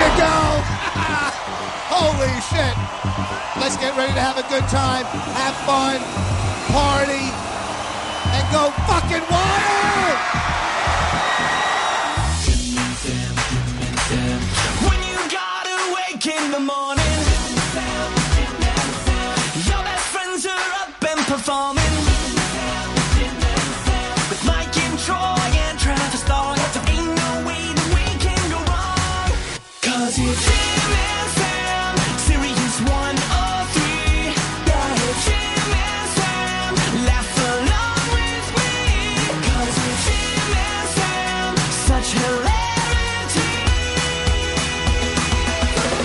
Ah, holy shit. Let's get ready to have a good time, have fun, party, and go fucking wild! When you gotta wake in the morning, your best friends are up and performing. With Mike and Troy and Travis Long, there ain't no way that we can go wrong. 'Cause it's Jim and Sam, Sirius 103. Yeah, it's Jim and Sam, laugh along with me. 'Cause it's Jim and Sam, such hilarity.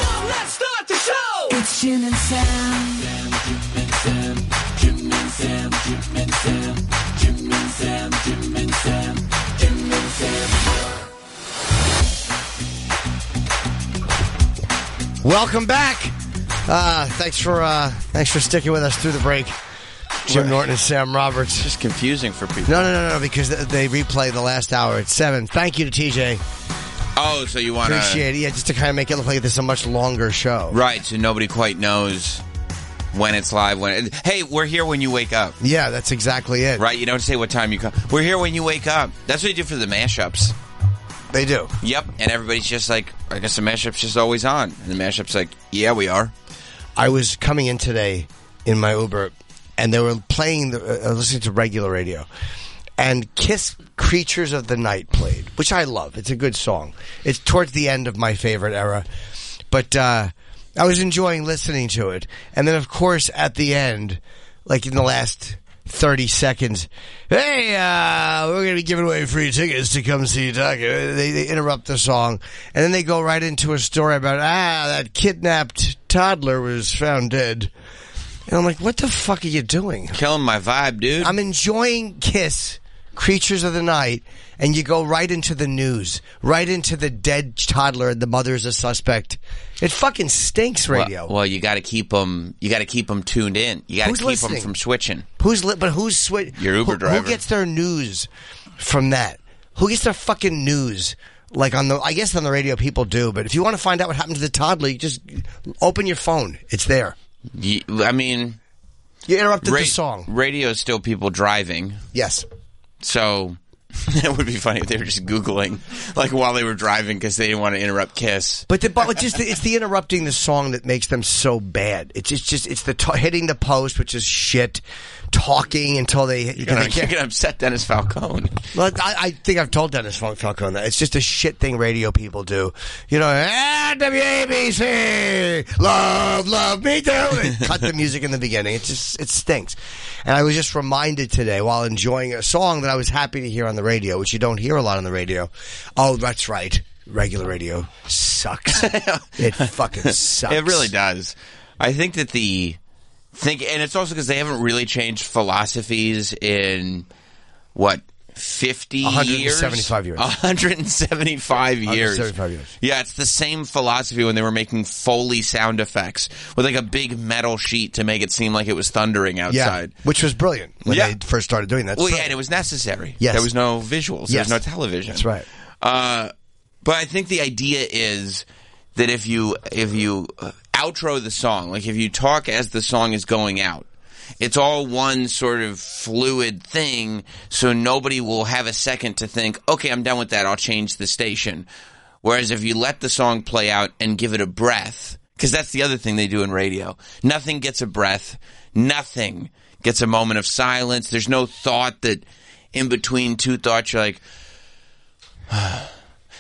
Mom, let's start the show! It's Jim and Sam. Welcome back. Uh, thanks for uh, thanks for sticking with us through the break. Jim Norton and Sam Roberts. It's confusing for people. No, no, no, no, because th- they replay the last hour at seven. Thank you to TJ. Oh, so you want to. Appreciate it. Yeah, just to kind of make it look like this is a much longer show. Right, so nobody quite knows when it's live. When Hey, we're here when you wake up. Yeah, that's exactly it. Right? You don't say what time you come. We're here when you wake up. That's what you do for the mashups. They do. Yep. And everybody's just like, I guess the mashup's just always on. And the mashup's like, yeah, we are. I was coming in today in my Uber, and they were playing, the, uh, listening to regular radio, and Kiss "Creatures of the Night" played, which I love. It's a good song. It's towards the end of my favorite era, but uh, I was enjoying listening to it. And then, of course, at the end, like in the last. 30 seconds. Hey, uh, we're going to be giving away free tickets to come see Doc. They, they interrupt the song and then they go right into a story about, ah, that kidnapped toddler was found dead. And I'm like, what the fuck are you doing? Killing my vibe, dude. I'm enjoying Kiss, Creatures of the Night, and you go right into the news, right into the dead toddler and the mother is a suspect. It fucking stinks radio. Well, well, you got to keep them. You got to keep 'em tuned in. You got to Who's keep them listening? from switching. Who's li- but who's swi- Your Uber who, driver. Who gets their news from that? Who gets their fucking news? Like on the, I guess on the radio people do, but if you want to find out what happened to the toddler, you just open your phone. It's there. You, I mean, You interrupted ra- the song. radio is still people driving, Yes. so. That would be funny if they were just Googling, like while they were driving because they didn't want to interrupt Kiss. But the but it's just the, it's the interrupting the song that makes them so bad. It's it's just it's the t- hitting the post, which is shit, talking until they. You're they going can't- to upset Dennis Falcone. Well, I, I think I've told Dennis Funk Falcone that it's just a shit thing radio people do. You know, "Ah, WABC, love, love me too. They cut the music in the beginning. It just it stinks. And I was just reminded today while enjoying a song that I was happy to hear on the radio, which you don't hear a lot on the radio. Oh, that's right. Regular radio sucks. it fucking sucks. It really does. I think that the think, and it's also because they haven't really changed philosophies in what fifty 175 years. One hundred and seventy-five years. 175 years. Yeah, it's the same philosophy when they were making Foley sound effects with like a big metal sheet to make it seem like it was thundering Yeah, outside. which was brilliant when Yeah. they first started doing that. Well, yeah, and it was necessary. Yes. There was no visuals. Yes. There was no television. That's right. Uh, but I think the idea is that if you if you uh, outro the song, like if you talk as the song is going out, it's all one sort of fluid thing. So nobody will have a second to think. Okay, I'm done with that. I'll change the station. Whereas if you let the song play out and give it a breath, because that's the other thing they do in radio. Nothing gets a breath. Nothing gets a moment of silence. There's no thought that in between two thoughts you're like,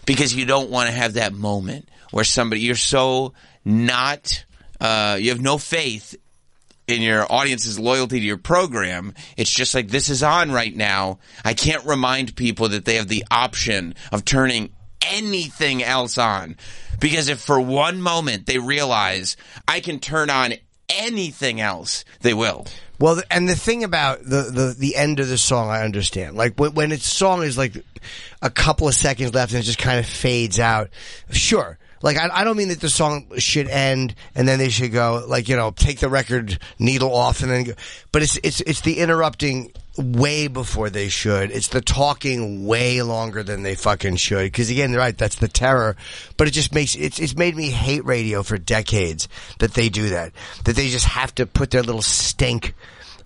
because you don't want to have that moment where somebody you're so not uh, you have no faith in your audience's loyalty to your program it's just like this is on right now i can't remind people that they have the option of turning anything else on because if for one moment they realize i can turn on anything else they will Well, th- and the thing about the, the, the end of the song, I understand. Like when, when its song is like a couple of seconds left and it just kind of fades out. Sure. Like I, I don't mean that the song should end and then they should go like you know take the record needle off and then go. But it's it's it's the interrupting way before they should. It's the talking way longer than they fucking should. Because again, you're right, that's the terror. But it just makes it's it's made me hate radio for decades that they do that. That they just have to put their little stink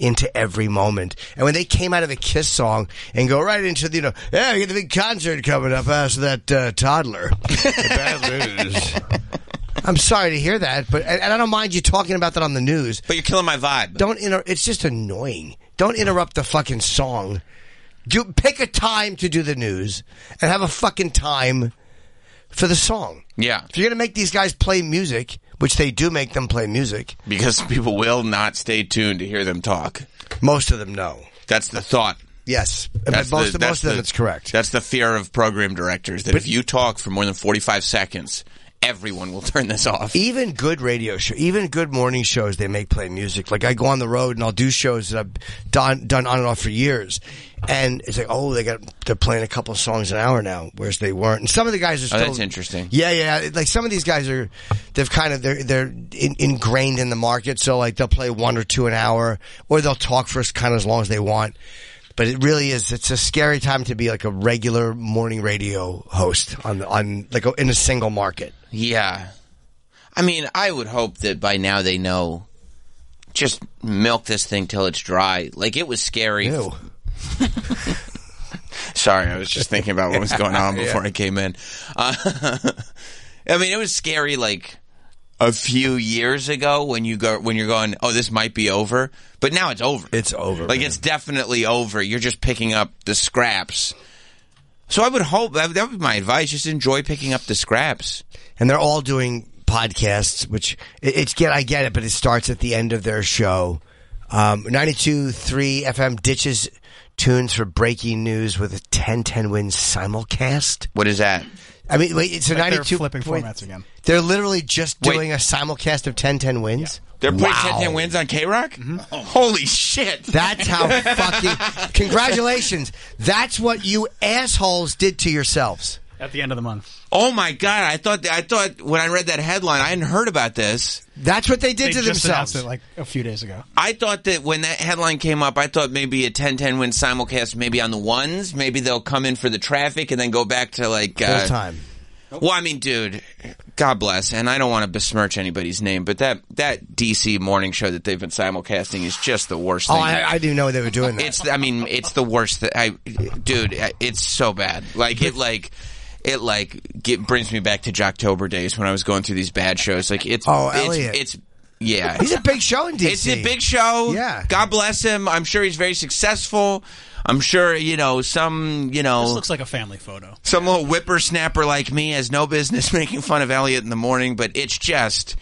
into every moment. And when they came out of a Kiss song and go right into the, you know, yeah, we got the big concert coming up after that uh, toddler. The bad news. I'm sorry to hear that, but and, and I don't mind you talking about that on the news. But you're killing my vibe. Don't inter- It's just annoying. Don't interrupt the fucking song. Do pick a time to do the news and have a fucking time for the song. Yeah. If you're gonna make these guys play music, which they do make them play music, because people will not stay tuned to hear them talk. most of them know. That's the thought. Yes, And That's most, most the- that's of them the- it's correct. That's the fear of program directors that if you talk for more than 45 seconds, everyone will turn this off. even good radio show, even good morning shows, they make play music. Like I go on the road and I'll do shows that I've done done on and off for years, and it's like, oh, they got they're playing a couple songs an hour now, whereas they weren't. And some of the guys are still. Oh, that's interesting. Yeah, yeah. it- Like some of these guys are, they've kind of they're they're in, ingrained in the market, so like they'll play one or two an hour, or they'll talk for as kind of as long as they want. But it really is. It's a scary time to be like a regular morning radio host on on like in a single market. Yeah. I mean, I would hope that by now they know just milk this thing till it's dry. Like it was scary. Ew. Sorry, I was just thinking about what was going on before I came in. Uh, I mean, it was scary like a few years ago when you go when you're going, "Oh, this might be over." But now it's over. It's over. Like man. it's definitely over. You're just picking up the scraps. So I would hope that that would be my advice. Just enjoy picking up the scraps. and they're all doing podcasts, which it, it's get I get it, but it starts at the end of their show. Um, 92.3 FM ditches tunes for breaking news with a 10-10 win simulcast. What is that? I mean, wait, it's a Like they're 92 flipping point- formats again. They're literally just Wait. doing a simulcast of 10-10 wins. They're putting Wow. Mm-hmm. 10 10 wins on K Rock? Holy shit. That's how fucking congratulations. That's what you assholes did to yourselves. At the end of the month, oh my god, I thought I thought when I read that headline, I hadn't heard about this. That's what they did they to just announced themselves. it like a few days ago. I thought that when that headline came up, I thought maybe a 10 10 win simulcast maybe on the ones, maybe they'll come in for the traffic and then go back to like Full uh, time. Well, I mean, dude, God bless, and I don't want to besmirch anybody's name, but that that DC morning show that they've been simulcasting is just the worst Oh, thing. I, I didn't know they were doing that. it's, I mean, it's the worst. That I, dude, I- it's so bad. Like it, like it, like get, brings me back to Jocktober days when I was going through these bad shows. Like it's, Oh, it's, Elliot. it's, yeah, He's a big show in DC. it's a big show. Yeah. God bless him. I'm sure he's very successful. I'm sure you know some, you know, This looks like a family photo. some little whippersnapper like me has no business making fun of Elliot in the morning, but it's just.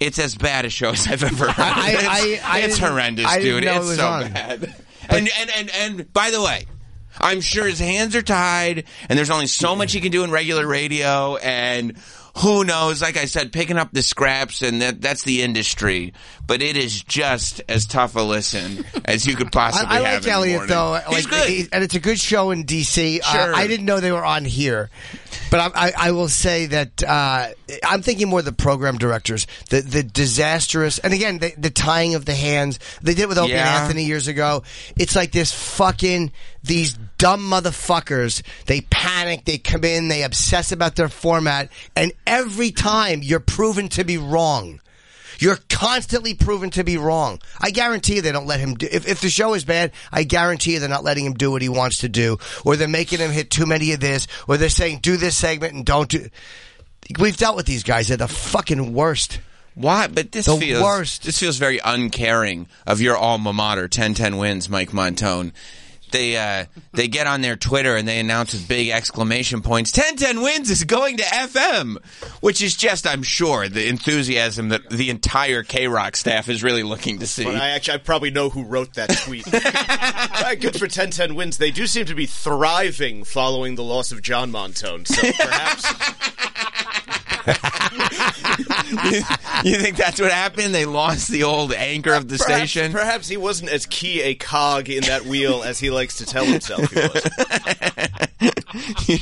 It's as bad a show as I've ever heard. I- it's I- I it's didn't- horrendous, I didn't dude. know it it's was so on. bad. And, and and and by the way, I'm sure his hands are tied, and there's only so much he can do in regular radio, and who knows? Like I said, picking up the scraps, and that that's the industry. But it is just as tough a listen as you could possibly I, I have. like in the Elliot morning. though, He's Like, good. he- and it's a good show in DC. Sure. Uh, I didn't know they were on here, but I, I, I will say that uh, I'm thinking more of the program directors, the the disastrous, and again the, the tying of the hands they did it with Opie and Yeah. Anthony years ago. It's like this fucking these dumb motherfuckers. They panic, they come in, they obsess about their format, and every time you're proven to be wrong. You're constantly proven to be wrong. I guarantee you they don't let him do. If, if the show is bad, I guarantee you they're not letting him do what he wants to do, or they're making him hit too many of this, or they're saying do this segment and don't do. We've dealt with these guys; they're the fucking worst. Why? But this The feels worst. This feels very uncaring of your alma mater. Ten ten wins, Mike Montone. They uh, they get on their Twitter and they announce with big exclamation points, "Ten ten wins is going to FM," which is just, I'm sure, the enthusiasm that the entire K Rock staff is really looking to see. But I actually, I probably know who wrote that tweet. Uh, Good for 10-10 wins. They do seem to be thriving following the loss of John Montone. So perhaps you think that's what happened? They lost the old anchor of the perhaps, station. perhaps he wasn't as key a cog in that wheel as he likes to tell himself he was.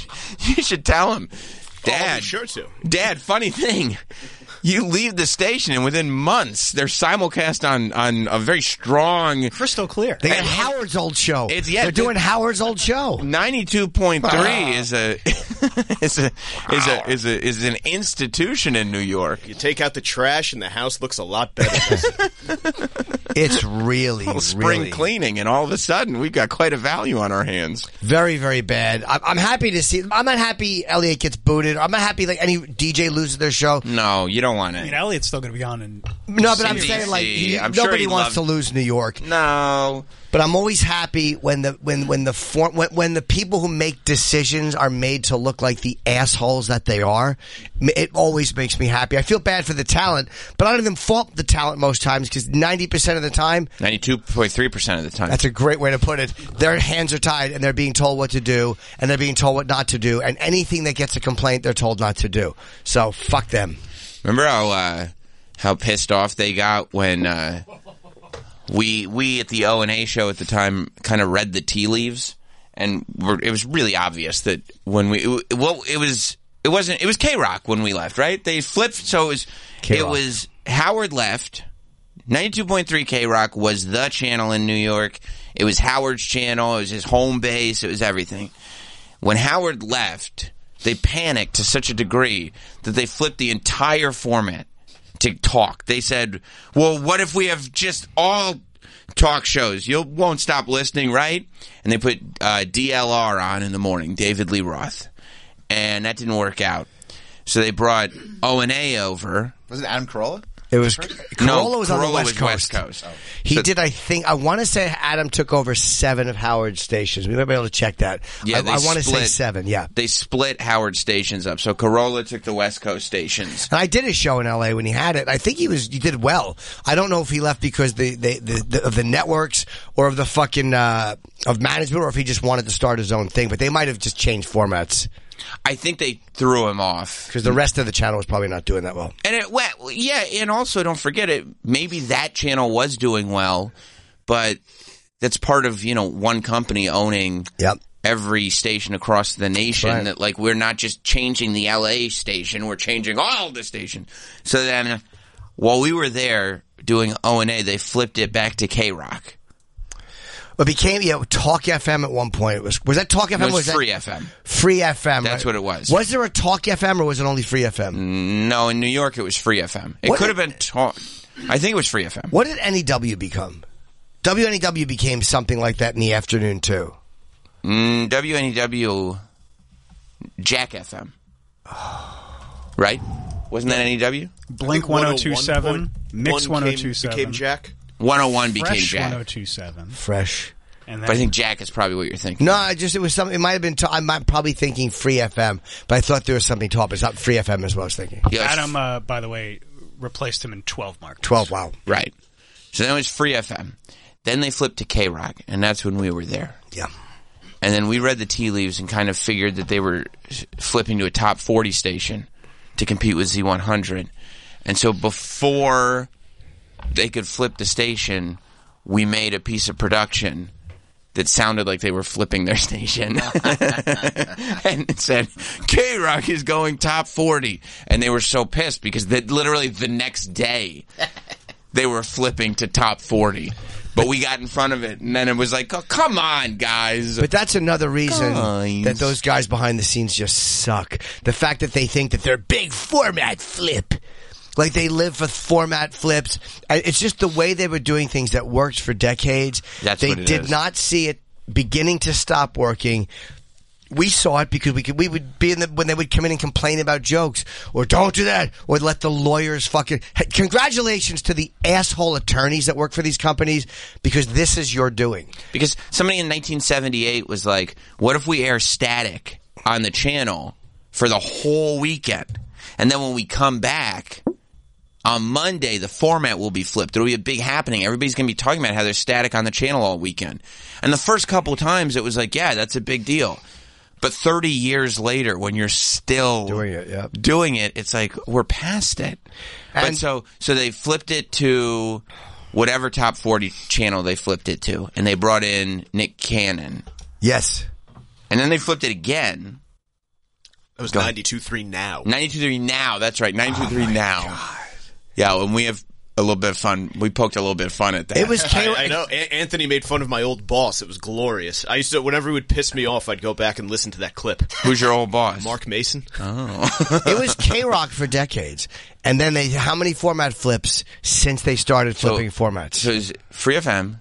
you should tell him, I'll Dad. be sure to. Dad, funny thing. You leave the station, and within months, they're simulcast on on a very strong Crystal clear. They got And- Howard's old show. It's- yeah, They're doing the- Howard's old show. Ninety-two point three is a is a is a is a is an institution in New York. You take out the trash, and the house looks a lot better. It's really Spring really cleaning, and all of a sudden we've got quite a value on our hands. Very, very bad. I'm, I'm happy to see. I'm not happy Elliot gets booted. I'm not happy like any DJ loses their show. No, you don't want I mean, it. Elliot's still going to be on and No, but I'm CBC, saying like he- I'm sure nobody he wants loved- to lose New York. No, But I'm always happy when the when when the form when, when the people who make decisions are made to look like the assholes that they are. M- It always makes me happy. I feel bad for the talent, but I don't even fault the talent most times because ninety percent of the time, ninety-two point three percent of the time. that's a great way to put it. Their hands are tied and they're being told what to do and they're being told what not to do and anything that gets a complaint, they're told not to do. So fuck them. Remember how uh, how pissed off they got when uh, we we at the O and A show at the time kind of read the tea leaves, and were, it was really obvious that when we it, well it was it wasn't it was K Rock when we left right they flipped so it was it K-Rock. was Howard left. 92.3 K Rock was the channel in New York. It was Howard's channel. It was his home base. It was everything. When Howard left, they panicked to such a degree that they flipped the entire format to talk. They said, "Well, what if we have just all talk shows? You won't stop listening, right?" And they put uh, DLR on in the morning, David Lee Roth, and that didn't work out. So they brought O and A over. Wasn't Adam Carolla? It was Corolla was on the Carolla West was Coast. West Coast. He did, I think. I want to say Adam took over seven of Howard's stations. We might be able to check that. Yeah, I, they I want to say split- seven. Yeah, They split Howard stations up. So Corolla took the West Coast stations. and I did a show in L.A. when he had it. I think he was he did well. I don't know if he left because the, the, the, the of the networks or of the fucking uh, of management, or if he just wanted to start his own thing. But they might have just changed formats I think they threw him off. because the rest of the channel was probably not doing that well. And it well, yeah, and also don't forget it. Maybe that channel was doing well, but that's part of you know one company owning Yep. every station across the nation. Right. That like we're not just changing the LA station, we're changing all the station. So then, uh, while we were there doing O and A, they flipped it back to K Rock. It became yeah Talk FM at one point. It was was that Talk FM? It was, was that- free FM. Free FM. right? That's what it was. Mm. Was there a Talk FM or was it only Free FM? No, in New York it was free FM. It What- could have been. Ta- I think it was free FM. What did NEW become? WNEW became something like that in the afternoon too. Mm, WNEW Jack FM. Right? Wasn't that E NEW? Blink 1027, Mix 1027, Became Jack. 101 became Fresh Jack. 1027. Fresh. And But I then think Jack is probably what you're thinking. No, I just it was something. It might have been. Ta- I'm probably thinking Free FM, but I thought there was something tall. But it's not Free FM is what I was thinking. Yeah, it's- Adam, uh, by the way, replaced him in 12 mark. Twelve. Wow. Right. So then it was free FM. Then they flipped to K Rock, and that's when we were there. Yeah. And then we read the tea leaves and kind of figured that they were flipping to a top 40 station to compete with Z100. And so before they could flip the station, we made a piece of production that sounded like they were flipping their station. and it said, K Rock is going top 40. And they were so pissed because that literally the next day they were flipping to top 40. But we got in front of it, and then it was like, oh, come on, guys. But that's another reason Guys. that those guys behind the scenes just suck. The fact that they think that they're big format flip. Like they live for format flips. I- It's just the way they were doing things that worked for decades. That's they what it did is. not see it beginning to stop working. We saw it because we could, we would be in the when they would come in and complain about jokes or don't do that or let the lawyers fucking. Hey, Congratulations to the asshole attorneys that work for these companies because this is your doing. Because somebody in 1978 was like, what if we air static on the channel for the whole weekend? And then when we come back on Monday, the format will be flipped. There will be a big happening. Everybody's going to be talking about how there's static on the channel all weekend. And the first couple times it was like, yeah, that's a big deal. But 30 years later, when you're still Doing it, yep. doing it, it's like we're past it. but And- so so they flipped it to whatever top 40 channel they flipped it to and they brought in Nick Cannon. Yes. And then they flipped it again. That was ninety-two-three now. Oh 923 now, that's right. 923 now. yeah, and we have a little bit of fun. We poked a little bit of fun at that. It was I, K- I know. A- Anthony made fun of my old boss. It was glorious. I used to, whenever he would piss me off, I'd go back and listen to that clip. Who's your old boss? Mark Mason. it was K Rock for decades, and then they how many format flips since they started flipping formats? So it was Free FM.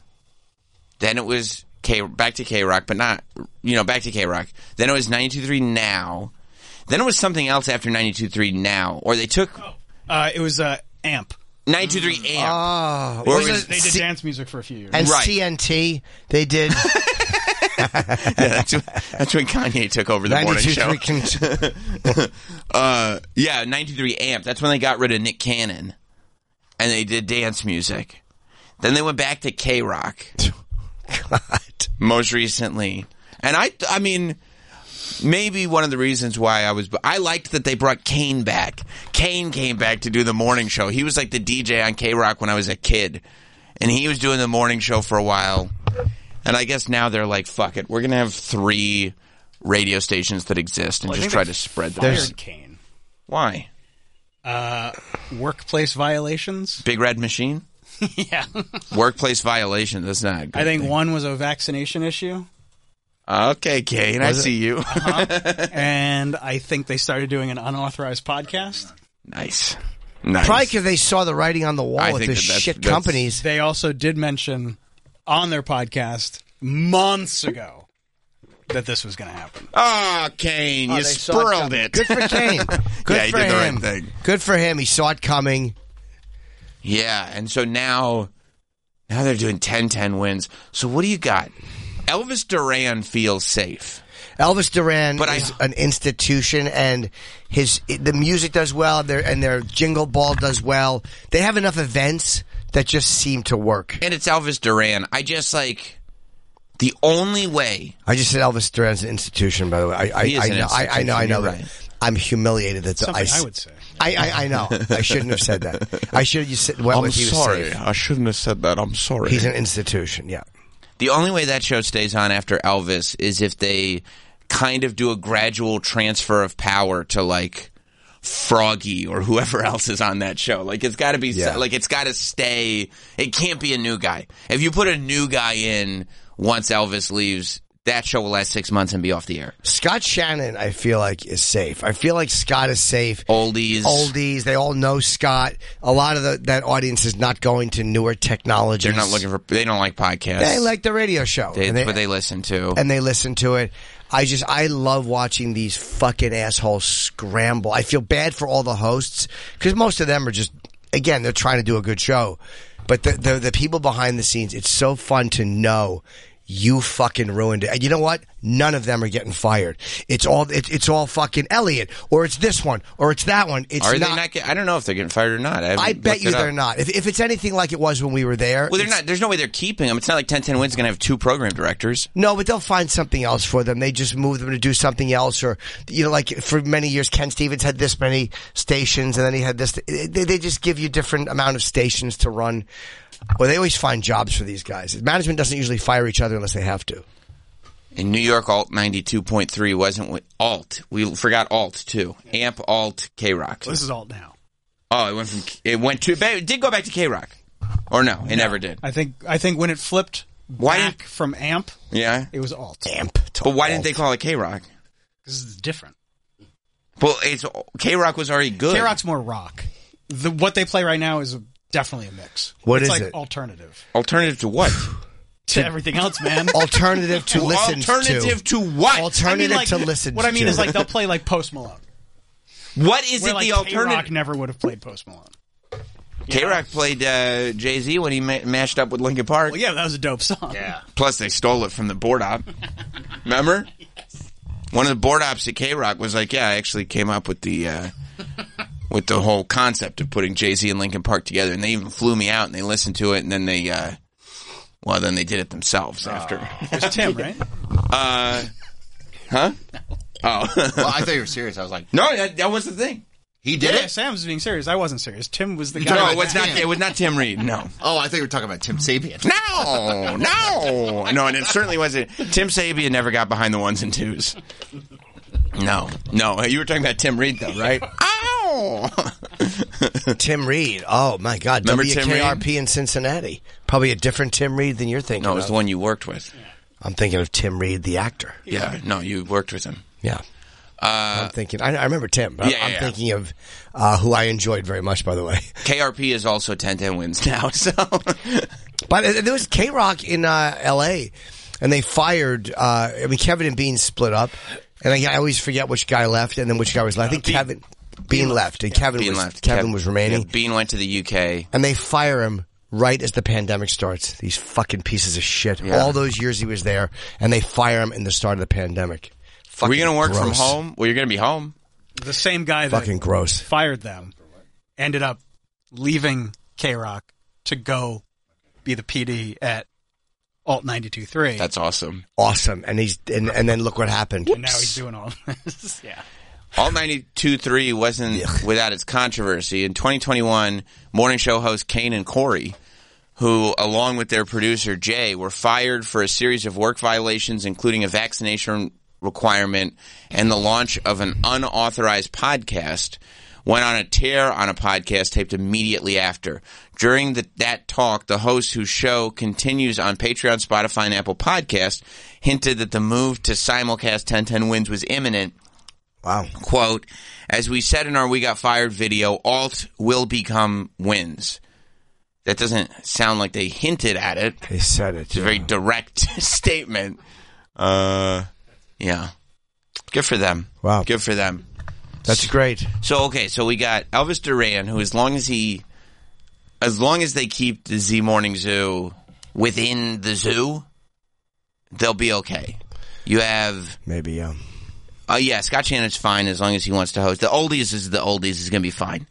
Then it was K back to K Rock, but not you know back to K Rock. Then it was 92.3 now. Then it was something else after 92.3 now, or they took Uh, it was uh, Amp. 92.3 amp. oh, Or was it it- was- They did See- dance music for a few years. and Right. TNT they did Yeah, that's, when- that's when Kanye took over the morning ninety two show. three. Con- uh, yeah, 93 Amp. That's when they got rid of Nick Cannon and they did dance music. Then they went back to K Rock God. most recently. And I, I mean, maybe one of the reasons why I was, I liked that they brought Kane back. Kane came back to do the morning show. He was like the DJ on K Rock when I was a kid. And he was doing the morning show for a while. And I guess now they're like, fuck it. We're going to have three radio stations that exist and Well, I just think try they to spread them. Fired Kane. Why? Workplace violations. Big Red Machine? yeah, Workplace violation. That's not. a good I think thing. one was a vaccination issue, Okay, Kane. I see you. Uh-huh. and I think they started doing an unauthorized podcast. nice. Nice. Probably because they saw the writing on the wall I with think the that that's- shit that's- companies. They also did mention on their podcast months ago that this was going to happen. oh, Kane, you they saw it spurled coming. it. Good for Kane. Good Yeah, he for did the right him. thing. Good for him. He saw it coming. yeah, and so now, now they're doing 10-10 wins. So what do you got? Elvis Duran feels safe. Elvis Duran But I- is an institution, and his the music does well, and their and their jingle ball does well. They have enough events that just seem to work. And it's Elvis Duran. I just like the only way. I just said Elvis Duran's an institution, by the way. I I, He is I, an know, I, I know I know institution, you're that. right. I'm humiliated that the, Something s- I would say. I, I, I know. I shouldn't have said that. I should have just said well, he was safe. I shouldn't have said that. I'm sorry. He's an institution. Yeah. The only way that show stays on after Elvis is if they kind of do a gradual transfer of power to like Froggy or whoever else is on that show. Like it's got to be Yeah. like it's got to stay. It can't be a new guy. If you put a new guy in once Elvis leaves, that show will last six months and be off the air. Scott Shannon, I feel like is safe. I feel like Scott is safe. Oldies, oldies. They all know Scott. A lot of the, that audience is not going to newer technologies. they're not looking for. They don't like podcasts. They like the radio show, They, and, what they listen to. and they listen to it. I just I love watching these fucking assholes scramble. I feel bad for all the hosts because most of them are just again they're trying to do a good show, but the, the the people behind the scenes. It's so fun to know. You fucking ruined it, and you know what? None of them are getting fired. It's all it, it's all fucking Elliot, or it's this one, or it's that one. It's Are they not, not? Get, I don't know if they're getting fired or not. I, haven't I bet looked you it up. they're not. If, if it's anything like it was when we were there, Well, they're it's- not. There's no way they're keeping them. It's not like 1010 Win's going to have two program directors. No, but they'll find something else for them. They just move them to do something else, or you know, like for many years, Ken Stevens had this many stations, and then he had this. They, they just give you different amount of stations to run. Well, they always find jobs for these guys. Management doesn't usually fire each other unless they have to. In New York, alt 92.3 wasn't wi- alt. We forgot alt too. Amp, alt, K Rock. This is all now. Oh, it went from it went to it did go back to K Rock, or no, it never did. I think I think when it flipped Why back did- from amp, Yeah, it was alt. Amp. to but why didn't alt. they call it K Rock? This is different. Well, it's K Rock was already good. K Rock's more rock. The, what they play right now is a, definitely a mix. What What is is it's like it? alternative alternative to what? to everything else, man. alternative to listen alternative to? to, what? I mean, Alternative like, to listen. What I mean to. is like they'll play like Post Malone. what is Where it? like the K-Rock alternative. never would have played Post Malone. K Rock played uh, Jay Z when he ma- mashed up with Linkin Park. Well, yeah, that was a dope song. Yeah. Plus, they stole it from the board op. Remember? One of the board ops at K Rock was like, "Yeah, I actually came up with the uh, with the whole concept of putting Jay Z and Linkin Park together." And they even flew me out and they listened to it, and then they, uh, well, then they did it themselves Oh. after. It was Tim, right? Well, I thought you were serious. I was like, Oh. No, that, that was the thing. he Yeah, did it. Sam was being serious. I wasn't serious. Tim was the guy. No, about it was not. Tim. It was not Tim Reed. No, Oh, I thought you were talking about Tim Sabian. no, no, no. And it certainly wasn't. Tim Sabian never got behind the ones and twos. Oh. No, no. You were talking about Tim Reed, though, right? Ow! Tim Reed. Oh my God. Remember Tim Reed? WKRP in Cincinnati. Probably a different Tim Reed than you're thinking. No, it was of. the one you worked with. I'm thinking of Tim Reed, the actor. Yeah, no, you worked with him. Yeah. I'm thinking. I, I remember Tim. But Uh, yeah, I'm yeah. thinking of uh, who I enjoyed very much, by the way. KRP is also 10-10 wins now, so But uh, there was K Rock in uh, L.A. and they fired. Uh, I mean, Kevin and Bean split up, and I, I always forget which guy left and then which guy was left. I think Kevin Bean left, and Kevin Uh, Bean was left. Kevin Kev- was remaining, yeah, Bean went to the UK. and they fire him. Right as the pandemic starts, these fucking pieces of shit. Yeah. All those years he was there, and they fire him in the start of the pandemic. Fucking Were you going to work from gross. home? Well, you're going to be home. The same guy that Fucking gross. fired them ended up leaving K Rock to go be the PD at Alt 92.3. That's awesome. Awesome. And he's and, and then look what happened. and now he's doing all this. yeah. All 92.3 wasn't without its controversy. In 2021, morning show host Kane and Corey, who, along with their producer Jay, were fired for a series of work violations, including a vaccination requirement and the launch of an unauthorized podcast, went on a tear on a podcast taped immediately after. During the, that talk, the host, whose show continues on Patreon, Spotify, and Apple Podcast, hinted that the move to simulcast 1010 Wins was imminent Wow. quote, as we said in our We Got Fired video, alt will become wins. That doesn't sound like they hinted at it. They said it. It's a very direct statement. Uh, yeah. Good for them. Wow. Good for them. That's great. So okay, so we got Elvis Duran, who as long as he, as long as they keep the Z Morning Zoo within the zoo, they'll be okay. You have Maybe um uh, yeah, Scott Shannon's fine as long as he wants to host. The oldies is the oldies is going to be fine.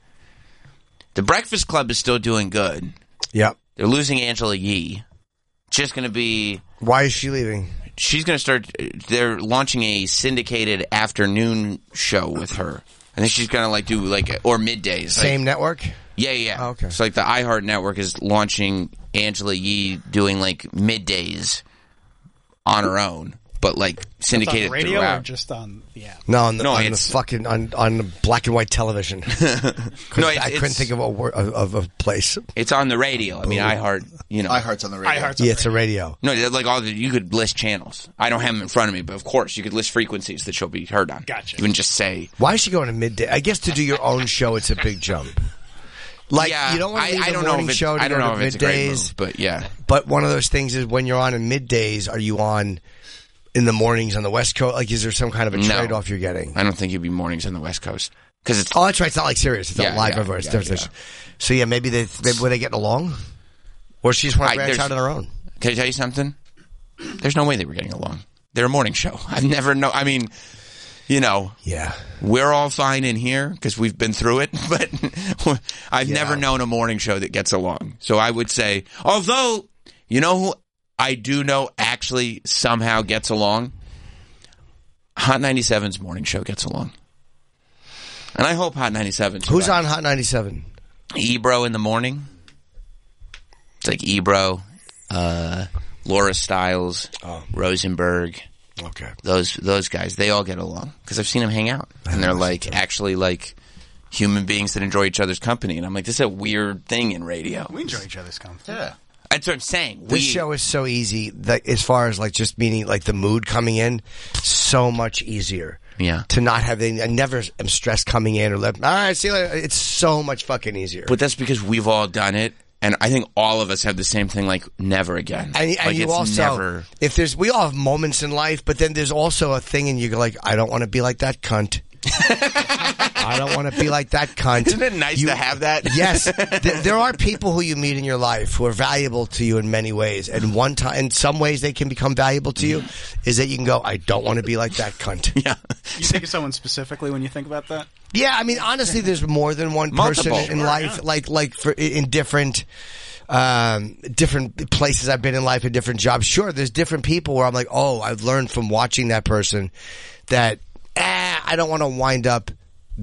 The Breakfast Club is still doing good. Yep. They're losing Angela Yee. Just going to be Why is she leaving? she's going to start. They're launching a syndicated afternoon show with her. And then she's going to like do like or middays. Same Like, network? yeah, yeah. Oh, okay. So like the iHeart Network is launching Angela Yee doing like middays on her own, but like It's on syndicated radio throughout. or just on the app? No, on the, No, on the it's- fucking on, on the black and white television. no, I couldn't think of a word, of, of a place. It's on the radio. I mean, iHeart, you know. iHeart's on the radio. iHeart's Yeah, it's a radio. No, they're like all the, you could list channels. I don't have them in front of me, but of course you could list frequencies that she'll be heard on. Gotcha. You can just say. Why is she going to midday? I guess to do your own show, it's a big jump. Like yeah, you don't want I, to leave I the don't know morning if it's, show to I don't go know to if it's a great middays. move, but yeah, But one of those things is when you're on in middays, are you on in the mornings on the West Coast? Like, is there some kind of a No. trade off you're getting? I don't think you'd be mornings on the West Coast because it's Oh, that's right. It's not like serious. It's Yeah, not live yeah, over. It's yeah, different. yeah. So yeah, maybe they maybe were they getting along, or she just want I- to branch there's- out on her own. Can I tell you something? There's no way they were getting along. They're a morning show. I've never know. I mean, you know, Yeah, we're all fine in here because we've been through it, but I've Yeah. never known a morning show that gets along. So I would say, although, you know who I do know actually somehow gets along? Hot 97's morning show gets along. And I hope Hot 97's. who's on Hot ninety seven? Ebro in the morning. It's like Ebro, uh, Laura Stiles, Oh. Rosenberg Okay, those those guys they all get along because I've seen them hang out and they're like actually like human beings that enjoy each other's company and I'm like this is a weird thing in radio. We enjoy each other's company. Yeah. That's what I'm saying. this We, show is so easy that as far as like just meaning like the mood coming in, so much easier. Yeah. to not have any, I never am stressed coming in or let. All right, see you later. It's so much fucking easier. but that's because we've all done it and I think all of us have the same thing like never again. and, and like, you it's also, never if there's, we all have moments in life, but then there's also a thing, and you're like, I don't want to be like that cunt. I don't want to be like that cunt. Isn't it nice to have that? yes, th- there are people who you meet in your life who are valuable to you in many ways, and one time, in some ways, they can become valuable to you. Is that you can go, I don't want to be like that cunt. yeah. You think of someone specifically when you think about that? Yeah, I mean, honestly, there's more than one Multiple. person in life, like like for in different um different places I've been in life and different jobs. Sure, there's different people where I'm like, oh, I've learned from watching that person that eh, I don't want to wind up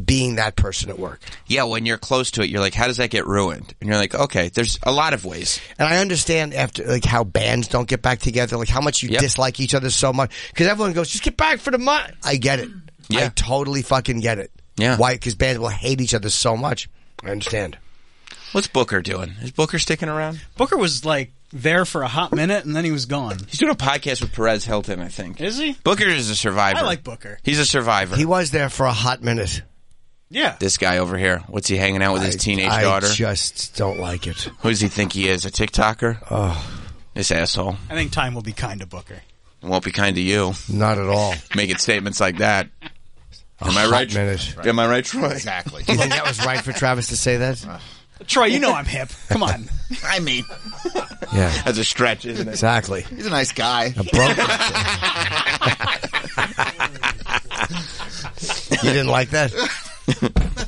being that person at work. Yeah, when you're close to it you're like how does that get ruined? And you're like okay, there's a lot of ways. And I understand after like how bands don't get back together, like how much you Yep. dislike each other so much because everyone goes just get back for the month. I get it. I Yeah. totally fucking get it. Yeah. Why? Because bands will hate each other so much. I understand. What's Booker doing? Is Booker sticking around? Booker was like there for a hot minute and then he was gone. He's doing a podcast with Perez Hilton, I think. Is he? Booker is a survivor. I like Booker. He's a survivor. He was there for a hot minute. Yeah. this guy over here. What's he hanging out with his teenage I daughter? just don't like it. Who does he think he is? A TikToker? Oh. This asshole. I think time will be kind to Booker. Won't be kind to you. Not at all. Making statements like that. Am I hot right? minute. Am I right, Troy? Exactly. You think that was right for Travis to say that? Troy, you know I'm hip. Come on. I mean, Yeah, That's a stretch, isn't it? exactly. he's a nice guy. A broken. you didn't like that?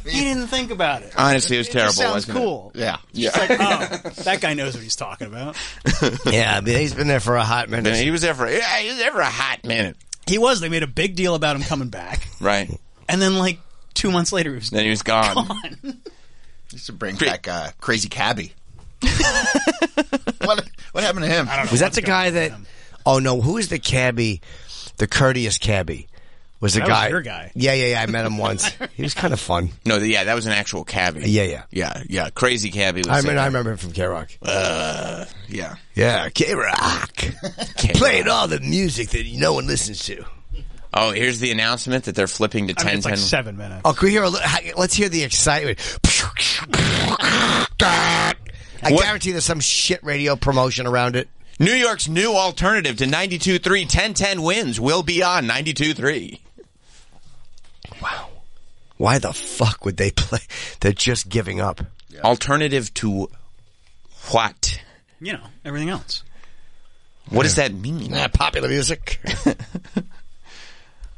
He didn't think about it. Honestly, it was terrible. It sounds wasn't it? cool. Yeah. Yeah. Oh, that guy knows what he's talking about. Yeah, I mean, he's been there for a hot minute. he was there for yeah, he was there for a hot minute. He was. They made a big deal about him coming back, Right. and then like two months later, he was Then he was gone. gone. Used to bring back uh, Crazy Cabby. what what happened to him? I don't Was that the guy that? Oh no, who is the cabbie? The courteous cabbie was the That was guy. your guy. Yeah, yeah, yeah. I met him once. he was kind of fun. No, th- yeah, that was an actual cabbie. Yeah, yeah. Yeah, yeah. Crazy cabbie was I the mean, I guy. remember him from K Rock. yeah. Yeah, K Rock. Playing all the music that no one listens to. Oh, here's the announcement that they're flipping to I 10 mean, it's like 10. seven minutes. Oh, can we hear? A li- let's hear the excitement. I What- guarantee there's some shit radio promotion around it. New York's new alternative to 92.3 1010 wins will be on 92.3. Why the fuck would they play? They're just giving up. Alternative to what? You know everything else. What does that mean? Ah, popular music.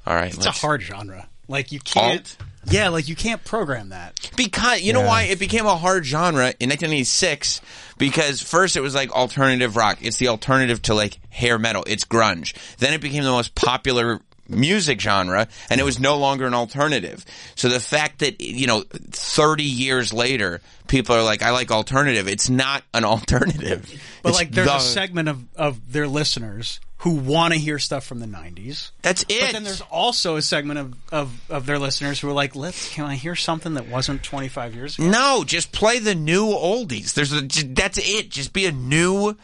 All right. It's a let's- hard genre. Like you can't. Alt? Yeah, like you can't program that. Because you know why it became a hard genre in 1986? Because first it was like alternative rock. It's the alternative to like hair metal. It's grunge. Then it became the most popular music genre, and it was no longer an alternative. So the fact that you know 30 years later people are like, I like alternative. It's not an alternative. But It's like there's the- a segment of of their listeners who want to hear stuff from the '90s. That's it. But then there's also a segment of, of, of their listeners who are like, "Let's can I hear something that wasn't 25 years ago?" No, just play the new oldies. There's a, j- that's it. Just be a new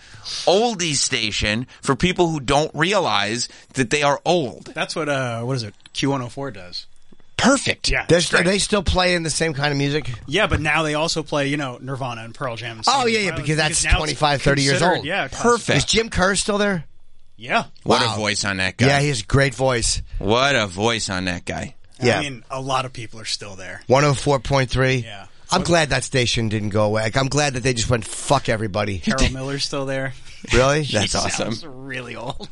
oldies station for people who don't realize that they are old. That's what uh what is it? Q104 does. Perfect. Yeah. They're st- are they still playing the same kind of music? Yeah, but now they also play, you know, Nirvana and Pearl Jam. and Oh, Stone yeah, yeah, Roses, because that's now it's 25, 30 years considered- old. Yeah, Is Perfect. Jim Kerr still there? Yeah. What Wow. a voice on that guy. Yeah, he has a great voice. what a voice on that guy. Yeah. I mean, a lot of people are still there. 104.3. Yeah. I'm glad that station didn't go away. Like, I'm glad that they just went fuck everybody. Carol Miller's still there. Really? That's awesome. Sounds really old.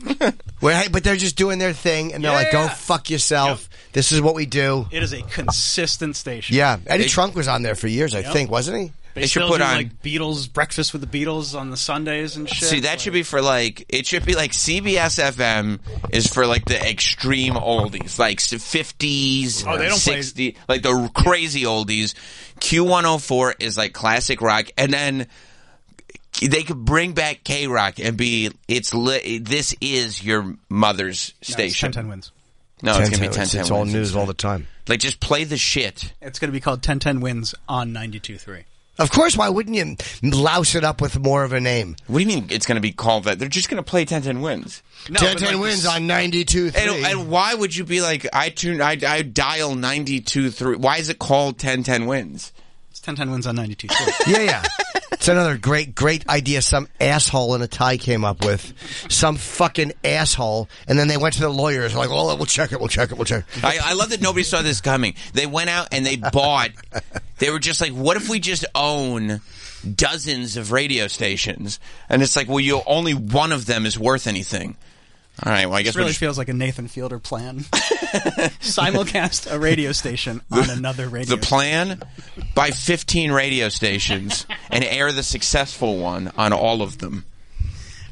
Well, hey, but they're just doing their thing and they're Yeah, like, go yeah. fuck yourself. This is what we do. it is a consistent station. Yeah. Eddie They- Trunk was on there for years, I Yep. think, wasn't he? They They should still put do, on- like Beatles breakfast with the Beatles on the Sundays and shit. See, that Like, should be for like, it should be like CBS FM is for like the extreme oldies, like s- 50s, Oh, they don't play- 60, like the r- crazy oldies. Q104 is like classic rock. And then they could bring back K Rock and be, it's li- this is your mother's no, it's station. 1010 wins. Oh, No, it's going to be 10 it's, it's all news all the time. Like, just play the shit. It's going to be called 1010 wins on 92.3. Of course, why wouldn't you louse it up with more of a name? What do you mean it's going to be called that? They're just going to play 10 10 wins. No, 10 but, 10 like, wins this- on 92 And, and why would you be like I tune I, I dial ninety two three? Why is it called ten ten wins? It's 1010 wins on 92.3. Yeah, yeah. It's another great, great idea some asshole in a tie came up with. Some fucking asshole. And then they went to the lawyers, like, well, we'll check it, we'll check it, we'll check it. I, I love that nobody saw this coming. They went out and they bought. They were just like, what if we just own dozens of radio stations? And it's like, well, you only one of them is worth anything. All right. Well, I guess This really we're just, feels like a Nathan Fielder plan. Simulcast a radio station on another radio. the plan: buy fifteen radio stations and air the successful one on all of them.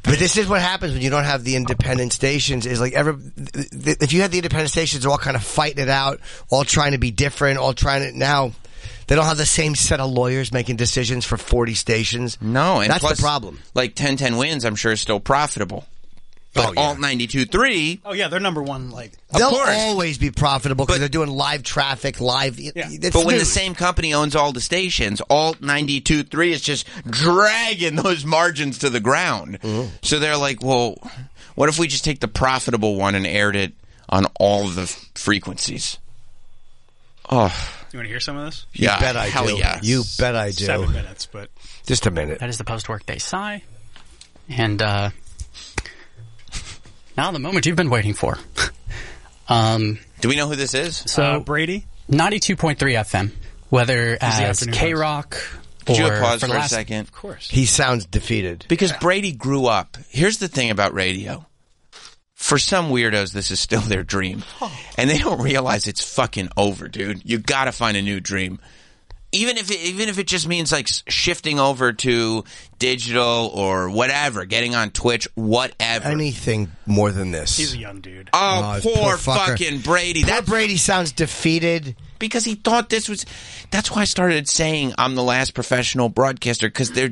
But this is what happens when you don't have the independent stations. Is like ever th- th- if you had the independent stations, they're all kind of fighting it out, all trying to be different, all trying to now. They don't have the same set of lawyers making decisions for forty stations. No, and that's plus, the problem. Like ten ten wins, I'm sure is still profitable. But Oh, yeah. Alt 92.3, Oh yeah, they're number one. Like They'll course. always be profitable because But- they're doing live traffic, live. it's but when the news. same company owns all the stations, Alt 92.3 is just dragging those margins to the ground. Mm-hmm. So they're like, well, what if we just take the profitable one and aired it on all the f- frequencies? Oh, you want to hear some of this? yeah. bet I hell do. yeah. You bet I do. Seven minutes, but Just a minute. That is the post workday sigh. And uh, now the moment you've been waiting for. um, do we know who this is? so uh, Brady. 92.3 FM, whether as afternoon K Rock or Could you pause for, for the a last- second? Of course. He sounds defeated. Because Brady grew up. Here's the thing about radio. For some weirdos, this is still their dream. And they don't realize it's fucking over, dude. You gotta find a new dream. Even if it, even if it just means like s- shifting over to digital or whatever, getting on Twitch, whatever. Anything more than this? He's a young dude. Oh, oh, poor, poor fucker. fucking Brady. Poor That Brady sounds defeated. because he thought this was. That's why I started saying I'm the last professional broadcaster because there,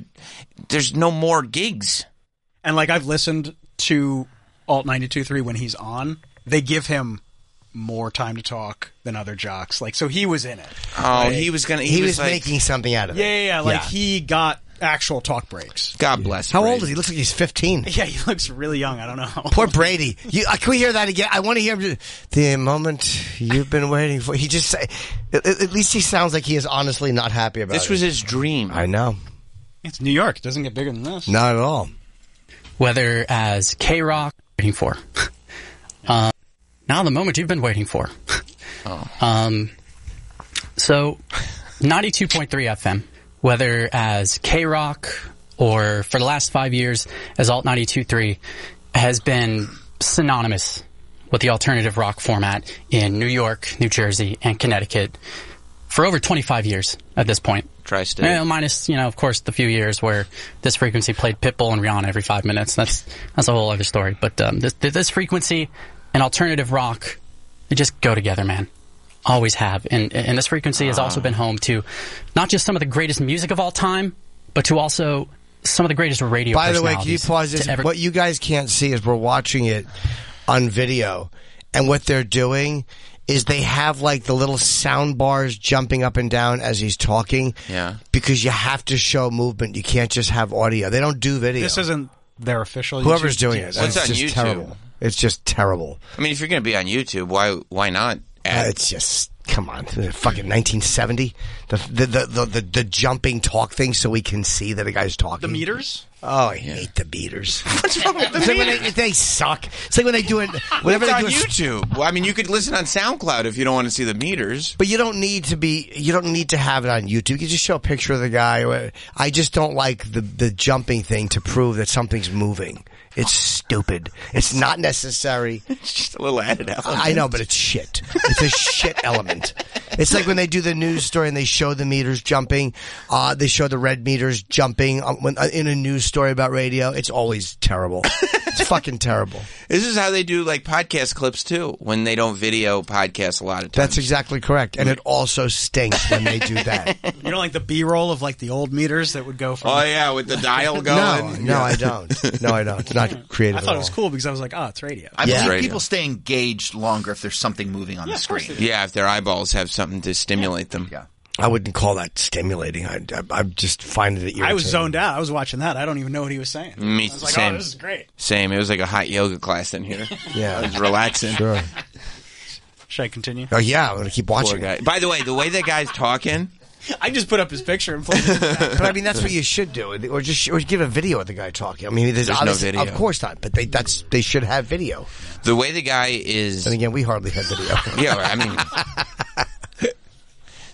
there's no more gigs. And like I've listened to Alt 92.3 when he's on, they give him more time to talk than other jocks. Like so, he was in it. Oh, he was gonna. He, He, was, like, making something out of Yeah, it. yeah, yeah. Like he got actual talk breaks. God bless. How Brady. old is he? Looks like he's fifteen. Yeah, he looks really young. I don't know. Poor Brady. You, uh, can we hear that again? I want to hear him. do- The moment you've been waiting for. He just. say- At, at least he sounds like he is honestly not happy about This it. was his dream. I know. It's New York. It doesn't get bigger than this. Not at all. whether as K Rock waiting for. um, now the moment you've been waiting for. um, so, 92.3 FM, whether as K Rock or for the last five years as Alt 92.3, has been synonymous with the alternative rock format in New York, New Jersey, and Connecticut for over 25 years at this point. Tri-state. Yeah, Eh, minus you know, of course, the few years where this frequency played Pitbull and Rihanna every five minutes. That's that's a whole other story. But um, this this frequency and alternative rock, they just go together, man. Always have, and and this frequency has Ah. also been home to not just some of the greatest music of all time, but to also some of the greatest radio. By the way, can you personalities pause to this? ever- what you guys can't see is we're watching it on video, and what they're doing is they have like the little sound bars jumping up and down as he's talking. Yeah. Because you have to show movement. You can't just have audio. They don't do video. This isn't their official. Whoever's YouTube- doing Yeah, it. What's That's on just YouTube? terrible. It's just terrible. I mean, if you're going to be on YouTube, why why not? Uh, add- it's just come on, fucking 1970. The the, the the the the jumping talk thing, so we can see that a guy's talking. The meters. Oh, I hate the beaters. What's wrong with the it's Like when they, they suck. It's like when they do it. Whenever it's they on do it, YouTube. Well, I mean, you could listen on SoundCloud if you don't want to see the meters. But you don't need to be. You don't need to have it on YouTube. You can just show a picture of the guy. I just don't like the the jumping thing to prove that something's moving. It's stupid. It's not necessary. It's just a little added out. I know, but it's shit. It's a shit element. It's like when they do the news story and they show the meters jumping. Uh, they show the red meters jumping um, when, uh, in a news story about radio. It's always terrible. It's fucking terrible. This is how they do like podcast clips too when they don't video podcasts a lot of times. That's exactly correct. And it also stinks when they do that. You know, like the B roll of like the old meters that would go from. oh yeah, with the dial No, going. no, I don't. No, I don't. It's not creative. I thought at it was all. cool because I was like, oh, it's radio. I Yeah. believe Radio. people stay engaged longer if there's something moving on the screen. Yeah, if their eyeballs have something to stimulate them. Yeah. I wouldn't call that stimulating. I, I, I just find it irritating. I was zoned out. I was watching that. I don't even know what he was saying. Me- I was like, same. oh, this is great. Same. It was like a hot yoga class in here. Yeah. it was relaxing. Sure. Should I continue? Oh yeah, I'm gonna keep Poor watching. it. guy. By the way, the way that guy's talking. I just put up his picture and played it. back. But I mean, that's what you should do, or just or give a video of the guy talking. I mean, there's, There's no obviously- video. Of course not. But they that's they should have video. The way the guy is. And again, we hardly have video. Yeah, I mean,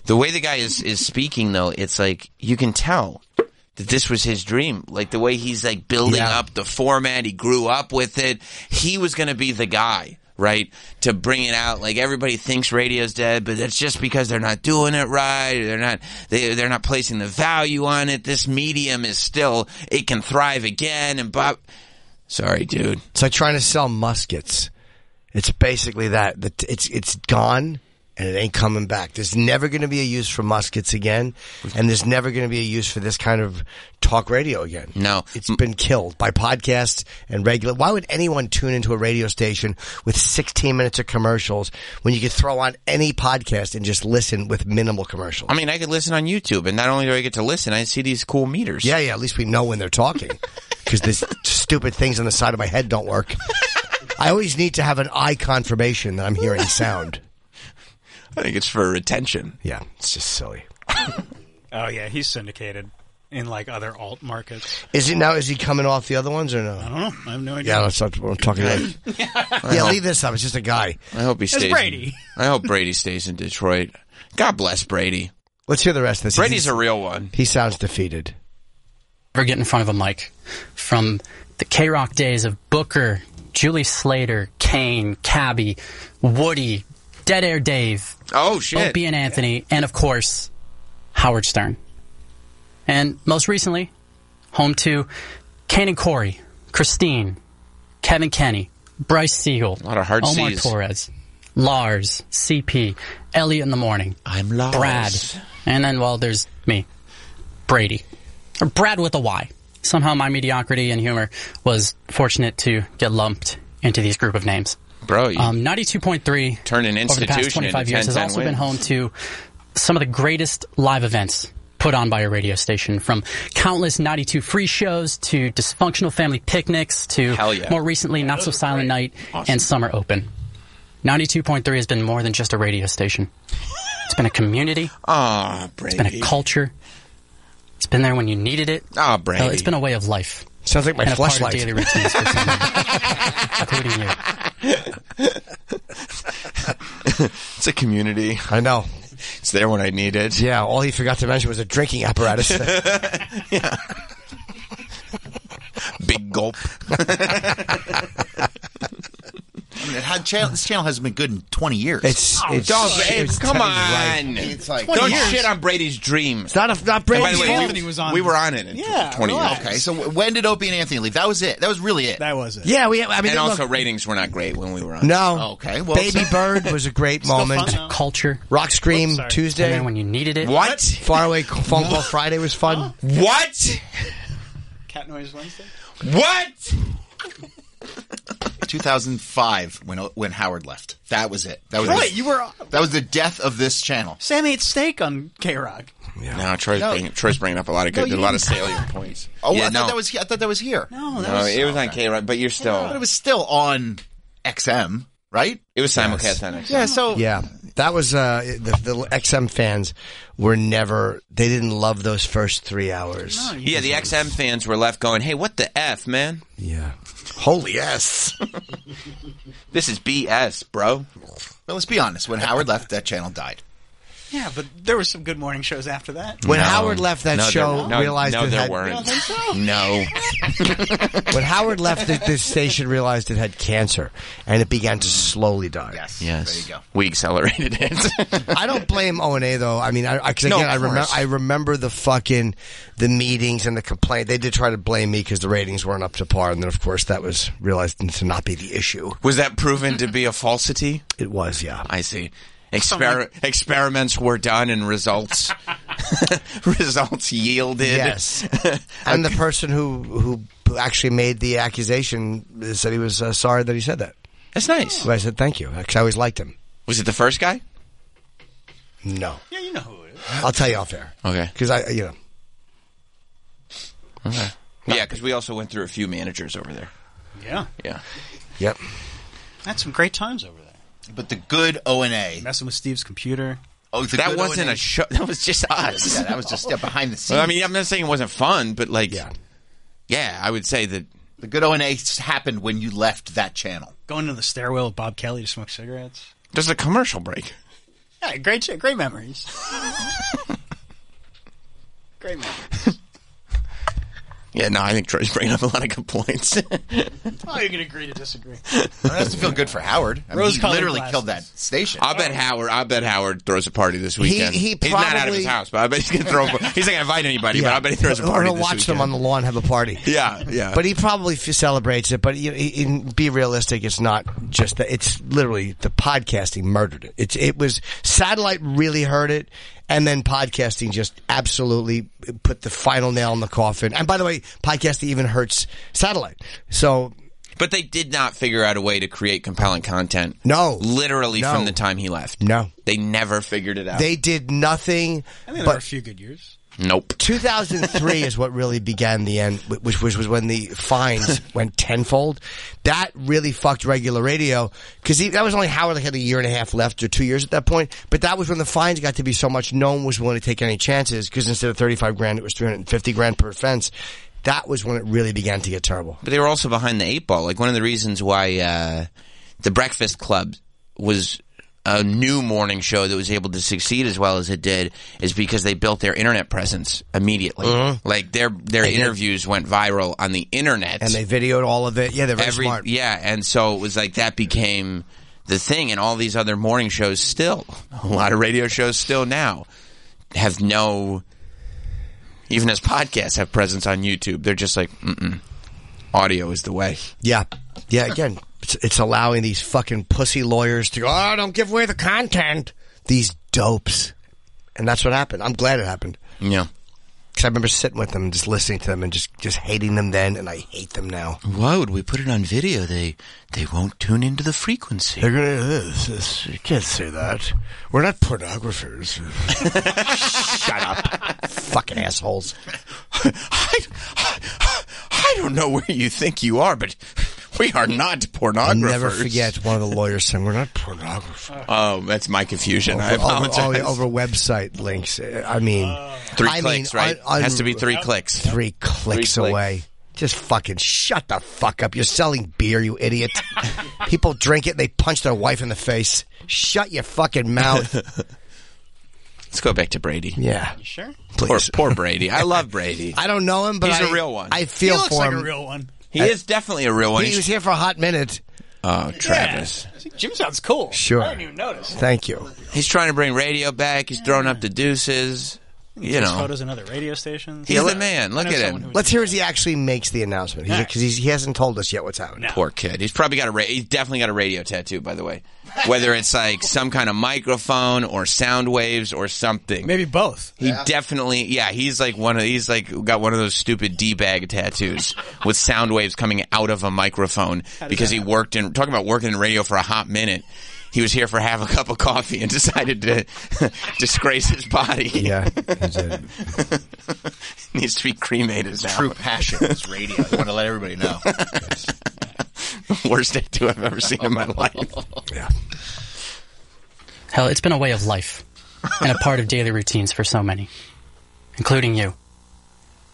the way the guy is is speaking though, it's like you can tell that this was his dream. Like the way he's like building Yeah. up the format, he grew up with it. He was going to be the guy, right, to bring it out. Like everybody thinks radio's dead, but that's just because they're not doing it right. They're not they they're not placing the value on it. This medium is still it can thrive again. And Bob, sorry, dude. it's like trying to sell muskets. It's basically that. that It's it's gone. and it ain't coming back. There's never going to be a use for muskets again, and there's never going to be a use for this kind of talk radio again. No. It's been killed by podcasts and regular. Why would anyone tune into a radio station with 16 minutes of commercials when you could throw on any podcast and just listen with minimal commercials? I mean, I could listen on YouTube, and not only do I get to listen, I see these cool meters. yeah, yeah, at least we know when they're talking because these stupid things on the side of my head don't work. I always need to have an eye confirmation that I'm hearing sound. I think it's for retention. Yeah, it's just silly. Oh yeah, he's syndicated in like other alt markets. Is he now? Is he coming off the other ones or no? I don't know. I have no idea. Yeah, that's not what I'm talking about. yeah, leave this up. It's just a guy. I hope he stays. in- Brady. I hope Brady stays in Detroit. God bless Brady. Let's hear the rest of this. Brady's He's- a real one. he sounds defeated. Ever get in front of a mic from the K Rock days of Booker, Julie Slater, Kane, Cabby, Woody, Dead Air Dave, Oh shit! Opie and Anthony, and of course, Howard Stern. And most recently, home to Kane and Corey, Christine, Kevin Kenny, Bryce Siegel, lot of hard Omar Cs. Torres, Lars, CP, Elliot in the Morning, I'm lost. Brad, and then, well, there's me, Brady. Or Brad with a Y. Somehow my mediocrity and humor was fortunate to get lumped into these group of names. bro. You, Um, 92.3 Turn an over the past institution 25 into years has 10-10 also been wins. home to some of the greatest live events put on by a radio station from countless 92 free shows to dysfunctional family picnics to Hell yeah. more recently Not So Silent Night and Summer Open. 92.3 has been more than just a radio station. It's been a community, Ah, it's been a Brady. culture. It's been there when you needed it. Ah, Uh, Brady. it's been a way of life Sounds like my and a part of flashlight. daily routines for some, including you. It's a community. I know. It's there when I need it. Yeah, all he forgot to mention was a drinking apparatus. Big gulp. It had channel, this channel hasn't been good in 20 years. it's it's, Dog, hey, it's come totally right. on. It's like- Don't 20 years. shit on Brady's dreams. It's not a, not And by Brady's the way, fault. Anthony we, was on- we were on it in Yeah, 20 years. relax. Okay. okay, so w- when did Opie and Anthony leave? That was it. That was really it. That was it. Yeah, we. I mean, And look- also, ratings were not great when we were on. no. Okay, well, Baby so- Bird was a great moment. fun, though. Culture. Rock Scream Oops, sorry. And Tuesday. then when you needed it, What? Faraway Phone Call Friday was fun. What? Cat Noise Wednesday. What? 2005 when O- when Howard left. That was it. That was Right, you were That was the death of this channel. Sam ate steak on K Rock. No, Troy's, bringing, Troy's bringing up a lot of good, you a lot of didn't. salient points. Oh, I yeah, thought no, that was he- I thought that was here. No, that no, was it was on K Rock, but you're still. But it was still on XM, right? It was simulcast on XM. Yeah, so Yeah, that was uh, the, the XM fans were never. They didn't love those first three hours. Yeah, the XM fans were left going, "Hey, what the f, man? Yeah, holy ass. This is BS, bro." but let's be honest, when Howard left that channel died. yeah, but there were some good morning shows after that. When No. Howard left that No, there- show, no, realized no, it there had, weren't. so? No, when Howard left the, this station, realized it had cancer, and it began to slowly die. Yes. There you go. We accelerated it. I don't blame O and A though. I mean, I, I, 'cause No, again, I of remember course. I remember the fucking the meetings and the complaint. They did try to blame me because the ratings weren't up to par, and then of course that was realized to not be the issue. was that proven to be a falsity? It was, yeah. I see. Exper- experiments were done, and results results yielded. Yes, and the person who who actually made the accusation said he was uh, sorry that he said that. that's nice. But I said thank you because I always liked him. Was it the first guy? No, Yeah, you know who it is. I'll tell you off air Okay. because I you know Yeah, because we also went through a few managers over there. Yeah, Yeah. yep. had some great times over there. But the good O and A. Messing with Steve's computer. Oh, the That good wasn't O&A a show. That was just us. Yeah, that was just yeah, behind the scenes. Well, I mean, I'm not saying it wasn't fun, but like, Yeah. yeah, I would say that the good O and A happened when you left that channel. Going to the stairwell with Bob Kelly to smoke cigarettes. there's a commercial break. Yeah, great shit. Great memories. great memories. Yeah, no, I think Troy's bringing up a lot of good points. Oh, you're gonna agree to disagree. It has to feel good for Howard. I mean, he Rose-colored literally glasses. killed that station. I bet Howard. I bet Howard throws a party this weekend. he he's not out of probably- his house, but I bet he's gonna throw. A, he's not gonna invite anybody, but I bet he throws a or party. he'll this watch them weekend. on the lawn have a party. Yeah, yeah. But he probably f- celebrates it. But you know, he, he- be realistic, it's not just that. It's literally the podcasting murdered it. It's it was satellite really hurt it, and then podcasting just absolutely put the final nail in the coffin. And by the way, podcasting even hurts satellite. So But they did not figure out a way to create compelling content. No. Literally No. from the time he left. No. They never figured it out. they did nothing. I think there were a but few good years. nope. 2003 is what really began the end, wh- which, which was when the fines went tenfold. That really fucked regular radio because that was only Howard like had a year and a half left or two years at that point. But that was when the fines got to be so much, no one was willing to take any chances because instead of 35 grand, it was 350 grand per offense. That was when it really began to get terrible. But they were also behind the eight ball. Like one of the reasons why uh, the Breakfast Club was a new morning show that was able to succeed as well as it did is because they built their internet presence immediately. Mm-hmm. Like their their interviews went viral on the internet. And they videoed all of it. Yeah, they're very every smart. yeah, and so it was like that became the thing, and all these other morning shows still, a lot of radio shows still now have no, even as podcasts have presence on YouTube. They're just like, mm-mm, audio is the way. Yeah. Yeah, again, it's, it's allowing these fucking pussy lawyers to go, oh, don't give away the content. These dopes. And that's what happened. I'm glad it happened. Yeah. Because I remember sitting with them and just listening to them and just, just hating them then, and I hate them now. Why would we put it on video? They they won't tune into the frequency. They're going to, this, this, you can't say that. We're not pornographers. Shut up. Fucking assholes. I, I, I don't know where you think you are, but we are not pornographers. I'll never forget one of the lawyers saying, we're not pornographers. Oh, that's my confusion. I over, apologize. over- over website links. Uh, I mean, Three I clicks, mean, right? un- Has to be three clicks. three clicks clicks. away. Just fucking shut the fuck up. You're selling beer, you idiot. People drink it and they punch their wife in the face. Shut your fucking mouth. Let's go back to Brady. yeah. Sure. Poor, Please. poor Brady. I love Brady. I don't know him, but He's a a real one. I He feel looks for like him. a real one. He is definitely a real one. he was here for a hot minute. oh, Travis. Yeah. See, Jim sounds cool. Sure. I didn't even notice. Thank you. He's trying to bring radio back. He's throwing up the deuces. You Takes know, photos in other radio stations. He's I the know- man. I Look know at someone him. who would Let's do hear that. as he actually makes the announcement because Alright. he hasn't told us yet what's happening. No. poor kid. He's probably got a ra- he's definitely got a radio tattoo, by the way. Whether it's like some kind of microphone or sound waves or something. Maybe both. He definitely, yeah, he's like one of he's like got one of those stupid d bag tattoos with sound waves coming out of a microphone because he worked in talking about working in radio for a hot minute. He was here for half a cup of coffee and decided to disgrace his body. Yeah. he did. needs to be cremated now. True passion is radio. I want to let everybody know. Worst tattoo I've ever seen in my life. Hell, it's been a way of life and a part of daily routines for so many, including you.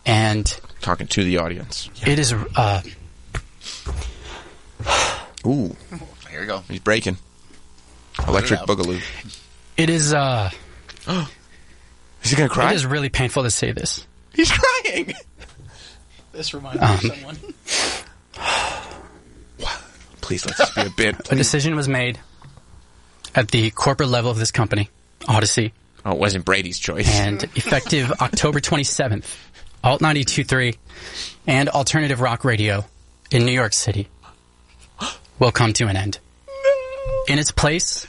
And Talking to the audience. it is, uh, Ooh, Here we go. he's breaking. Electric boogaloo. it is, uh, Is he gonna cry? it is really painful to say this. he's crying. This reminds Um, me of someone. Please let this be a bit. A decision was made at the corporate level of this company, Odyssey, Oh, it wasn't Brady's choice. and effective October 27th, Alt 92.3 and Alternative Rock Radio in New York City will come to an end. In its place,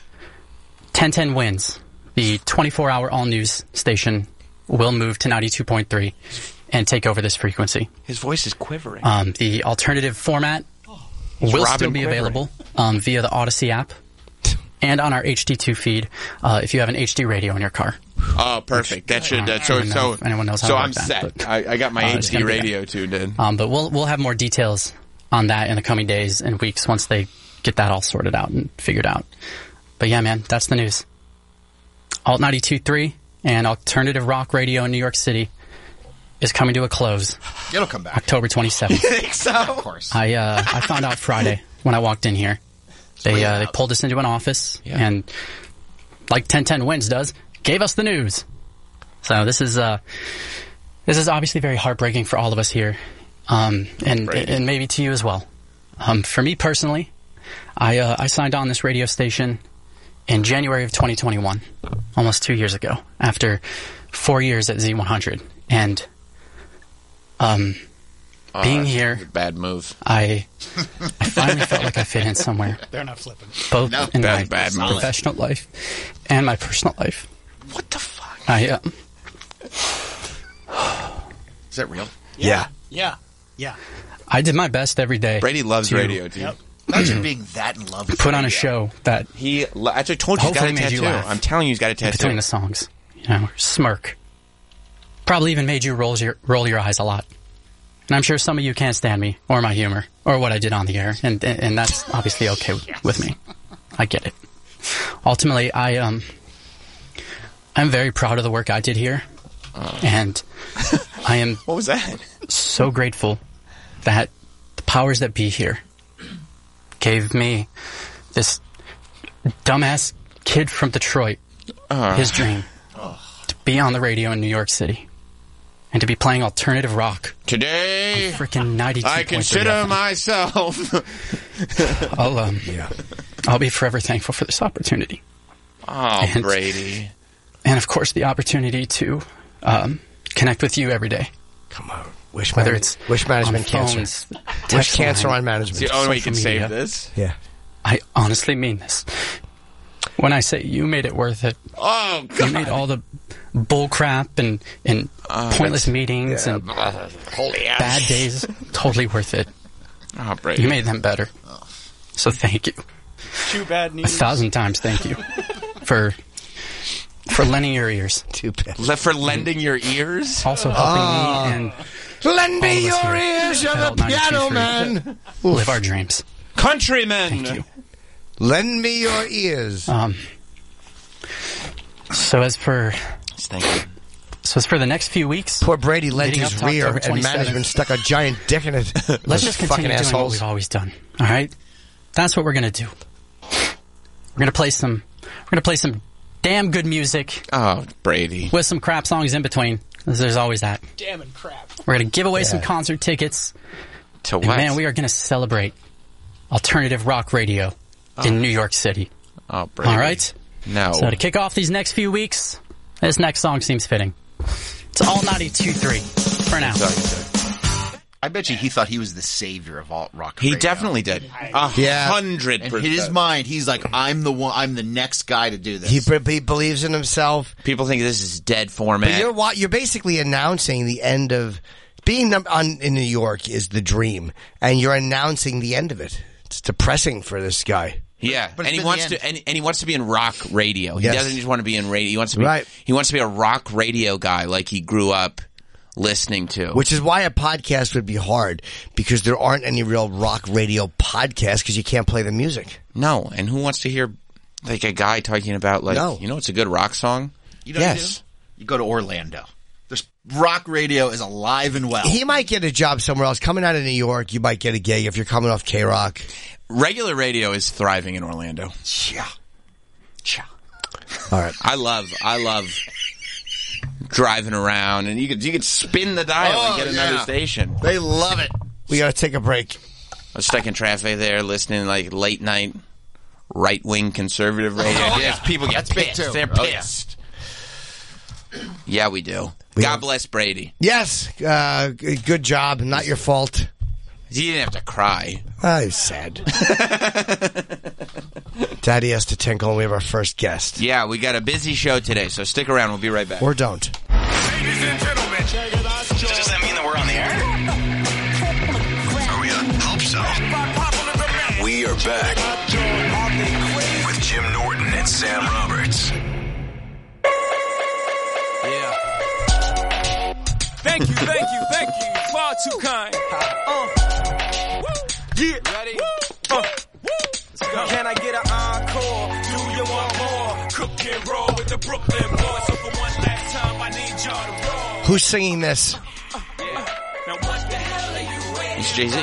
1010 Wins, the 24-hour all-news station, will move to 92.3 and take over this frequency. His voice is quivering. Um, the alternative format will Robin still be Quivering. available um, via the Odyssey app and on our HD2 feed uh, if you have an HD radio in your car. Oh, perfect. That should I uh, don't so know so. if anyone knows how so to work I'm that, set. but- I, I got my Uh, it's HD gonna be radio tuned in. Um, but we'll we'll have more details on that in the coming days and weeks once they get that all sorted out and figured out. But yeah, man, that's the news. Alt 92.3 and alternative rock radio in New York City is coming to a close It'll come back. October 27th. Of course. I uh, I found out Friday when I walked in here. They uh, they pulled us into an office and like 1010 Wins does, gave us the news. So this is uh this is obviously very heartbreaking for all of us here um, and and maybe to you as well. Um, for me personally, I uh, I signed on this radio station in January of 2021, almost two years ago, after four years at Z100, and um, Ah, being here, Bad move. I I finally felt like I fit in somewhere, They're not flipping. both No, in bad- my bad move. professional life and my personal life. What the fuck? I uh, Is that real? Yeah. Yeah. Yeah. I did my best every day. Brady loves to radio, dude. Imagine being that in love with Put on a radio. show that He. Lo- I actually told you he's got a Hopefully made you tattoo. laugh. I'm telling you, he's got a tattoo. between the songs, you know, or smirk. Probably even made you roll your roll your eyes a lot. And I'm sure some of you can't stand me or my humor or what I did on the air, and and, and that's obviously okay with me. I get it. Ultimately, I um, I'm very proud of the work I did here, and I am what was that? so grateful that the powers that be here gave me this dumbass kid from Detroit his dream to be on the radio in New York City and to be playing alternative rock. Today, Freaking ninety-two. I consider myself. I'll um, I'll be forever thankful for this opportunity. oh, And- Brady. and of course the opportunity to um, connect with you every day. Come on. Wish Whether manag- it's wish management on cancer. phones, Wish text cancer line. on management. It's the only way you Oh, can social save media. this. yeah. I honestly mean this. When I say you made it worth it, Oh you God! Uh, made all the bull crap and and pointless meetings and Holy ass! bad days totally worth it. Oh, Brady. You made them better. So thank you. Too bad A news. thousand times thank you for for lending your ears. Too bad. Le- for lending your ears. Also helping me and Lend all me of us your here ears, you're at the piano 92.3. man. live our dreams. Countrymen. you. Lend me your ears. Um, so as for Thank you. so as for the next few weeks, Poor Brady lent Leading his up to rear, October and 27th. management stuck a giant dick in it. let's just continue fucking doing what assholes. we've always done. All right, that's what we're gonna do. We're gonna play some. We're gonna play some damn good music Oh, Brady. with some crap songs in between. 'cause There's always that. Damn and crap. We're gonna give away some Yeah. concert tickets. To what? And man, we are gonna celebrate alternative rock radio Uh-huh. in New York City. Oh, Brady. All right. No. So to kick off these next few weeks, this next song seems fitting. It's all 92.3 for now. Sorry, sorry. I bet you he thought he was the savior of alt rock. He radio. definitely did. A Yeah. hundred And in his percent. mind, he's like, I'm the one. I'm the next guy to do this. He, b- he believes in himself. People think this is dead But you're format. wa- you're basically announcing the end of being num- on, in New York is the dream, and you're announcing the end of it. It's depressing for this guy. Yeah, but it's and he been wants the to, and, and he wants to be in rock radio. He Yes. doesn't just want to be in radio. He wants to be, Right. he wants to be a rock radio guy, like he grew up listening to. Which is why a podcast would be hard because there aren't any real rock radio podcasts because you can't play the music. no, and who wants to hear like a guy talking about like No. you know it's a good rock song? You know what Yes. You, do? you go to Orlando. There's rock radio is alive and well. He might get a job somewhere else. Coming out of New York, you might get a gig if you're coming off K Rock. Regular radio is thriving in Orlando. yeah. All right. I love, I love driving around, and you could you could spin the dial Oh, and get another yeah. station. They love it. We got to take a break. I was stuck in traffic there, listening like late night right wing conservative radio. yes, people get Oh, That's big, pissed. too. They're Oh, yeah. pissed. Yeah, we do. God bless Brady. Yes. Uh, g- good job. Not your fault. He didn't have to cry. I'm sad. Daddy has to tinkle, and we have our first guest. Yeah, we got a busy show today, so stick around. We'll be right back. Or don't. Ladies and gentlemen, Does that mean that we're on the air? are we on? Hope so. We are back with Jim Norton and Sam Roberts. Yeah. Thank you, thank you, thank you. Far too kind. Uh. Yeah. Ready? Uh. Can I get an encore? Do you want more? Cook and roll with the Brooklyn boys. So for one last time, I need y'all to roar. Who's singing this? Now what the hell are you waiting It's Jay Z.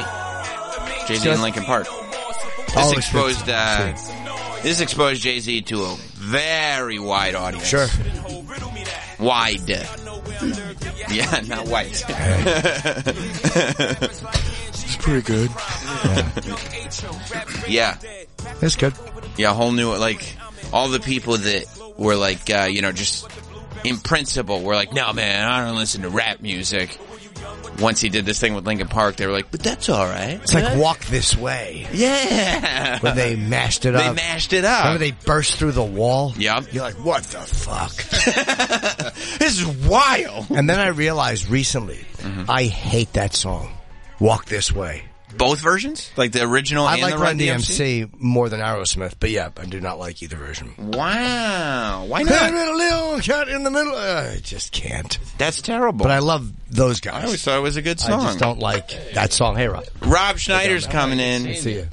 Jay Z Just- in Lincoln Park. This Oh, it's- exposed. Uh, this exposed Jay Z to a very wide audience. Sure. for? Riddle me that. Wide. I know where I'm lurking. You Yeah, not white. It's pretty good. Yeah. yeah. It's good. Yeah, a whole new like all the people that were like uh, you know just in principle were like, no man, I don't listen to rap music. Once he did this thing with Linkin Park, they were like, but that's all right. It's like Walk This Way. Yeah. When they mashed it They up. mashed it up. Remember they burst through the wall? Yep. You're like, what the fuck? this is wild. And then I realized recently, Mm-hmm. I hate that song, Walk This Way. Both versions, like the original. I and like the Run Run DMC more than Aerosmith, but yeah, I do not like either version. Wow. Why Hey, not? little Leo, cat in the middle. Uh, I just can't. That's terrible. But I love those guys. I always thought it was a good I song. just don't like that song. Hey, Rob. Rob Schneider's Hey, coming Rob. in. Good to see you.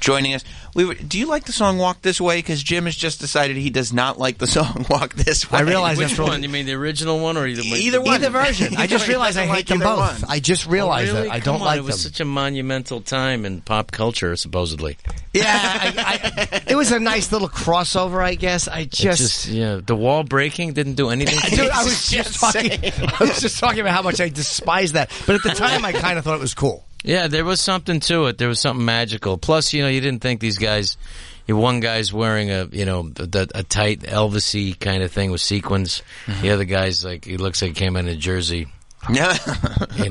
Joining us. We were, do you like the song "Walk This Way"? Because Jim has just decided he does not like the song "Walk This Way." I realize Which after all- one? You mean the original one or either Either one. Either version. I just realized I hate them both. I just realized Oh, really? that I Come don't on, like It was them. such a monumental time in pop culture, supposedly. It was a nice little crossover, I guess. I It just, yeah, the wall breaking didn't do anything. Dude, I was just, talking. I was just talking about how much I despise that. But at the time, I kind of thought it was cool. Yeah, there was something to it. There was something magical. Plus, you know, you didn't think these guys. You one guy's wearing a you know a, a tight Elvisy kind of thing with sequins. Mm-hmm. The other guy's like he looks like he came out of Jersey. Yeah, you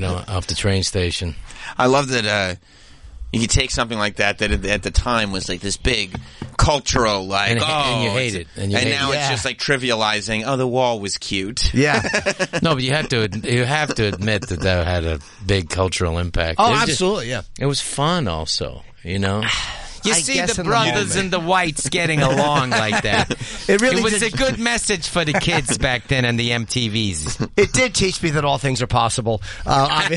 know, off the train station. I love that uh, you could take something like that that at- at the time was like this big cultural like And- oh and you hate it's- it. And you hate now it. it's Yeah. just like trivializing oh the wall was cute Yeah. no, but you have to ad- you have to admit that that had a big cultural impact. Oh, It was just- absolutely, yeah. It was fun, also. You know. You I see guess the in the brothers moment. and the whites getting along like that. It really was did- a good message for the kids back then and the MTVs. It did teach me that all things are possible. Uh,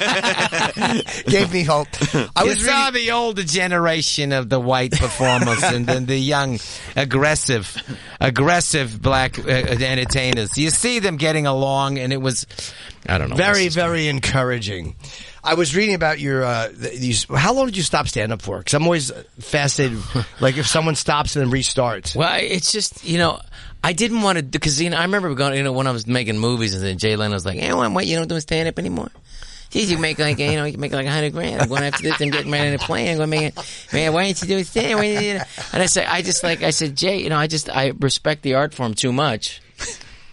I mean, gave me hope. I I was you saw the older generation of the white performers and then the young, aggressive, aggressive black uh, entertainers. You see them getting along, and it was, I don't know, Very, very encouraging. I was reading about your. Uh, th- these, how long did you stop stand up for? Because I'm always fascinated. like if someone stops and then restarts. Well, I- it's just you know, I didn't want to because you know I remember going you know when I was making movies and then Jay Leno was like, "Hey, what, what you don't do stand up anymore." Geez, you make like you know you make like a hundred grand. I'm going after this. I'm getting ready to plane. I'm going to make it. Man, why didn't you do stand? Why didn't you? And I said, I just like I said, Jay, you know, I just I respect the art form too much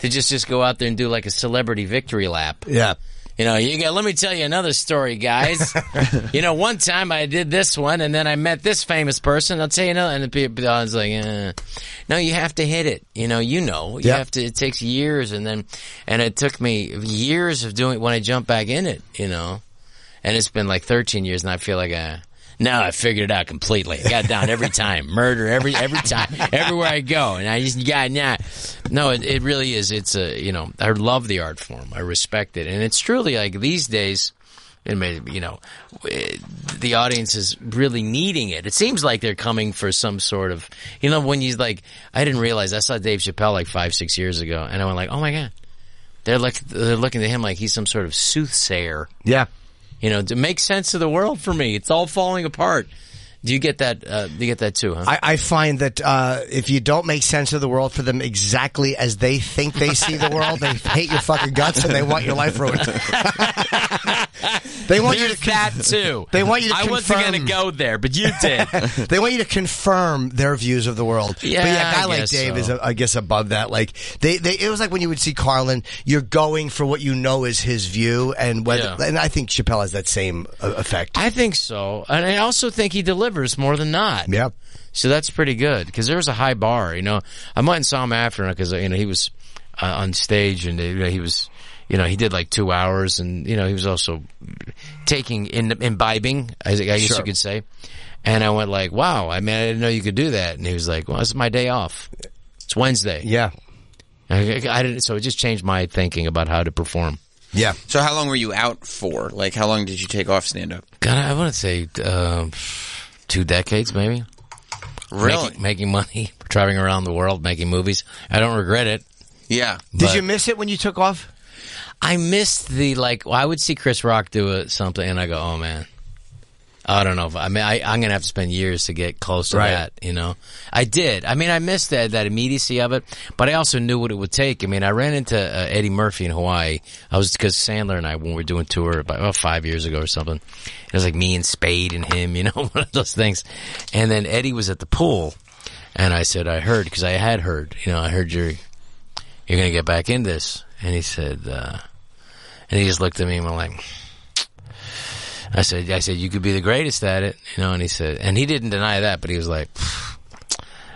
to just just go out there and do like a celebrity victory lap. Yeah. You know, you got. Let me tell you another story, guys. you know, one time I did this one, and then I met this famous person. I'll tell you another. And the people, I was like, eh. no, you have to hit it. You know, you know, you Yeah. have to. It takes years, and then, and it took me years of doing when I jumped back in it. You know, and it's been like 13 years, and I feel like I. Now I figured it out completely. I got down every time. Murder every every time. Everywhere I go. And I just got nah. No, it, it really is. It's a you know, I love the art form. I respect it. And it's truly like these days it may, you know, eh, the audience is really needing it. It seems like they're coming for some sort of, you know, when you like, I didn't realize I saw Dave Chappelle like five, six years ago, and I went like, oh my god, they're like they're looking to him like he's some sort of soothsayer. Yeah. You know, to make sense of the world for me, it's all falling apart. Do you get that? Uh, do you get that too? Huh? I, I find that uh, if you don't make sense of the world for them exactly as they think they see the world, they hate your fucking guts and they want your life ruined. they want you There's to con- that too. They want you to I wasn't confirm. going to go there, but you did. they want you to confirm their views of the world. Yeah, but yeah, a guy I like guess Dave is, so. uh, I guess, above that. Like they, they, it was like when you would see Carlin, you're going for what you know is his view, and whether, Yeah. and I think Chappelle has that same uh, effect. I think so, and I also think he delivers more than not. Yep. So that's pretty good because there was a high bar. You know, I went and saw him after because you know he was uh, on stage and you know, he was, you know, he did like two hours, and you know he was also taking in imbibing, I, I guess Sure. you could say. And I went like, "Wow! I mean, I didn't know you could do that." And he was like, "Well, this is my day off. It's Wednesday." Yeah. I, I didn't. So it just changed my thinking about how to perform. Yeah. So how long were you out for? Like how long did you take off stand up? God, I want to say um, two decades, maybe. Really? making, making money, driving around the world, making movies. I don't regret it. Yeah. But- Did you miss it when you took off? I missed the like. I would see Chris Rock do a, something, and I go, "Oh man." I don't know. If, I mean, I, I'm going to have to spend years to get close to Right. that. You know, I did. I mean, I missed that that immediacy of it, but I also knew what it would take. I mean, I ran into uh, Eddie Murphy in Hawaii. I was because Sandler and I when we were doing tour about oh, five years ago or something. It was like me and Spade and him. You know, one of those things. And then Eddie was at the pool, and I said, I heard because I had heard. You know, I heard your you're going to get back in this. And he said, uh, and he just looked at me and went like, I said, I said, you could be the greatest at it, you know, and he said, and he didn't deny that, but he was like,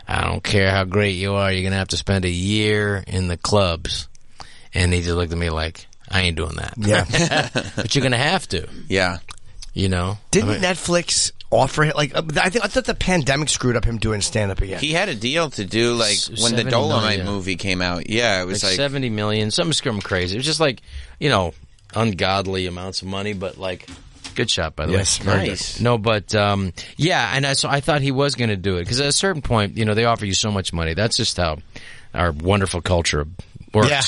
I don't care how great you are, you're going to have to spend a year in the clubs. And he just looked at me like, I ain't doing that. Yeah. but you're going to have to. Yeah. You know? Didn't I mean- Netflix offer him like? uh, I think I thought the pandemic screwed up him doing stand up again. He had a deal to do like S- when the 70 Dolomite million. movie came out. Yeah, it was like, seventy million, some scrum crazy. It was just like you know, ungodly amounts of money, but like, good shot by the Yes, way. very nice. No, but um, yeah, and I, so I thought he was going to do it because at a certain point, you know, they offer you so much money. That's just how our wonderful culture works. Yeah.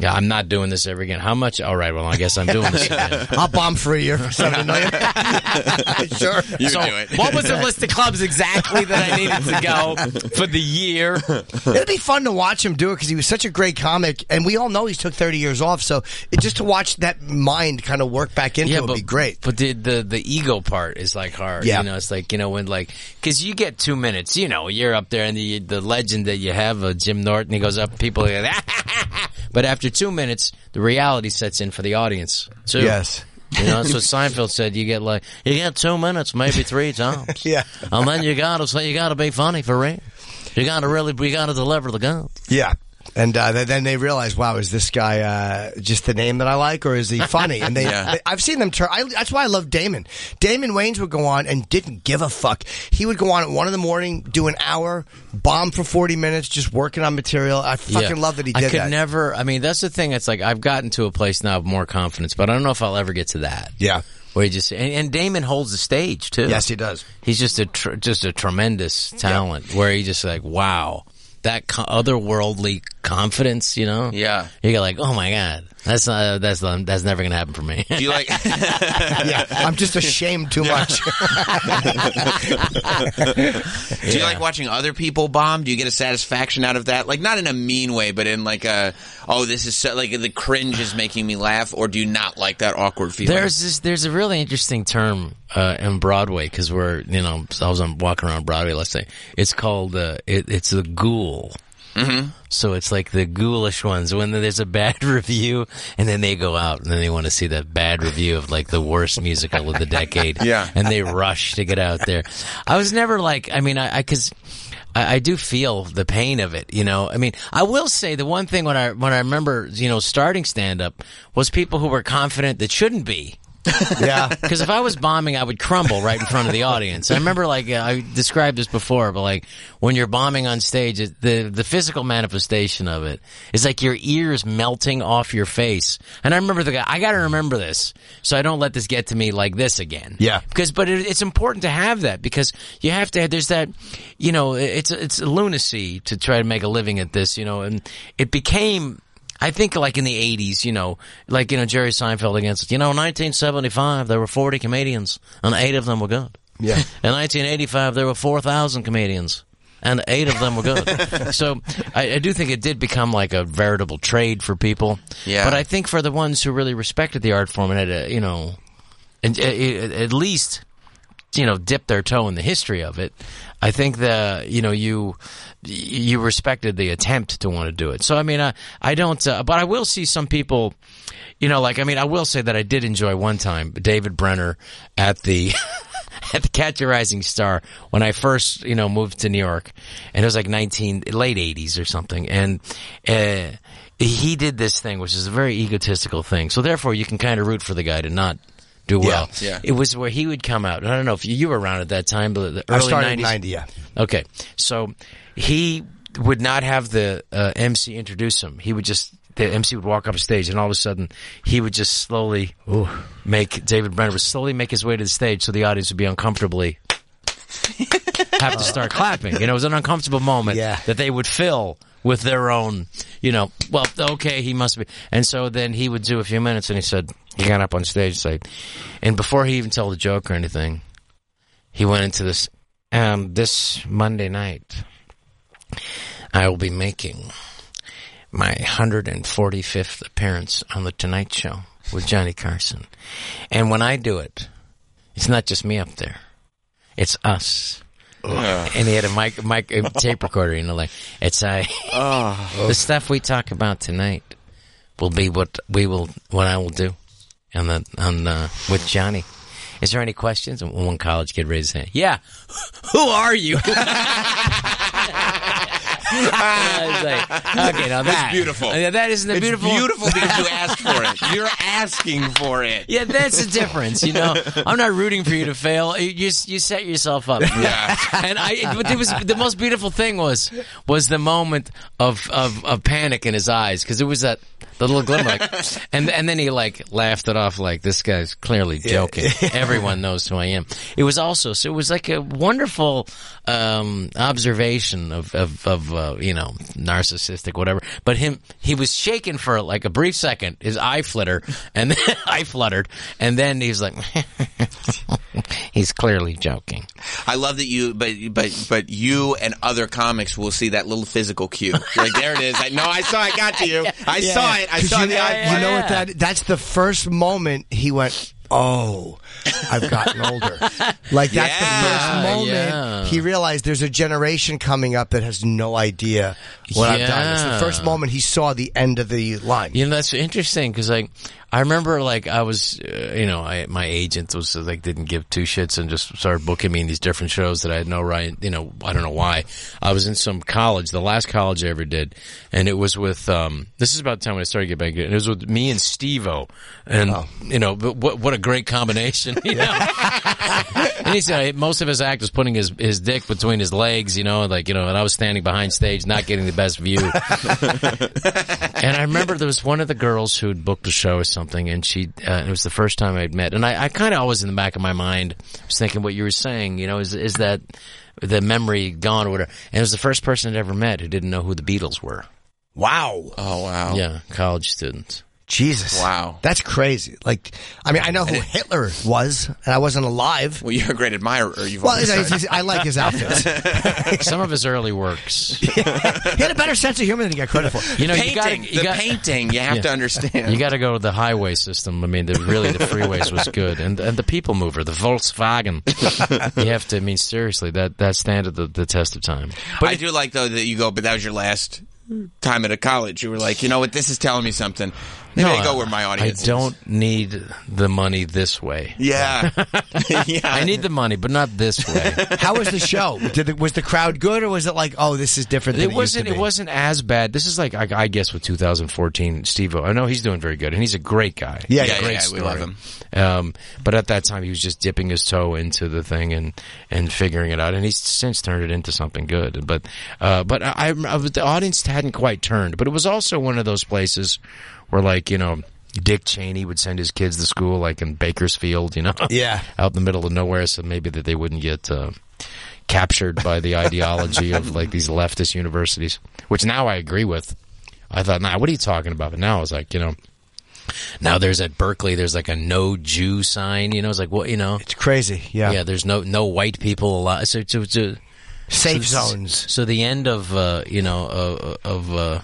Yeah, I'm not doing this ever again. How much? All right, well, I guess I'm doing this again. I'll bomb for a year for seventy million. sure, So, What was the list of clubs exactly that I needed to go for the year? It'd be fun to watch him do it because he was such a great comic, and we all know he's took thirty years off. So it, just to watch that mind kind of work back into it would be great. But the, the the ego part is like hard. Yeah. you know, it's like you know when like because you get two minutes. You know, you're up there and the the legend that you have, uh, Jim Norton. He goes up, people. Are like, but after two minutes, the reality sets in for the audience too. Yes. You know, that's what Seinfeld said. You get like you get two minutes, maybe three times. yeah, and then you gotta say you gotta be funny for real. You gotta really, you gotta deliver the gun. Yeah. And uh, th- then they realize, wow, is this guy uh, just the name that I like, or is he funny? And they, Yeah. they- I've seen them turn. I, that's why I love Damon. Damon Wayans would go on and didn't give a fuck. He would go on at one in the morning, do an hour, bomb for forty minutes, just working on material. I fucking Yeah. love that he did I could that. never. I mean, that's the thing. It's like I've gotten to a place now of more confidence, but I don't know if I'll ever get to that. Yeah. Where you just and, and Damon holds the stage too. Yes, he does. He's just a tr- just a tremendous talent. Where he just like wow that co- otherworldly confidence. You know. Yeah. You go like, oh my god, that's not that's not- that's never gonna happen for me. do you like? yeah, I'm just ashamed too much. Do you like watching other people bomb? Do you get a satisfaction out of that? Like not in a mean way, but in like a oh, this is so, like the cringe is making me laugh, or do you not like that awkward feeling? There's this, there's a really interesting term uh, in Broadway because we're you know I was on walking around Broadway last night. It's called uh, it, it's the ghoul. Mm-hmm. So it's like the ghoulish ones when there's a bad review, and then they go out and then they want to see that bad review of like the worst musical of the decade. Yeah. and they rush to get out there. I was never like I mean I because. I, I do feel the pain of it, you know. I mean, I will say the one thing when I when I remember, you know, starting stand up was people who were confident that shouldn't be. Yeah, because if I was bombing, I would crumble right in front of the audience. I remember, like uh, I described this before, but like when you're bombing on stage, it, the the physical manifestation of it is like your ears melting off your face. And I remember the guy. I got to remember this, so I don't let this get to me like this again. Yeah. Because, but it, it's important to have that because you have to. There's that, you know, it's it's lunacy to try to make a living at this, you know, and it became. I think like in the 80s, you know, like, you know, Jerry Seinfeld against, you know, in 1975, there were 40 comedians and eight of them were good. Yeah. In 1985, there were 4,000 comedians and eight of them were good. so I, I do think it did become like a veritable trade for people. Yeah. But I think for the ones who really respected the art form and had a, you know, and, uh, uh, at least you know dip their toe in the history of it i think the you know you you respected the attempt to want to do it so i mean i i don't uh, but i will see some people you know like i mean i will say that i did enjoy one time david brenner at the at the Catch a Rising Star when I first, you know, moved to New York, and it was like nineteen late eighties or something, and uh, he did this thing, which is a very egotistical thing. So therefore, you can kind of root for the guy to not do well. Yeah, yeah. It was where he would come out. and I don't know if you, you were around at that time, but the I early started in 90s. 90, yeah. Okay, so he would not have the uh, MC introduce him. He would just the MC would walk up stage, and all of a sudden he would just slowly ooh, make David Brenner would slowly make his way to the stage, so the audience would be uncomfortably have to start clapping. You know, it was an uncomfortable moment that they would fill with their own, you know, well, okay, he must be. And so then he would do a few minutes and he said, He got up on stage, it's like, and before he even told a joke or anything, he went into this. Um, this Monday night, I will be making my 145th appearance on the Tonight Show with Johnny Carson, and when I do it, it's not just me up there; it's us. Ugh. And he had a mic, mic a tape recorder, you know, like it's I. the stuff we talk about tonight will be what we will, what I will do, and then on uh, with Johnny. Is there any questions? And one college kid raised his hand. Yeah, who are you? I was like, okay, now That's that- beautiful. Yeah, that isn't a It's beautiful- beautiful because you asked for it. You're asking for it. Yeah, that's the difference. You know, I'm not rooting for you to fail. You you you set yourself up. Yeah. And I, but it was the most beautiful thing was was the moment of of, of panic in his eyes because it was that the little glimmer, like, and and then he like laughed it off like this guy's clearly joking. Everyone knows who I am. It was also so it was like a wonderful um, observation of of, of uh, you know narcissistic whatever. But him he was shaken for like a brief second. His eye flitter and then I fluttered and then he was like he's clearly joking. I love that you, but but but you and other comics will see that little physical cue. Like there it is. I, no, I saw. I got to you. I Yeah. saw it. I 'Cause saw you, the. know- eye. You know what that? That's the first moment he went. Oh, I've gotten older. Like that's the Yeah, first moment yeah. he realized there's a generation coming up that has no idea what I've done. It's Yeah. the first moment he saw the end of the line. You know, that's interesting because like I remember like I was, uh, you know, I, my agent was uh, like didn't give two shits and just started booking me in these different shows that I had no right. You know, I don't know why. I was in some college, the last college I ever did, and it was with. um This is about the time when I started to get back. in. It was with me and Steve-O, and you know, but what what a great combination. You know? and he said most of his act was putting his, his dick between his legs, you know, like, you know, and I was standing behind stage not getting the best view. and I remember there was one of the girls who'd booked a show or something and she, uh, it was the first time I'd met. And I, I kind of always in the back of my mind was thinking what you were saying, you know, is, is that the memory gone or whatever. And it was the first person I'd ever met who didn't know who the Beatles were. Wow. Oh wow. Yeah. College students. Jesus. Wow. That's crazy. Like, I mean, I know who Hitler was, and I wasn't alive. Well, you're a great admirer. You've Well, always it's- said. it's- I like his outfits. Some of his early works. He had a better sense of humor than he got credit for. You know, you gotta, painting. you the gotta- painting. You have Yeah. to understand. You got to go to the highway system. I mean, the, really, the freeways was good, and and the people mover, the Volkswagen. you have to. I mean, seriously, that that standard the, the test of time. I do like though that you go, but that was your last time at a college. You were like, you know what, this is telling me something. Maybe I go where my audience. is. I don't need the money this way. Yeah. yeah. I need the money, but not this way. How was the show? Did the, was the crowd good, or was it like, oh, this is different? Than it, It wasn't. Used to It be? wasn't as bad. This is like I, I guess with 2014 Steve-O. I know he's doing very good, and he's a great guy. Yeah, He's a yeah, great yeah, we love story. Um, but at that time, he was just dipping his toe into the thing and and figuring it out. And he's since turned it into something good. But uh, but I, I, I was- the audience hadn't quite turned. But it was also one of those places where like you know. Dick Cheney would send his kids to school, like in Bakersfield, you know, Yeah. out in the middle of nowhere, so maybe that they wouldn't get uh, captured by the ideology of like these leftist universities, which now I agree with. I thought, nah, what are you talking about? But now I was like, you know, now there's at Berkeley, there's like a no Jew sign. You know, it's like what you know, it's crazy. Yeah, yeah. There's no no white people allowed. So, so, so Safe so- zones. So the end of uh, you know uh, of. Uh,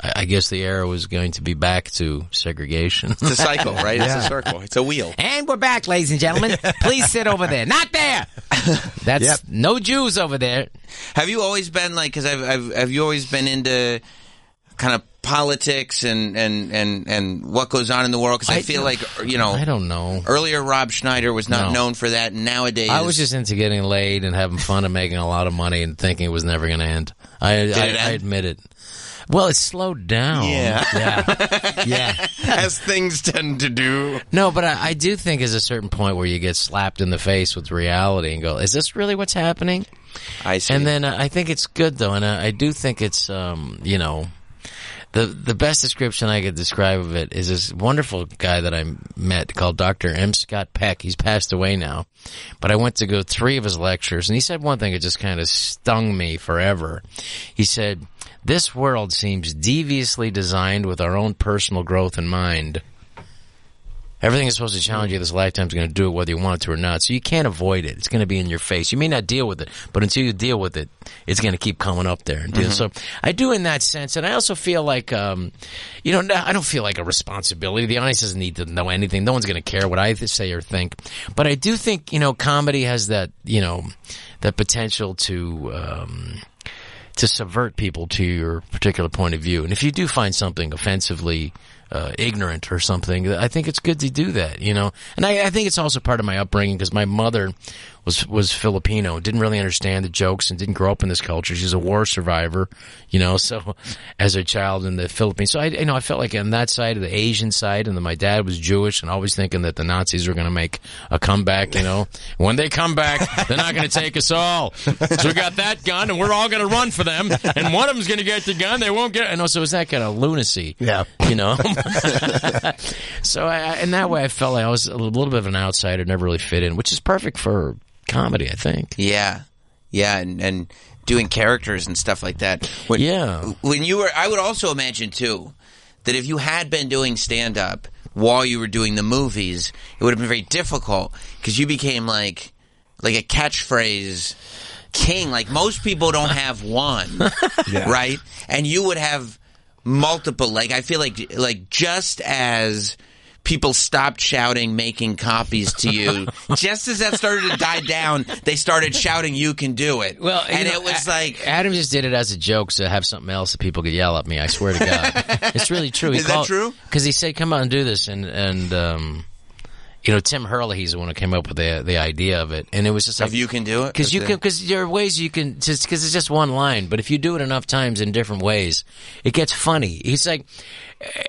I I guess the era was going to be back to segregation. It's a cycle, right? It's a circle. It's a wheel. And we're back, ladies and gentlemen. Please sit over there. Not there. That's no Jews over there. Have you always been like? Because I've, I've have you always been into kind of politics and and and and what goes on in the world? Because I, I- feel like you know. I don't know. Earlier, Rob Schneider was not No. known for that. and Nowadays, I was just into getting laid and having fun and making a lot of money and thinking it was never going to end. I, Did I, it I end? admit it. Well, it slowed down. Yeah. Yeah. yeah. as things tend to do. No, but I, I do think there's a certain point where you get slapped in the face with reality and go, is this really what's happening? I see. And then uh, I think it's good though, and uh, I, I do think it's, um, you know, the the best description I could describe of it is this wonderful guy that I met called Dr. M. Scott Peck. He's passed away now, but I went to go three of his lectures, and he said one thing that just kind of stung me forever. He said, "This world seems deviously designed with our own personal growth in mind." Everything is supposed to challenge you this lifetime's going to do it whether you want it to or not. So you can't avoid it. It's going to be in your face. You may not deal with it, but until you deal with it, it's going to keep coming up there. And deal- Mhm. So I do in that sense, and I also feel like, um, you know, no- I don't feel like a responsibility. The audience doesn't need to know anything. No one's going to care what I th- say or think. But I do think, you know, comedy has that, you know, that potential to. Um, to subvert people to your particular point of view. And if you do find something offensively uh, ignorant or something, I think it's good to do that, you know. And I, I think it's also part of my upbringing because my mother was was Filipino, didn't really understand the jokes, and didn't grow up in this culture. She's a war survivor, you know. So as a child in the Philippines, so I you know I felt like on that side of the Asian side, and then my dad was Jewish, and always thinking that the Nazis were going to make a comeback, you know. When they come back, they're not going to take us all. So we got that gun, and we're all going to run for them. And one of them's going to get the gun. They won't get. And also, it's that kind of lunacy. Yeah, you know. so, I, I- in that way, I felt like I was a little bit of an outsider, never really fit in, which is perfect for comedy, I think. Yeah, yeah, and and doing characters and stuff like that. When, yeah, when you were, I would also imagine too that if you had been doing stand up while you were doing the movies, it would have been very difficult because you became like like a catchphrase king. Like most people don't have one, Yeah. right? And you would have multiple. Like I feel like like just as. People stopped shouting, making copies to you. just as that started to die down, they started shouting, "You can do it!" Well, you and know, it was A- like Adam just did it as a joke to have something else that people could yell at me. I swear to God, it's really true. Is that true? Because he said, "Come on, do this," and and um, you know, Tim Hurley, he's the one who came up with the the idea of it, and it was just like If you can do it, because you that's can it. because there are ways you can just because it's just one line, but if you do it enough times in different ways, it gets funny. He's like,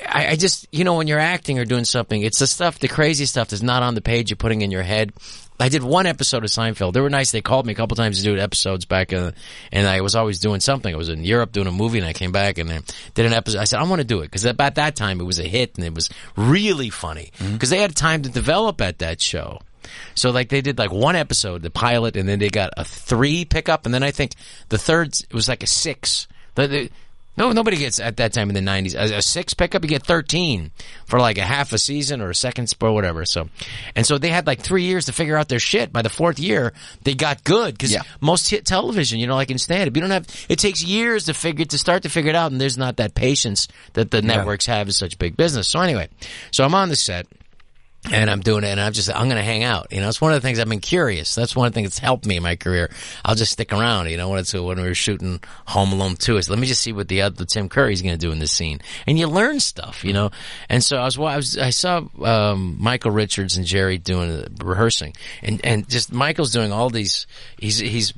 I, I just you know when you're acting or doing something, it's the stuff, the crazy stuff that's not on the page you're putting in your head. I did one episode of Seinfeld. They were nice. They called me a couple times to do episodes back, in, and I was always doing something. I was in Europe doing a movie, and I came back and then did an episode. I said I want to do it because about that time it was a hit and it was really funny because they had time to develop at that show. So like they did like one episode, the pilot, and then they got a three pickup, and then I think the third it was like a six. The- the- no, nobody gets at that time in the nineties a, a six pickup. You get thirteen for like a half a season or a second sp- or whatever. So, and so they had like three years to figure out their shit. By the fourth year, they got good because most hit television, you know, like in stand up, you don't have. It takes years to figure to start to figure it out, and there's not that patience that the networks have in such big business. So anyway, so I'm on the set and I'm doing it, and I'm just I'm going to hang out. You know, it's one of the things I've been curious. That's one of the things that's helped me in my career. I'll just stick around. You know, when it's when we were shooting Home Alone two, is let me just see what the other Tim Curry's going to do in this scene, and you learn stuff. You know, and so I was I was I saw um, Michael Richards and Jerry doing rehearsing, and and just Michael's doing all these. He's he's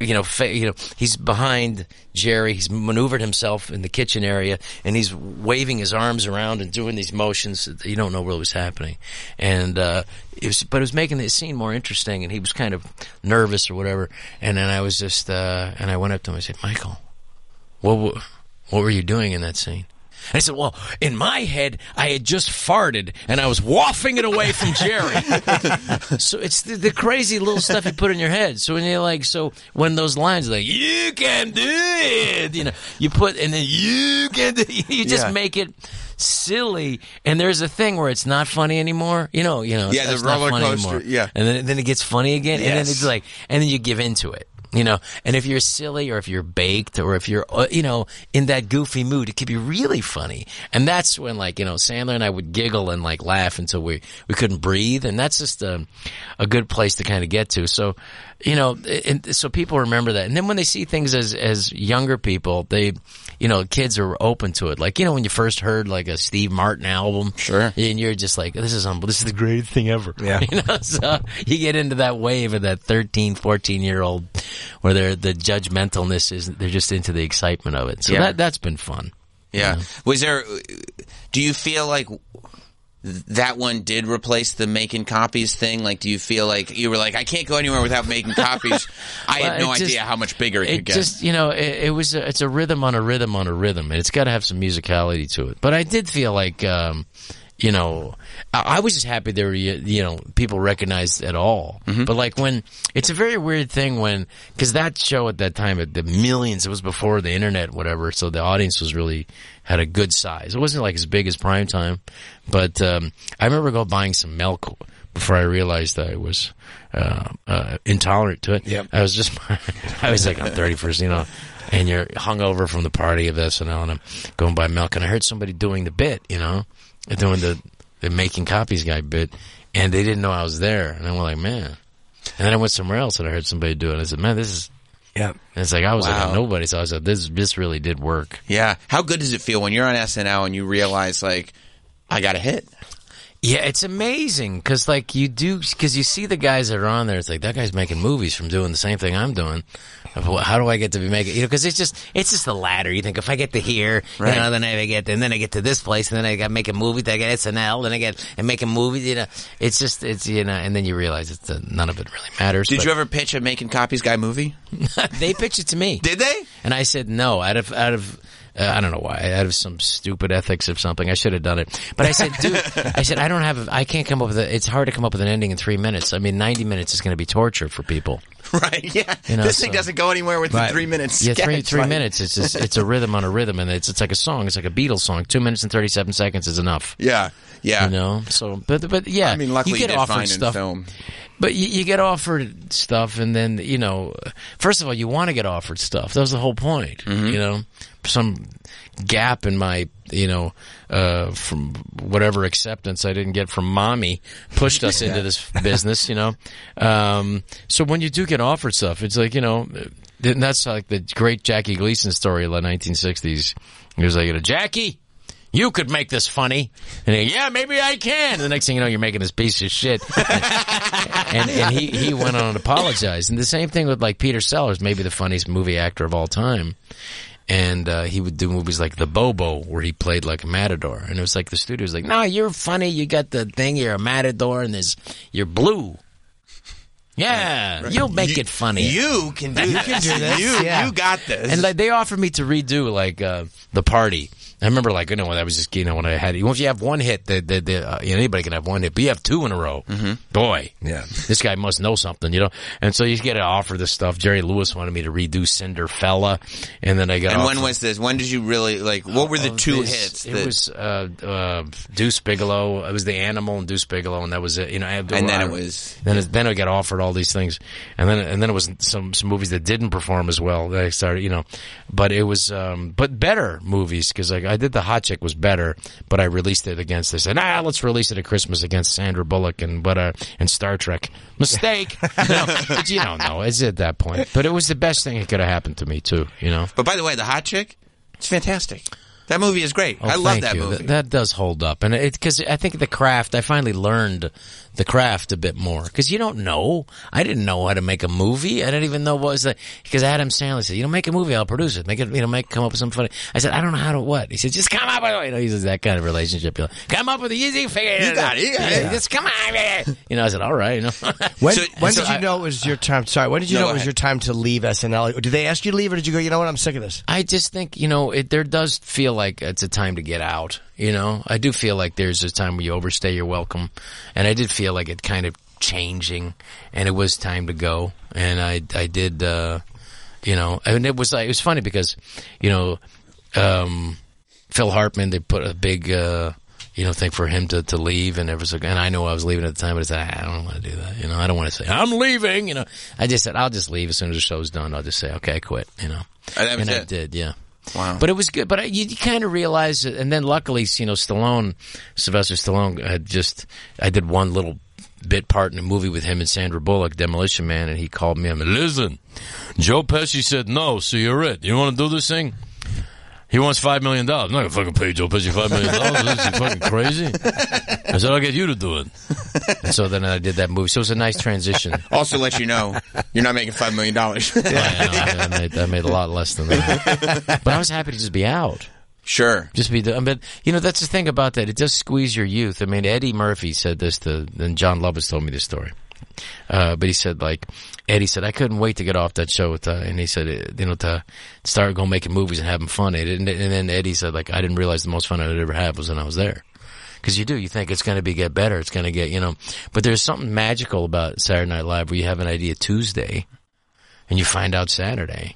you know, fa- you know, he's behind Jerry. He's maneuvered himself in the kitchen area, and he's waving his arms around and doing these motions. That you don't know what was happening, and uh, it was, but it was making the scene more interesting. And he was kind of nervous or whatever. And then I was just, uh, and I went up to him. I said, Michael, what, wa- what were you doing in that scene? And I said, well, in my head, I had just farted and I was waffing it away from Jerry. so it's the, the crazy little stuff you put in your head. So when you're like, so when those lines are like, you can do it, you know, you put, and then you can do you just Yeah. make it silly. And there's a thing where it's not funny anymore. You know, you know, Yeah, the that's not roller funny coaster, anymore. yeah. And then, then it gets funny again. And then Yes. it's like, and then you give into it. You know, and if you're silly or if you're baked or if you're, uh, you know, in that goofy mood, it could be really funny. And that's when like, you know, Sandler and I would giggle and like laugh until we, we couldn't breathe. And that's just a, a good place to kind of get to. So, you know, and so people remember that. And then when they see things as, as younger people, they, you know, kids are open to it. Like, you know, when you first heard like a Steve Martin album. Sure. And you're just like, this is unbelievable. This is the greatest thing ever. Yeah. You know, so you get into that wave of that 13, 14 year old where they're, the judgmentalness is, they're just into the excitement of it. So Yeah. that, that's been fun. Yeah. Was there? Do you feel like that one did replace the making copies thing? Like, do you feel like you were like, I can't go anywhere without making copies? I Well, had no it just- idea how much bigger it, could get. Just you know, it, it was a, it's a rhythm on a rhythm on a rhythm, and it's got to have some musicality to it. But I did feel like um, you know, I, I was just happy there were, you you know, people recognized at all. Mm-hmm. But like when, it's a very weird thing when, cause that show at that time, the millions, it was before the internet, whatever. So the audience was really, had a good size. It wasn't like as big as prime time, but, um, I remember going buying some milk before I realized that I was, uh, uh, intolerant to it. I was just, I was like, I'm 31st, you know, and you're hungover from the party of SNL and I'm going by milk and I heard somebody doing the bit, you know, doing the, the making copies guy bit and they didn't know I was there. And I'm like, man. And then I went somewhere else and I heard somebody do it. And I said, man, this is, yeah. And it's like, I was like Wow. a nobody. So I was like, this, this really did work. Yeah. How good does it feel when you're on SNL and you realize like I got a hit? Yeah, it's amazing because like you do because you see the guys that are on there. It's like that guy's making movies from doing the same thing I'm doing. Of wh- How do I get to be making? You know, because it's just it's just the ladder. You think if I get to here, Right. you know, then I get and then I get to this place, and then I got make a movie, then I get SNL, then I get and make a movie. You know, it's just it's you know, and then you realize it's uh, none of it really matters. Did but- you ever pitch a making copies guy movie? they pitched it to me. Did they? And I said no. Out of out of uh, I don't know why. Out of some stupid ethics of something, I should have done it. But I said, dude, I said I don't have. I can't come up with. A, it's hard to come up with an ending in three minutes. I mean, ninety minutes is going to be torture for people. Right. Yeah. You know, this thing so- doesn't go anywhere with Right. the three minutes. Yeah, three three minutes. It's just, it's a rhythm on a rhythm, and it's it's like a song. It's like a Beatles song. Two minutes and thirty seven seconds is enough. Yeah. Yeah. You know. So, but but yeah. I mean, luckily you get did offered fine in stuff. film. But you, you get offered stuff, and then you know, first of all, you want to get offered stuff. That was the whole point. You know, some gap in my you know uh, from whatever acceptance I didn't get from mommy pushed us into this business. You know, um, so when you do get offered stuff, it's like you know. then that's like the great Jackie Gleason story of the 1960s. He was like, you know, Jackie, you could make this funny. And he, yeah, maybe I can. The next thing you know, you're making this piece of shit. and and he, he went on and apologized. And the same thing with like Peter Sellers, maybe the funniest movie actor of all time. And uh, he would do movies like The Bobo, where he played like a matador. And it was like the studio was like, no, you're funny. You got the thing. You're a matador and there's, you're blue. Yeah, you'll make it funny. You can do You this. can do this, You, yeah. you got this. And like they offered me to redo like uh, the party. I remember like you know when I was just you know when I had once you have one hit that that that, uh, you know, anybody can have one hit, but you have two in a row. Mm-hmm. Boy, yeah, this guy must know something, you know. And so you get an offer this stuff. Jerry Lewis wanted me to redo Cinderfella, and then I got. and when offered- was this? When did you really like? What were the Oh, two this- hits? It that- was uh, uh, Deuce Bigelow. It was the Animal and Deuce Bigelow, and that was it. You know, I, and then it was- then it, then I got offered all these things, and then and then it was some some movies that didn't perform as well. That I started, you know, but it was um, but better movies because like I did the Hot Chick was better, but I released it against this. And ah, let's release it at Christmas against Sandra Bullock and what uh, and Star Trek mistake. no, but you don't know. It's at that point, but it was the best thing that could have happened to me too. You know. but by the way, the hot chick, it's fantastic. That movie is great. Oh, I love thank that you. movie. Th- that does hold up, and it because I think the craft. I finally learned the craft a bit more because you don't know. I didn't know how to make a movie. I didn't even know what was that because Adam Sandler said, "You know, make a movie. I'll produce it. Make it. You know, make come up with something funny." I said, "I don't know how to what." He said, "Just come up with it." You know, he says that kind of relationship. You're like, come up with the easy figure. You got it, you got it. Just come on. man." You know, I said, "All right." You know, When, So- when so did you I- know it was your time? Sorry, when did you No, know go it was ahead. your time to leave SNL? Did they ask you to leave, or did you go? You know what? I'm sick of this. I just think you know it, there does feel like it's a time to get out. You know, I do feel like there's a time where you overstay your welcome, and I did feel like it kind of changing, and it was time to go. And I I did, uh, you know, and it was like it was funny because you know um, Phil Hartman they put a big. Uh, you know, thing for him to, to leave and it was like, and I know I was leaving at the time, but I said, "Ah, I don't want to do that. You know, I don't want to say, I'm leaving. You know, I just said, I'll just leave as soon as the show's done. I'll just say, okay, I quit, you know. And that was I it. did, yeah. Wow. But it was good. But I, you, you kind of realize, it. and then luckily, you know, Stallone, Sylvester Stallone had just, I did one little bit part in a movie with him and Sandra Bullock, Demolition Man, and he called me. I'm like, listen, Joe Pesci said no, so you're it. You want to do this thing? He wants five million dollars. I'm not gonna fucking pay Joe Pesci five million dollars. Is he fucking crazy? I said I'll get you to do it. And so then I did that movie. So it was a nice transition. also, let you know you're not making five million dollars. I, I made, I made a lot less than that. But I was happy to just be out. Sure. Just be the, I mean, you know, that's the thing about that. It does squeeze your youth. I mean, Eddie Murphy said this to, and John Lovitz told me this story. Uh, but he said like, Eddie said, I couldn't wait to get off that show with, uh, and he said, uh, you know, to start going making movies and having fun. And, and then Eddie said like, I didn't realize the most fun I'd ever have was when I was there. because you do. You think it's going to be get better. It's going to get you know. But there's something magical about Saturday Night Live where you have an idea Tuesday, and you find out Saturday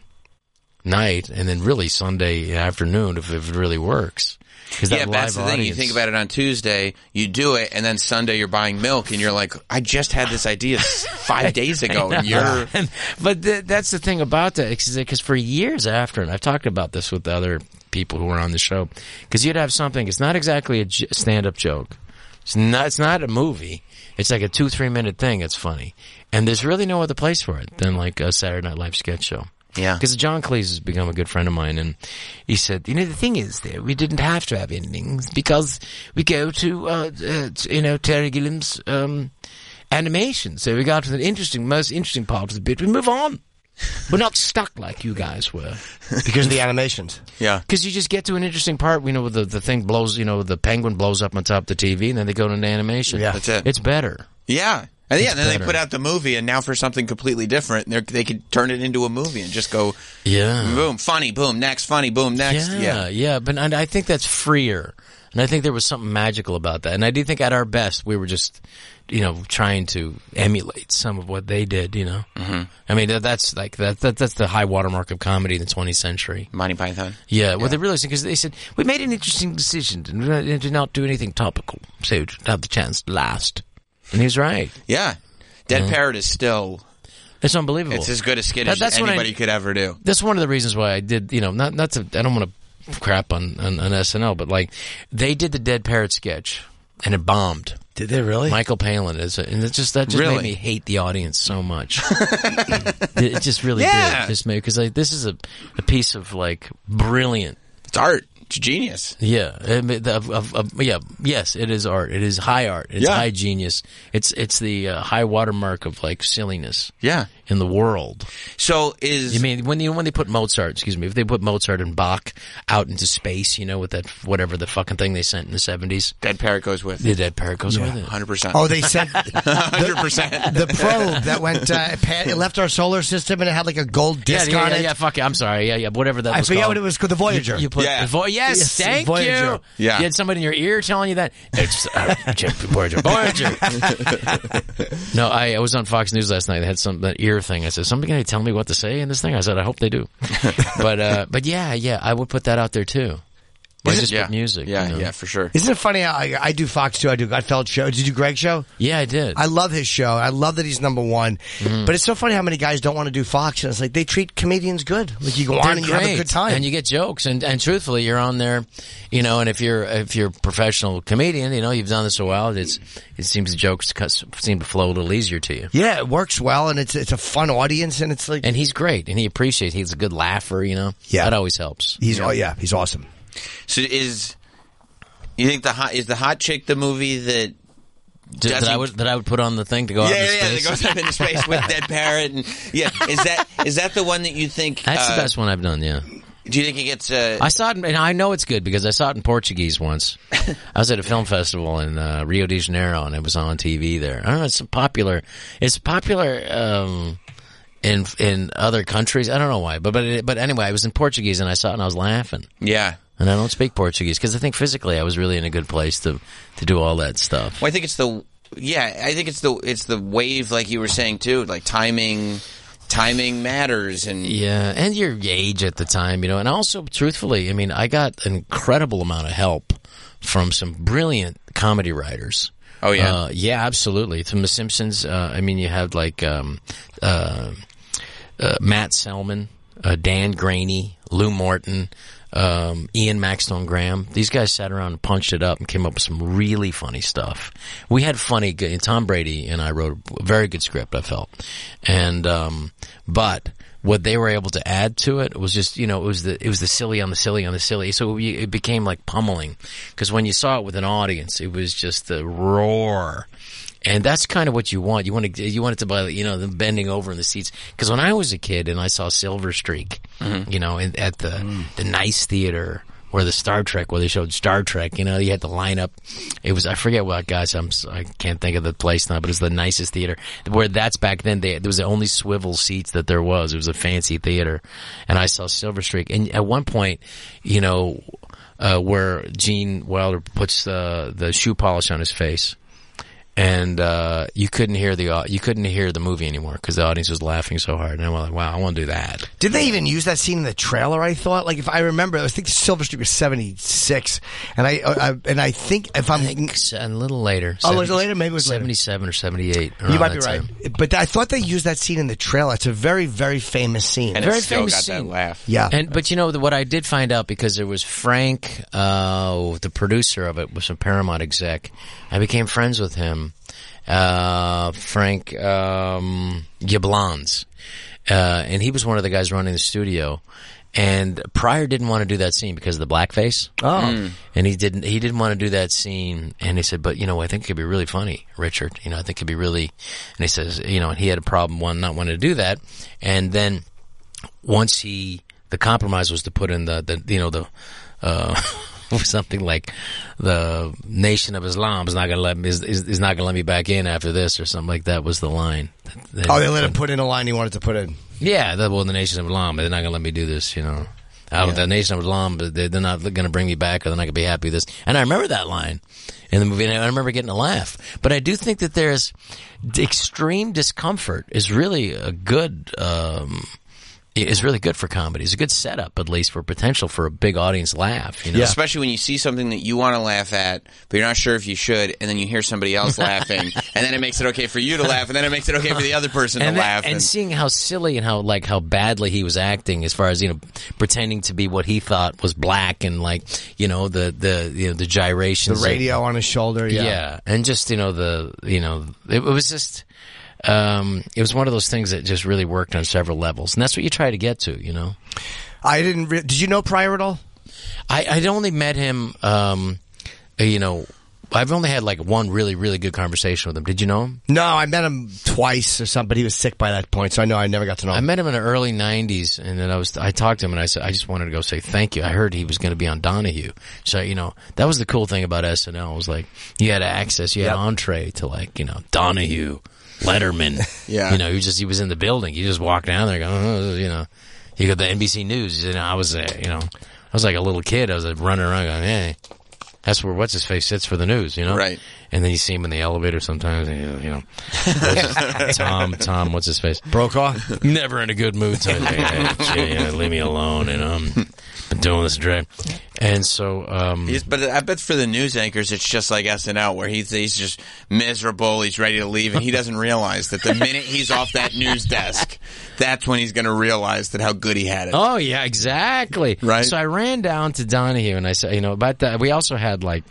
night, and then really Sunday afternoon if, if it really works. 'Cause that yeah, but that's the live thing. You audience- think about it on Tuesday, you do it, and then Sunday you're buying milk, and you're like, I just had this idea s- five days ago, I and know. you're. but th- that's the thing about that because for years after, and I've talked about this with the other people who were on the show, because you'd have something. It's not exactly a j- stand-up joke. It's not. It's not a movie. It's like a two, three-minute thing. It's funny, and there's really no other place for it than like a Saturday Night Live sketch show. Yeah, because John Cleese has become a good friend of mine, and he said, you know, the thing is, there we didn't have to have endings because we go to uh, uh, t- you know Terry Gilliam's um, animation. So we got to the interesting, most interesting part of the bit. We move on. We're not stuck like you guys were because of the animations. Yeah. because you just get to an interesting part. You know, where the the thing blows. You know, the penguin blows up on top of the TV, and then they go into animation. Yeah, That's it. It's better. Yeah. And yeah, It's then better. they put out the movie, and now for something completely different, they're- they could turn it into a movie and just go, Yeah. boom, funny, boom, next, funny, boom, next. Yeah, Yeah, yeah, But and I think that's freer, and I think there was something magical about that. And I do think at our best, we were just, you know, trying to emulate some of what they did. You know, mm-hmm. I mean, that, that's like that, that that's the high watermark of comedy in the 20th century. Monty Python. Yeah, well, they realized because they said we made an interesting decision to not- to not do anything topical, so to have the chance to last. And he was right. Yeah. Dead Yeah. Parrot is still. It's unbelievable. It's as good a skit Mm-hmm. That- as that's what I- anybody could ever do. that's one of the reasons why I did, you know, not not to, I don't want to crap on, on on SNL, but like they did the Dead Parrot sketch and it bombed. Did they really? Michael Palin is, and it just that just Really? made me hate the audience so much. it just really Yeah. did. Just made because like, this is a, a piece of like brilliant. It's art. It's genius. Yeah, I mean, the- of- of- of- yeah, yes, it is art. It is high art. It's Yeah. high genius. It's it's the uh, high watermark of like silliness. Yeah, in the world. So is you mean when you when they put Mozart? Excuse me, if they put Mozart and Bach out into space, you know, with that whatever the fucking thing they sent in the seventies. Dead parrot goes with the dead parrot goes Yeah. with it. Hundred percent. Oh, they sent hundred percent the probe that went uh, pa- it left our solar system and it had like a gold Yeah, disc yeah, on yeah, it. yeah, fuck it. I'm sorry. Yeah, yeah, whatever that I was forget called. what it was called, the Voyager. You, you put Yeah. the Vo- yes, Yes, thank Voyager. you. Yeah. You had somebody in your ear telling you that. It's uh, Jim- Voyager, Voyager. no, I, I was on Fox News last night. They had some that ear thing. I said, somebody going to tell me what to say in this thing? I said, I hope they do. but uh, but yeah, yeah, I would put that out there too. Why Is it- just yeah. put music? Yeah, you know? yeah, for sure. Isn't it funny? How I, I do Fox too. I do Gutfeld show. Did you do Greg's show? Yeah, I did. I love his show. I love that he's number one. Mm-hmm. But it's so funny how many guys don't want to do Fox, and it's like they treat comedians good. Like you go They're on and you have a great, good time. and you get jokes, and, and truthfully, you're on there, you know. And if you're if you're a professional comedian, you know you've done this a while. It's it seems the jokes cut- seem to flow a little easier to you. yeah, it works well, and it's it's a fun audience, and it's like And he's great, and he appreciates. He's a good laugher, you know. Yeah. that always helps. he's oh yeah, he's awesome. So is you think the hot is the hot chick the movie that Just that doesn't- I would that I would put on the thing to go yeah out yeah, into yeah that space. goes up into space with dead parrot and yeah is that is that the one that you think That's uh, the best one I've done. Yeah. Do you think it gets uh, I saw it, in- and I know it's good because I saw it in Portuguese once. I was at a film festival in uh, Rio de Janeiro, and it was on TV there. I don't know. It's popular. It's popular um, in in other countries. I don't know why, but but it, but anyway, I was in Portuguese, and I saw it, and I was laughing. yeah. And I don't speak Portuguese because I think physically I was really in a good place to to do all that stuff. Well, I think it's the yeah. I think it's the it's the wave, like you were saying too. Like timing, timing matters, and Yeah, and your age at the time, you know, and also truthfully, I mean, I got an incredible amount of help from some brilliant comedy writers. Oh yeah? uh, yeah, absolutely. From The Simpsons, uh, I mean, you had like um, uh, uh, Matt Selman, uh, Dan Graney, Lou Morton, um, Ian Maxtone Graham. These guys sat around and punched it up and came up with some really funny stuff. We had funny. g- And Tom Brady and I wrote a very good script. I felt, and um, but what they were able to add to it was just you know it was the it was the silly on the silly on the silly. So we, it became like pummeling because when you saw it with an audience, it was just the roar. And that's kind of what you want. You want to you want it to be you know them bending over in the seats. Because when I was a kid and I saw Silver Streak, Mhm. you know, in, at the the nice theater or the Star Trek where they showed Star Trek, you know, you had to line up. It was I forget what guys I'm s- I can't think of the place now, but it's the nicest theater where that's back then. They, there was the only swivel seats that there was. It was a fancy theater, and I saw Silver Streak. And at one point, you know uh, where Gene Wilder puts the the shoe polish on his face, and uh, you couldn't hear the au- you couldn't hear the movie anymore because the audience was laughing so hard. And I'm like, wow, I want to do that. Did they even use that scene in the trailer? I thought, like, if I remember, I think Silver Street was seventy six, and I, I and I think if I'm a little later, oh, was it later? Maybe it was later. seventy seven or seventy eight. You might be right, but I thought they used that scene in the trailer. It's a very, very famous scene. And it very Very still famous got that scene. laugh. Yeah, And but you know the- what I did find out because there was Frank, uh, the producer of it, was a Paramount exec. I became friends with him, uh, Frank um, Yablans, uh, and he was one of the guys running the studio. And Pryor didn't want to do that scene because of the blackface. Oh. Mm. and he didn't. He didn't want to do that scene. And he said, "But you know, I think it could be really funny, Richard. You know, I think it could be really." And he says, "You know," and he had a problem one not wanting to do that. And then once he the compromise was to put in the, the you know the uh something like the nation of islam is not gonna let me is, is, is not gonna let me back in after this or something like that was the line oh, they let him put in a line he wanted to put in. yeah the, well the nation of islam they're not gonna let me do this you know uh, the nation of islam but they- they're not gonna bring me back or they're not gonna be happy with this and i remember that line in the movie and i remember getting a laugh but i do think that there's extreme discomfort is really a good um is really good for comedy. It's a good setup, at least for potential for a big audience laugh. You know, Especially when you see something that you want to laugh at, but you're not sure if you should, and then you hear somebody else laughing, and then it makes it okay for you to laugh, and then it makes it okay for the other person and to that- laugh. and seeing how silly and how like how badly he was acting as far as you know pretending to be what he thought was black and like you know the the you know the The gyrations of- radio on his shoulder. Yeah. and just you know the you know it, it was just um it was one of those things that just really worked on several levels and that's what you try to get to you know I didn't. Re- Did you know Pryor at all? I, I'd only met him, um, you know, I've only had like one really, really good conversation with him. Did you know him? No, I met him twice or something. But he was sick by that point, so I know I never got to know I him. met him in the early '90s, and then I was I talked to him, and I said I just wanted to go say thank you. I heard he was going to be on Donahue, so you know that was the cool thing about SNL was like you had access, you had entree to like you know Donahue, Letterman, Yeah. you know you just he was in the building, you just walk down there, go oh, you know, you got the NBC News, you know I was uh, you know I was like a little kid, I was like running around going hey. That's where what's his face sits for the news, you know. Right. And then you see him in the elevator sometimes, and you know, Tom, Tom, what's his face? Brokaw. Never in a good mood. So I think, "Hey, gee, you know, leave me alone. And um, been doing this drag. And so, um, He's- but I bet for the news anchors, it's just like SNL, where he's he's just miserable. He's ready to leave, and he doesn't realize that the minute he's off that news desk, that's when he's going to realize that how good he had it. oh yeah, exactly. Right. So I ran down to Donahue, and I said, you know, about that. We also had like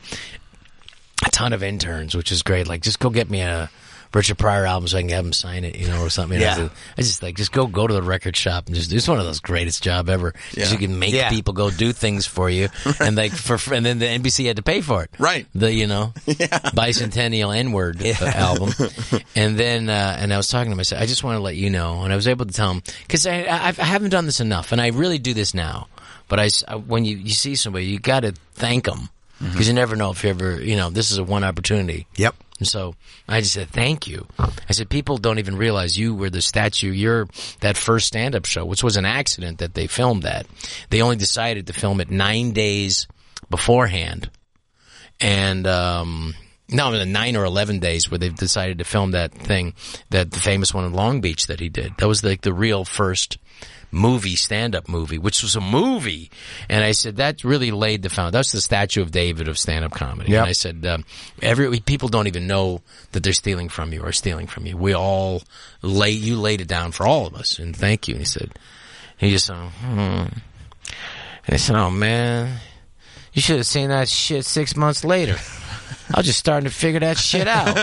a ton of interns, which is great. Like, just go get me a. Richard Pryor album, so I can have him sign it, you know, or something. You know, Yeah. so I just like just go go to the record shop and just it's one of those greatest job ever. 'Cause Yeah. You can make Yeah. people go do things for you, and like for and then the NBC had to pay for it. Right. The you know bicentennial N word uh, album, and then uh, and I was talking to myself. I just want to let you know, and I was able to tell him because I, I I haven't done this enough, and I really do this now. But I s- I- when you you see somebody, you got to thank them because you never know if you ever you know this is a one opportunity. Yep. And so I just said, thank you. I said, people don't even realize you were the statue. You're that first stand up show, which was an accident that they filmed that. They only decided to film it nine days beforehand. And, um, no, I mean, nine or 11 days where they've decided to film that thing, that the famous one in Long Beach that he did. That was like the real first movie, stand up movie, which was a movie. And I said, that really laid the foundation. That's the statue of David of stand up comedy. Yep. And I said, um, every, people don't even know that they're stealing from you or stealing from you. We all lay, you laid it down for all of us and thank you. And he said, he just, uh, hmm. And I said, oh man, you should have seen that shit six months later. I was just starting to figure that shit out.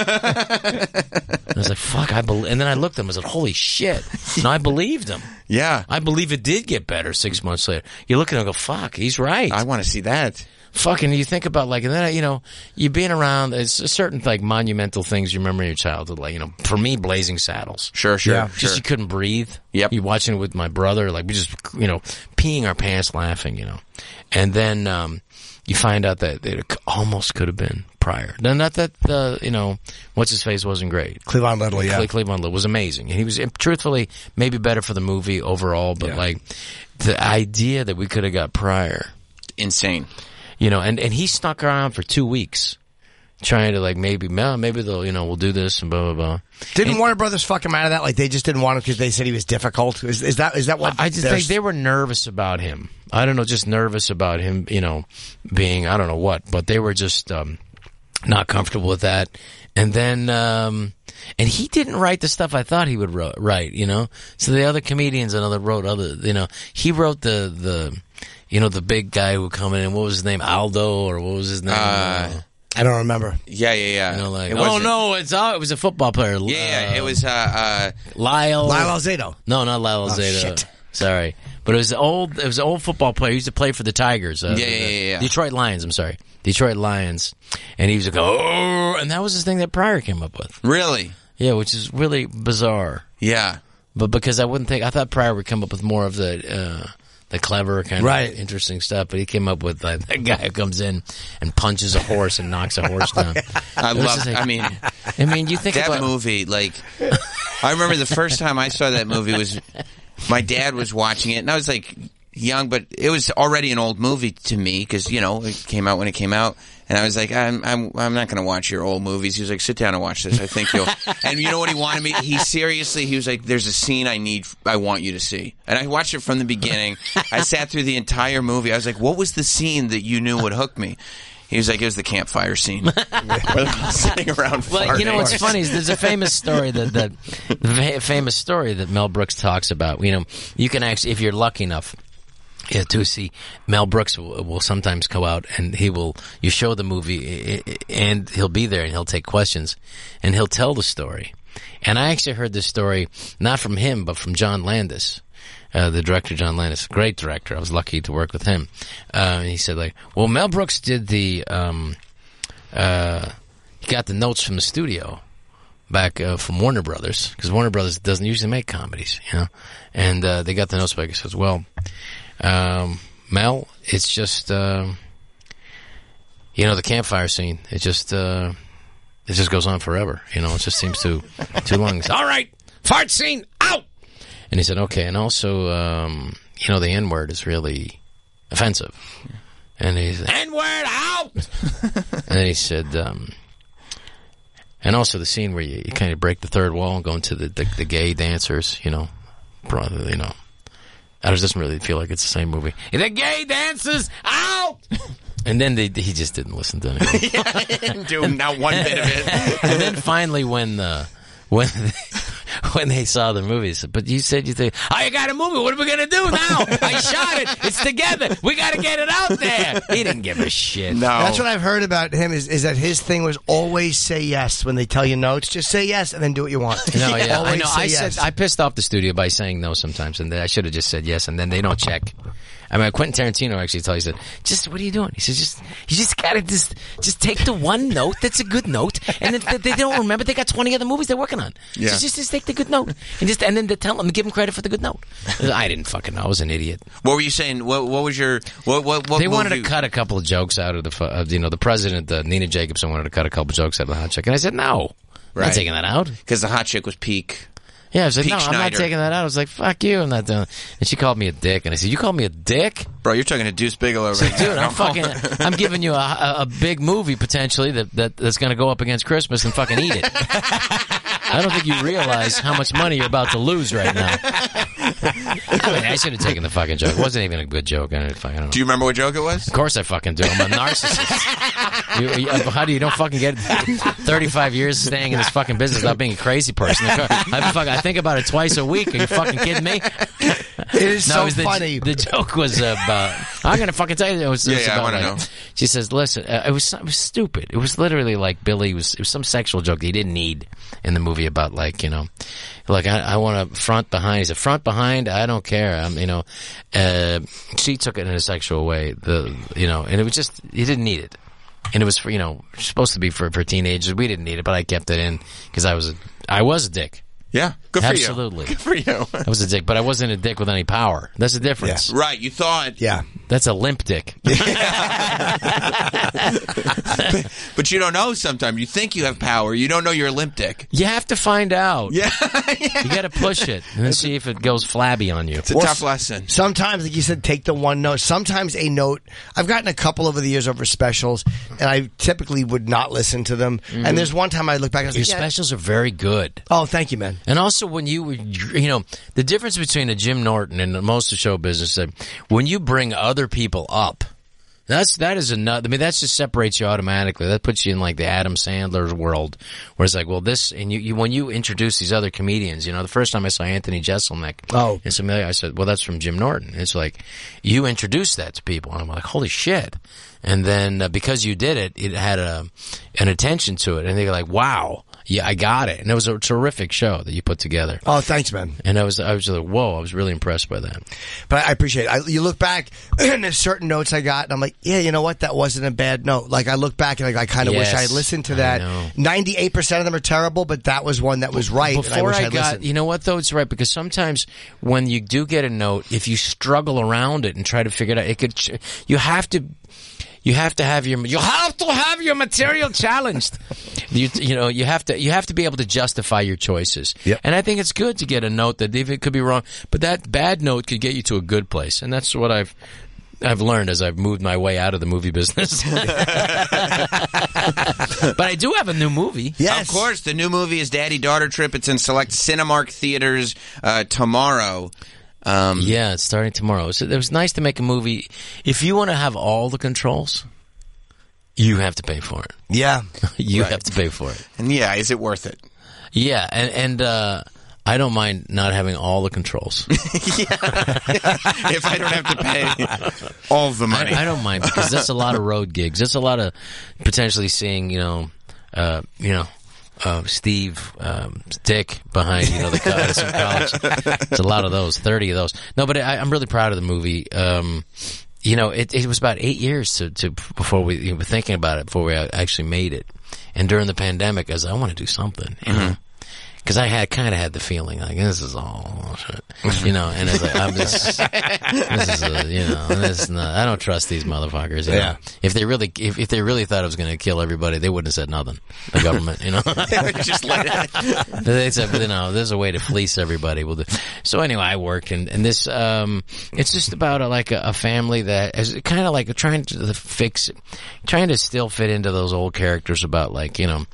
I was like, fuck, I believe. And then I looked at him and said, holy shit. And I believed him. Yeah. I believe it did get better six months later. You look at him and go, fuck, he's right. I want to see that. Fucking, you think about like, and then, you know, you being around, it's a certain like monumental things you remember in your childhood. Like, you know, for me, Blazing Saddles. Sure, sure, Just sure. you couldn't breathe. Yep. You watching it with my brother, like we just, you know, peeing our pants laughing, you know. And then, um, you find out that it c- almost could have been prior. Now, not that the, you know, what's his face wasn't great. Cleavon Little, yeah. Cle- Cleavon Little was amazing. And he was, and truthfully, maybe better for the movie overall, but like the idea that we could have got prior. Insane. you know, and, and he stuck around for two weeks trying to like maybe, "Well, maybe they'll, you know, we'll do this and blah, blah, blah. Didn't Warner Brothers fuck him out of that? Like they just didn't want him because they said he was difficult. Is, is that is that what? I just they're- think they were nervous about him. I don't know, just nervous about him, you know, being I don't know what, but they were just um, not comfortable with that. And then, um, and he didn't write the stuff I thought he would ro- write, you know. So the other comedians, another wrote other, you know, he wrote the the, you know, the big guy who would come in. What was his name? Aldo or what was his name? I don't remember. Yeah, yeah, yeah. You know, like, Uh, It oh wasn't- no, Um. it's all, it was a football player. Yeah, it was uh, uh, Lyle Lyle Alzado. No, not Lyle Oh, Alzado. shit. Sorry, but it was an old. It was an old football player. He used to play for the Tigers. Uh, Yeah, the- yeah, yeah, yeah. Detroit Lions. I'm sorry, Detroit Lions. And he was like, oh, and that was his thing that Pryor came up with. Really? Yeah, which is really bizarre. Yeah, but because I wouldn't think I thought Pryor would come up with more of the. Uh, the clever kind Right. of interesting stuff, but he came up with like, that guy who comes in and punches a horse and knocks a horse down. Oh, I It was love. just like- I mean, I mean, you think that about- movie. Like, I remember the first time I saw that movie was my dad was watching it, and I was like young, but it was already an old movie to me because you know it came out when it came out, and I was like, I'm I'm I'm not going to watch your old movies. He was like, sit down and watch this. I think you'll. and you know what he wanted me? He seriously, he was like, there's a scene I need, I want you to see, and I watched it from the beginning. I sat through the entire movie. I was like, what was the scene that you knew would hook me? He was like, it was the campfire scene. Where they're all sitting around Well, you know farting. what's funny is there's a famous story that that the fa- famous story that Mel Brooks talks about. You know, you can actually, if you're lucky enough. Yeah, to see Mel Brooks will, will sometimes go out and he will. You show the movie, i- i- and he'll be there and he'll take questions, and he'll tell the story. And I actually heard this story not from him, but from John Landis uh, the director John Landis, great director. I was lucky to work with him. Uh, and he said like, well, Mel Brooks did the, um, uh, he got the notes from the studio back uh, from Warner Brothers because Warner Brothers doesn't usually make comedies, you know. And uh, they got the notes back. He says, well, um, Mel, it's just, um you know, the campfire scene. It just, uh, it just goes on forever. You know, it just seems too too long. He said, All right, fart scene out. And he said, okay. And also, um, you know, the N word is really offensive. And he said, N word out. and then he said, um, and also the scene where you, you kind of break the third wall and go into the, the, the gay dancers, you know, brother, you know. I just doesn't really feel like it's the same movie. The gay dances out. And then they, he just didn't listen to anything. do not one bit of it. and then finally, when the when when they saw the movies, but you said you think I got a movie. What are we gonna do now? I shot it. It's together. We gotta get it out there. He didn't give a shit. That's what I've heard about him is, is that his thing was always say yes when they tell you no. It's just say yes and then do what you want. No, yeah, I Always know. say I yes. said I pissed off the studio by saying no sometimes, and then I should have just said yes, and then they don't check. I mean, Quentin Tarantino actually tells you that. Just what are you doing? He says, just you just gotta just just take the one note that's a good note, and if they, they don't remember, they got twenty other movies they're working on. Yeah. So just just take the good note, and just and then they tell them give them credit for the good note. I didn't fucking know. I was an idiot. What were you saying? What What was your what what what they wanted movie- to cut a couple of jokes out of the, fu- of, you know, the president, uh, Nina Jacobson wanted to cut a couple of jokes out of the hot chick, and I said no, I'm Right. not taking that out. because the hot chick was peak. Yeah, I was like, Peak no, I'm not Schneider. taking that out. I was like, fuck you, I'm not doing. It. And she called me a dick, and I said, you called me a dick, bro. You're talking to Deuce Bigelow, right dude. now. I'm fucking. I'm giving you a, a, a big movie potentially that, that that's going to go up against Christmas and fucking eat it. I don't think you realize how much money you're about to lose right now. I, mean, I should have taken the fucking joke. It wasn't even a good joke. I don't, I don't know. Do you remember what joke it was? Of course I fucking do. I'm a narcissist. you, you- how do you don't fucking get 35 years staying in this fucking business without being a crazy person? I, fuck, I think about it twice a week. Are you fucking kidding me? It is No, so it was the, funny. The joke was about. I'm gonna fucking tell you. It was, it Yeah, was yeah, I about, wanna like- know. She says, "Listen, uh, it was it was stupid. It was literally like Billy was. It was some sexual joke that he didn't need in the movie about like you know, like I, I want to front behind. He's a front behind. I don't care. I'm you know, uh, she took it in a sexual way. The you know, and it was just he didn't need it." And it was for you know supposed to be for for teenagers. We didn't need it, but I kept it in because I was a, I was a dick. Yeah, good for you. Absolutely. Good for you. I was a dick, but I wasn't a dick with any power. That's the difference. Right, you thought. Yeah. That's a limp dick. but, but you don't know sometimes. You think you have power. You don't know you're a limp dick. You have to find out. Yeah. You got to push it and then see if it goes flabby on you. It's Or s- Sometimes, like you said, take the one note. Sometimes a note. I've gotten a couple over the years over specials, and I typically would not listen to them. Mhm. And there's one time I look back and I was Your like, yeah. specials are very good. Oh, thank you, man. And also, when you, were- you know, the difference between a Jim Norton and most of show business, uh, when you bring other people up, that's that is another. I mean, that just separates you automatically. That puts you in like the Adam Sandler's world, where it's like, well, this and you, you when you introduce these other comedians, you know, the first time I saw Anthony Jeselnik, oh, in Somalia, I said, well, that's from Jim Norton. It's like you introduce that to people, and I'm like, holy shit. And then uh, because you did it, it had a an attention to it, and they're like, wow, yeah, I got it. And it was a terrific show that you put together. Oh, thanks, man. And I was, I was like, whoa, I was really impressed by that. But I appreciate it. I, you look back, and there's certain notes I got, and I'm like, yeah, you know what? That wasn't a bad note. Like, I look back and like, I kind of wish I had Yes, listened I to that. know. 98% of them are terrible, but that was one that was right. and I Before wish I, I'd got, listened. you know what though, it's right because sometimes when you do get a note, if you struggle around it and try to figure it out, it could. ch- You have to, you have to have your, you have to have your material challenged. you, you know, you have to, you have to be able to justify your choices. And I think it's good to get a note that if it could be wrong, but that bad note could get you to a good place, and that's what I've. I've learned as I've moved my way out of the movie business. but I do have a new movie. Of course, the new movie is Daddy Daughter Trip. It's in select Cinemark theaters uh, tomorrow. Um, yeah, it's starting tomorrow. So it was nice to make a movie. If you want to have all the controls, you have to pay for it. Yeah, you Right. have to pay for it. And yeah, is it worth it? Yeah, and and uh, I don't mind not having all the controls. if I don't have to pay all the money, I, I don't mind because that's a lot of road gigs. That's a lot of potentially seeing you know, uh, you know, uh, Steve um, Dick behind you know the co- some college. It's a lot of those, thirty of those. No, but I, I'm really proud of the movie. Um, you know, it, it was about eight years to, to before we you know, thinking about it before we actually made it. And during the pandemic, I was like, I want to do something. You know? Cause I had kind of had the feeling like this is all shit, you know, and it's like I'm just this is a, you know this is not, I don't trust these motherfuckers. you Yeah. know. if they really if, if they really thought I was going to kill everybody, they wouldn't have said nothing. The government, you know, just let it. they said you know there's a way to fleece everybody. We'll do. So anyway, I worked and and this um it's just about a, like a, a family that is kind of like trying to fix trying to still fit into those old characters about like you know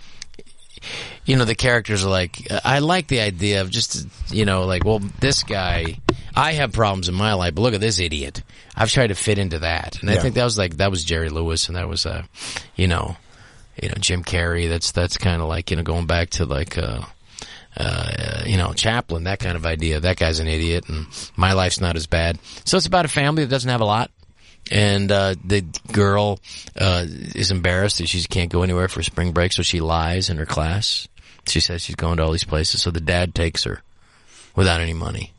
you know the characters are like uh, I like the idea of just you know like well this guy I have problems in my life but look at this idiot I've tried to fit into that and I Yeah. think that was like that was Jerry Lewis and that was uh you know you know Jim Carrey that's that's kind of like you know going back to like uh uh, you know, Chaplin, that kind of idea. That guy's an idiot, and my life's not as bad. So it's about a family that doesn't have a lot, and uh, the girl uh, is embarrassed that she can't go anywhere for spring break, so she lies in her class. She says she's going to all these places, so the dad takes her without any money.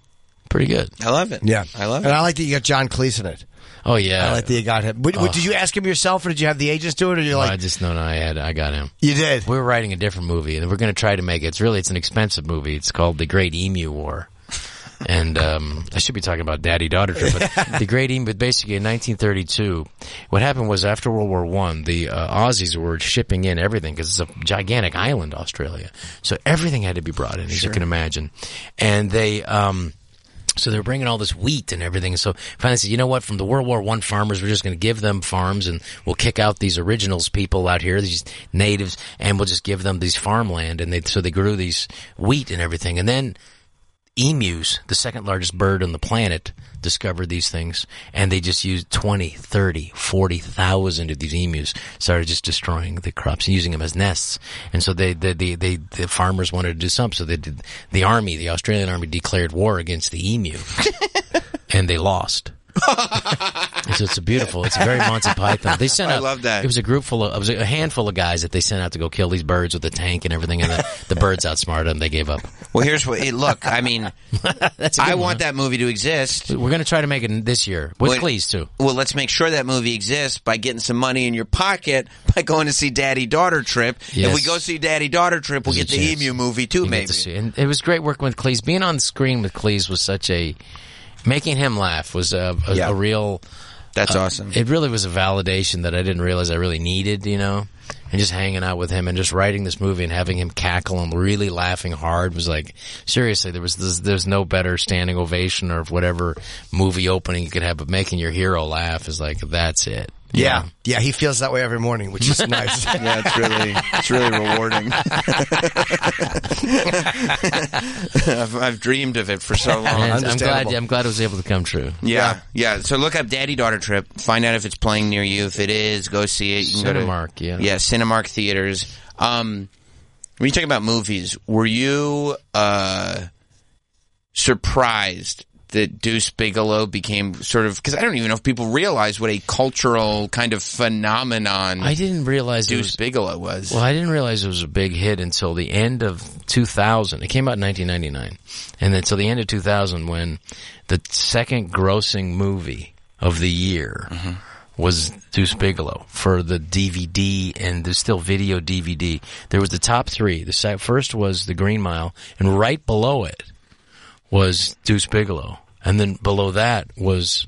Pretty good. I love it. Yeah, I love and I like that you got John Cleese in it. Oh yeah, I like that you got him. Would, would- Oh. did you ask him yourself, or did you have the agents do it, or you're like, I just no, no, I had, I got him. You did. We were writing a different movie, and we're going to try to make it. It's really, it's an expensive movie. It's called The Great Emu War, and um, I should be talking about Daddy Daughter Trip, but The Great Emu. But basically, in 1932, what happened was after World War One, the uh, Aussies were shipping in everything because it's a gigantic island, Australia, so everything had to be brought in, as you Sure. can imagine, and they. Um, so they're bringing all this wheat and everything. So finally, said, you know what? From the World War One farmers, we're just going to give them farms, and we'll kick out these originals people out here, these natives, and we'll just give them these farmland. And they so they grew these wheat and everything. And then emus, the second largest bird on the planet, discovered these things, and they just used 20, 30, 40,000 of these emus, started just destroying the crops and using them as nests. And so they, they, they, they, the farmers wanted to do something, so they did, the army, the Australian army declared war against the emu, and they lost. And so it's a beautiful. It's a very Monty Python. They sent. I out- love that. It was a group full of. It was a handful of guys that they sent out to go kill these birds with a tank and everything. And the, the birds outsmarted them. They gave up. Well, here's what. Hey, look, I mean, I want that movie to exist. We're going to try to make it this year with Wait, Cleese too. Well, let's make sure that movie exists by getting some money in your pocket by going to see Daddy Daughter Trip. If Yes. we go see Daddy Daughter Trip, we'll There's get a the chance. Emu movie too, You get maybe. to see- And it was great working with Cleese. Being on screen with Cleese was such a making him laugh was a, a, Yeah. a real. That's uh, awesome. It really was a validation that I didn't realize I really needed, you know. And just hanging out with him and just writing this movie and having him cackle and really laughing hard was like seriously there was this, there's no better standing ovation or whatever movie opening you could have, but making your hero laugh is like that's it. Yeah. yeah, he feels that way every morning, which is nice. Yeah, it's really- it's really rewarding. I've, I've dreamed of it for so long. And I'm glad I'm glad it was able to come true. Yeah, yeah. So look up Daddy Daughter Trip. Find out if it's playing near you. If it is, go see it. You can Cinemark, go to, yeah. yeah, Cinemark theaters. Um, when you talk about movies, were you uh surprised that Deuce Bigelow became sort of because I don't even know if people realize what a cultural kind of phenomenon I didn't realize it Deuce was- Bigelow was. Well, I didn't realize it was a big hit until the end of 2000. It came out in 1999. And then till the end of 2000 when the second grossing movie of the year was Deuce Bigelow for the DVD and there's still video DVD. There was the top three. The sec- first was The Green Mile and right below it was Deuce Bigelow. And then below that was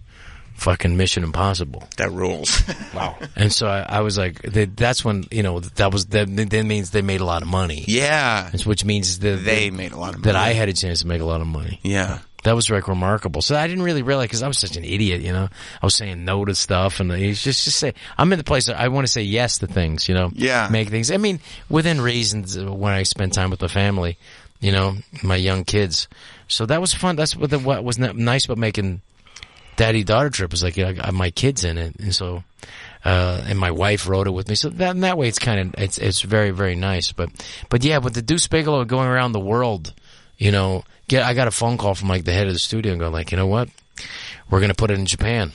fucking Mission Impossible. That rules. Wow. And so I, I was like, they, that's when, you know, that was, that, that means they made a lot of money. Yeah. Which means that They made a lot of That money. I had a chance to make a lot of money. Yeah. That was like remarkable. So I didn't really realize because I was such an idiot, you know. I was saying no to stuff, and it's just just say I'm in the place that I want to say yes to things, you know. Yeah. make things. I mean, within reasons uh, when I spend time with the family, you know, my young kids. So that was fun. That's what the, what was n- nice about making daddy daughter trip was like you know, I got my kids in it, and so uh, and my wife wrote it with me. So that that way it's kind of it's it's very very nice. But but yeah, with the Deuce Bigelow going around the world, you know, get I got a phone call from like the head of the studio and going like, you know what, we're gonna put it in Japan,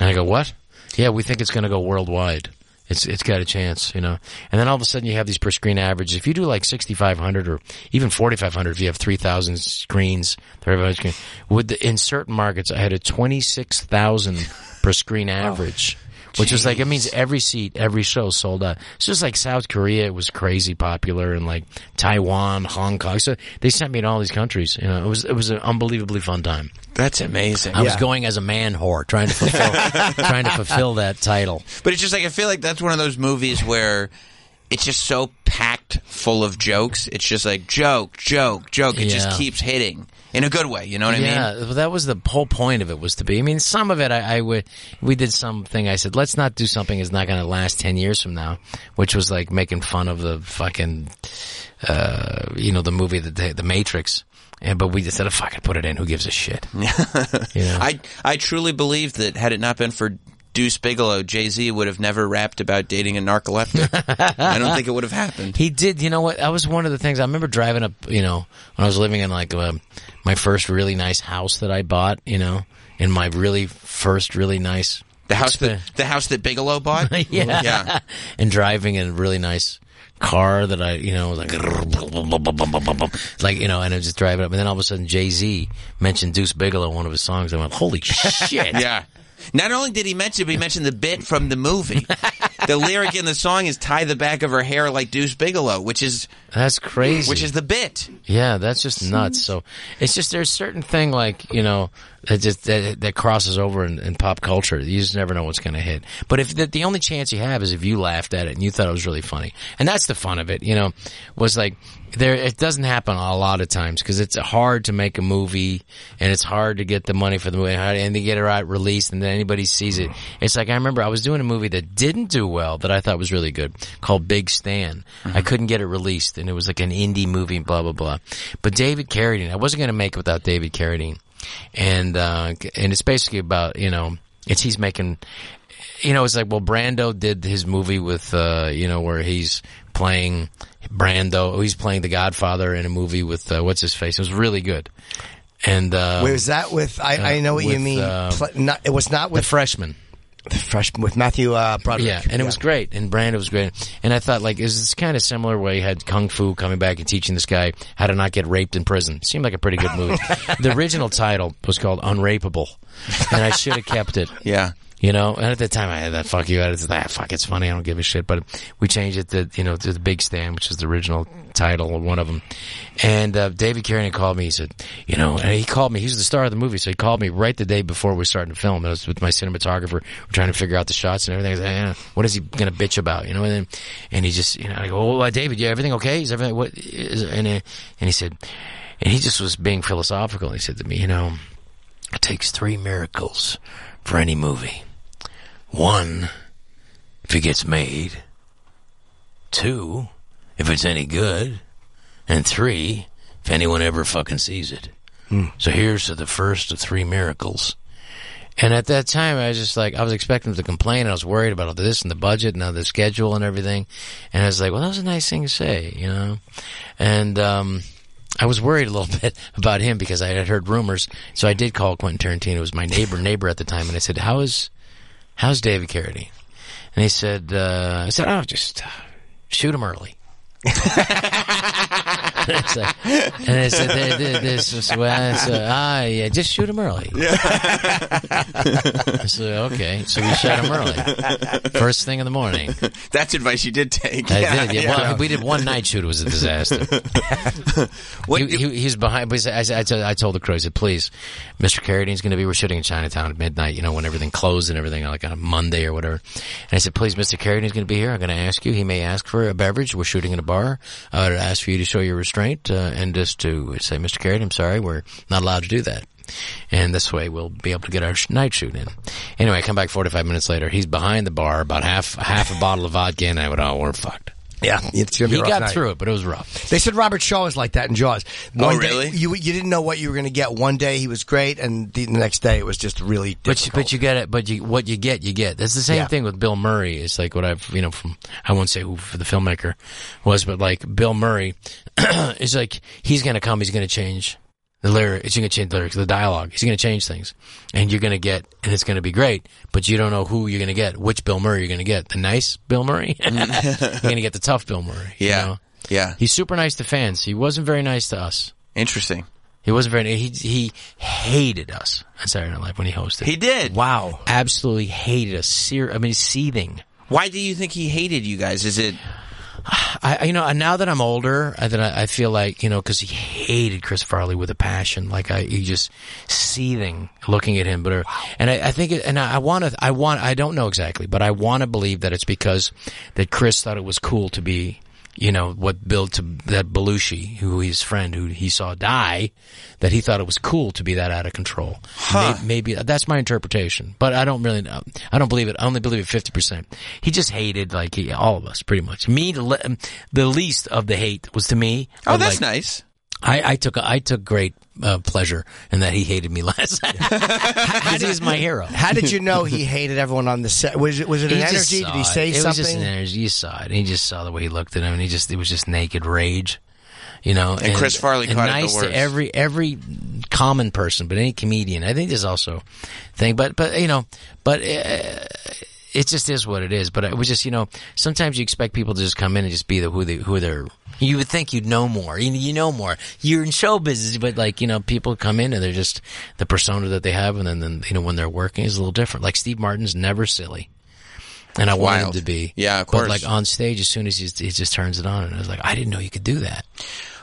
and I go what? Yeah, we think it's gonna go worldwide. It's it's got a chance, you know. And then all of a sudden you have these per screen averages. If you do like sixty five hundred or even forty five hundred, if you have three thousand screens, thirty five screen, with the, in certain markets, I had a twenty six thousand per screen average. Which was like it means every seat, every show sold out. It's just like South Korea; it was crazy popular, and like Taiwan, Hong Kong. So they sent me to all these countries. You know, it was it was an unbelievably fun time. That's amazing. I was Yeah. going as a man whore, trying to fulfill, trying to fulfill that title. But it's just like I feel like that's one of those movies where it's just so packed full of jokes. It's just like joke, joke, joke. It Yeah. just keeps hitting in a good way. You know what I mean? Yeah, well, that was the whole point of it was to be. I mean, some of it I, I would we did something. I said let's not do something that's not going to last ten years from now, which was like making fun of the fucking, uh, you know, the movie the the Matrix. And but we just said, "Fuck it, put it in. Who gives a shit?" Yeah. I I truly believe that had it not been for Deuce Bigelow, Jay Z would have never rapped about dating a narcoleptic. I don't think it would have happened. He did. You know what? That was one of the things. I remember driving up. You know, when I was living in like um my first really nice house that I bought. You know, in my really first really nice The house that the house that Bigelow bought. yeah. yeah. and driving in a really nice car that I, you know, like, like, you know, and I was just driving up. And then all of a sudden, Jay Z mentioned Deuce Bigelow in one of his songs. I went, holy shit. yeah. Not only did he mention, it, but he mentioned the bit from the movie. the lyric in the song is "tie the back of her hair like Deuce Bigelow," which is That's crazy. Which is the bit. Yeah, that's just nuts. So it's just there's certain thing like you know that just that, that crosses over in, in pop culture. You just never know what's going to hit. But if the, the only chance you have is if you laughed at it and you thought it was really funny, and that's the fun of it. You know, was like there. It doesn't happen a lot of times because it's hard to make a movie and it's hard to get the money for the movie hard- and to get it out released and then anybody sees it. It's like I remember I was doing a movie that didn't do well that I thought was really good called Big Stan. I couldn't get it released and it was like an indie movie, blah blah blah. But David Carradine, I wasn't going to make it without David Carradine, and uh, and it's basically about you know it's he's making you know, it's like, well, Brando did his movie with, uh, you know, where he's playing Brando. He's playing the Godfather in a movie with, uh, what's his face? It was really good. And, uh. Wait, was that with? I, I know what you with, mean. uh, Pl- not, it was not with the freshman. Fresh with Matthew uh, Broderick. Yeah, and it was great. And Brando was great. And I thought, like, is this kind of similar where you had Kung Fu coming back and teaching this guy how to not get raped in prison? Seemed like a pretty good movie. the original title was called Unrapeable, and I should have kept it. Yeah. You know, and at the time I had that fuck you attitude. Ah, fuck, it's funny. I don't give a shit. But we changed it to, you know, to the Big Stand, which is the original title of one of them. And uh, David Carrion called me. He said, you know, and he called me. He was the star of the movie, so he called me right the day before we were starting to film. I was with my cinematographer. We're trying to figure out the shots and everything. I was like, "Yeah, what is he going to bitch about? You know, and then, and he just, you know, I go, oh, uh, David, yeah, everything okay? Is everything what? Is, and uh, and he said, and he just was being philosophical. He said to me, you know, it takes three miracles for any movie. One, if it gets made. Two, if it's any good. And three, if anyone ever fucking sees it. Hmm. So here's to the first of three miracles. And at that time, I was just like, I was expecting them to complain. I was worried about all this and the budget and all the schedule and everything. And I was like, well, that was a nice thing to say, you know? And, um, I was worried a little bit about him because I had heard rumors. So I did call Quentin Tarantino. It was my neighbor, neighbor at the time. And I said, how is, how's David Carradine? And he said, uh, I said, oh, just uh, shoot him early. and I said, and I said "There- there- this is- well, it's, uh, ah, yeah, just shoot him early. I said, okay. So we shot him early. First thing in the morning. That's advice you did take. I did. Yeah. Well, we did one night shoot. It was a disaster. he, he, he was behind. But he said- I, said- I, told- I told the crew, I said, please, Mr. Carradine's going to be, we're shooting in Chinatown at midnight, you know, when everything closed and everything, like on a Monday or whatever. And I said, please, Mr. Carradine's going to be here. I'm going to ask you. He may ask for a beverage. We're shooting in a bar. I would ask for you to show your restraint uh, and just to say, Mr. Carradine, I'm sorry, we're not allowed to do that. And this way we'll be able to get our sh- night shoot in. Anyway, I come back 45 minutes later. He's behind the bar, about half, half a bottle of vodka, and I went, oh, we're fucked. Yeah, it's gonna be he a rough got night. through it, but it was rough. They said Robert Shaw was like that in Jaws. Oh, One day- really? you you didn't know what you were going to get. One day he was great, and the, the next day it was just really. But you, but you get it. But you, what you get, you get. That's the same Yeah. thing with Bill Murray. It's like what I've you know from I won't say who for the filmmaker was, but like Bill Murray is like he's gonna come, he's gonna change the lyrics, he's gonna change the lyrics, the dialogue, he's gonna change things, and you're gonna get, and it's gonna be great. But you don't know who you're gonna get, which Bill Murray you're gonna get, the nice Bill Murray, you're gonna get the tough Bill Murray. you Mm. Yeah. know? Yeah. He's super nice to fans. He wasn't very nice to us. Interesting. He wasn't very. He he hated us on Saturday Night Live when he hosted. He did. Wow. Absolutely hated us. Sear, I mean, seething. Why do you think he hated you guys? Is it I, I- you know, and now that I'm older, I, that I, I feel like, you know, cause he hated Chris Farley with a passion. Like I, he just seething looking at him. But, uh, and I, I think, it, and I, I want to, I want, I don't know exactly, but I want to believe that it's because that Chris thought it was cool to be, you know, what Bill to that Belushi, who his friend, who he saw die, that he thought it was cool to be that out of control. May- Maybe, that's my interpretation, but I don't really know. I don't believe it. I only believe it fifty percent. He just hated like he, all of us, pretty much. Me, the, le- the least of the hate was to me. Oh, of, that's like, nice. I, I took I took great uh, pleasure in that he hated me less. Because he's my hero. How did you know he hated everyone on the set? Was it was it an He just energy? Did saw he it. say it something? was just an energy. You saw it. And he just saw the way he looked at him, and he just it was just naked rage, you know. And Chris Farley and caught it the nice worst. to every every common person, but any comedian. I think there's also a thing, but but you know, but. Uh, it just is what it is, but it was just you know sometimes you expect people to just come in and just be the who they who they're. You would think you'd know more. You, you know more. You're in show business, but like you know, people come in and they're just the persona that they have, and then, then you know when they're working is a little different. Like Steve Martin's never silly and I It's want him wild. to be. Yeah, of But course. like on stage, as soon as he, he just turns it on, and I was like, I didn't know you could do that.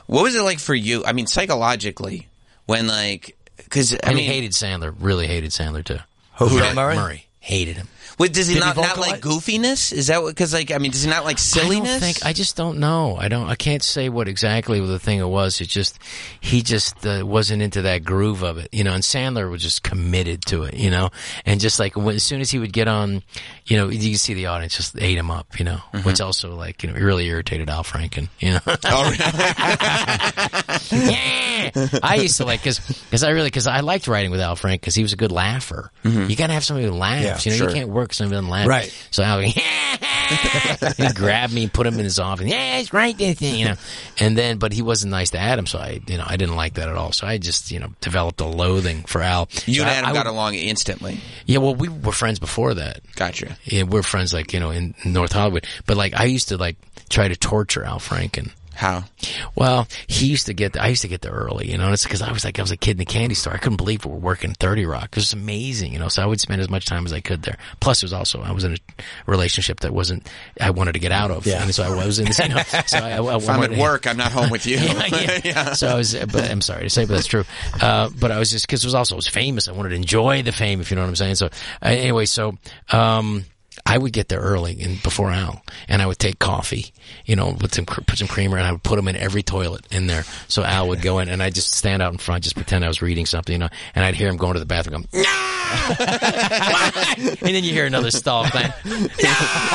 what was it like for you? I mean, psychologically, when like because I and mean, he hated Sandler, really hated Sandler too. Who, Bill Bill Murray? hated him. Wait, does he Did he not not like goofiness? Is that because like I mean, does he not like silliness? I don't think. I just don't know. I don't. I can't say what exactly the thing it was. It just he just uh, wasn't into that groove of it, you know. And Sandler was just committed to it, you know. And just like when, as soon as he would get on, you know, you could see the audience just ate him up, you know. Mm-hmm. Which also like you know really irritated Al Franken, you know. Oh, yeah, I used to like because I really because I liked writing with Al Frank because he was a good laugher. You got to have somebody who laughs. Mm-hmm. Yeah, you know, sure. you can't work with somebody who doesn't laugh. Right. So Al. he grabbed me and put him in his office. Yeah, it's right there, thing, you know. And then, but he wasn't nice to Adam, so I, you know, I didn't like that at all. So I just, you know, developed a loathing for Al. You So and I- Adam I got would- along instantly. Yeah, well, we were friends before that. Gotcha. Yeah, we're friends, like you know, in North Hollywood. But like, I used to like try to torture Al Franken. How? Well, he used to get. I used to get there early, you know. and It's because I was like I was a kid in a candy store. I couldn't believe we were working Thirty Rock. It was amazing, you know. So I would spend as much time as I could there. Plus, it was also I was in a relationship that wasn't I wanted to get out of. Yeah. And so I was in. This, you know, so I, I, I if I'm at wanted- work, I'm not home with you. Yeah, yeah. So I was, but I'm sorry to say, but that's true. Uh, but I was just because it was also it was famous. I wanted to enjoy the fame, if you know what I'm saying. So uh, anyway, so um, I would get there early and before Al, and I would take coffee, you know, with some cr- put some creamer, and I would put them in every toilet in there. So Al would go in, and I would just stand out in front, just pretend I was reading something, you know, and I'd hear him going to the bathroom, going, and then you hear another stall plan.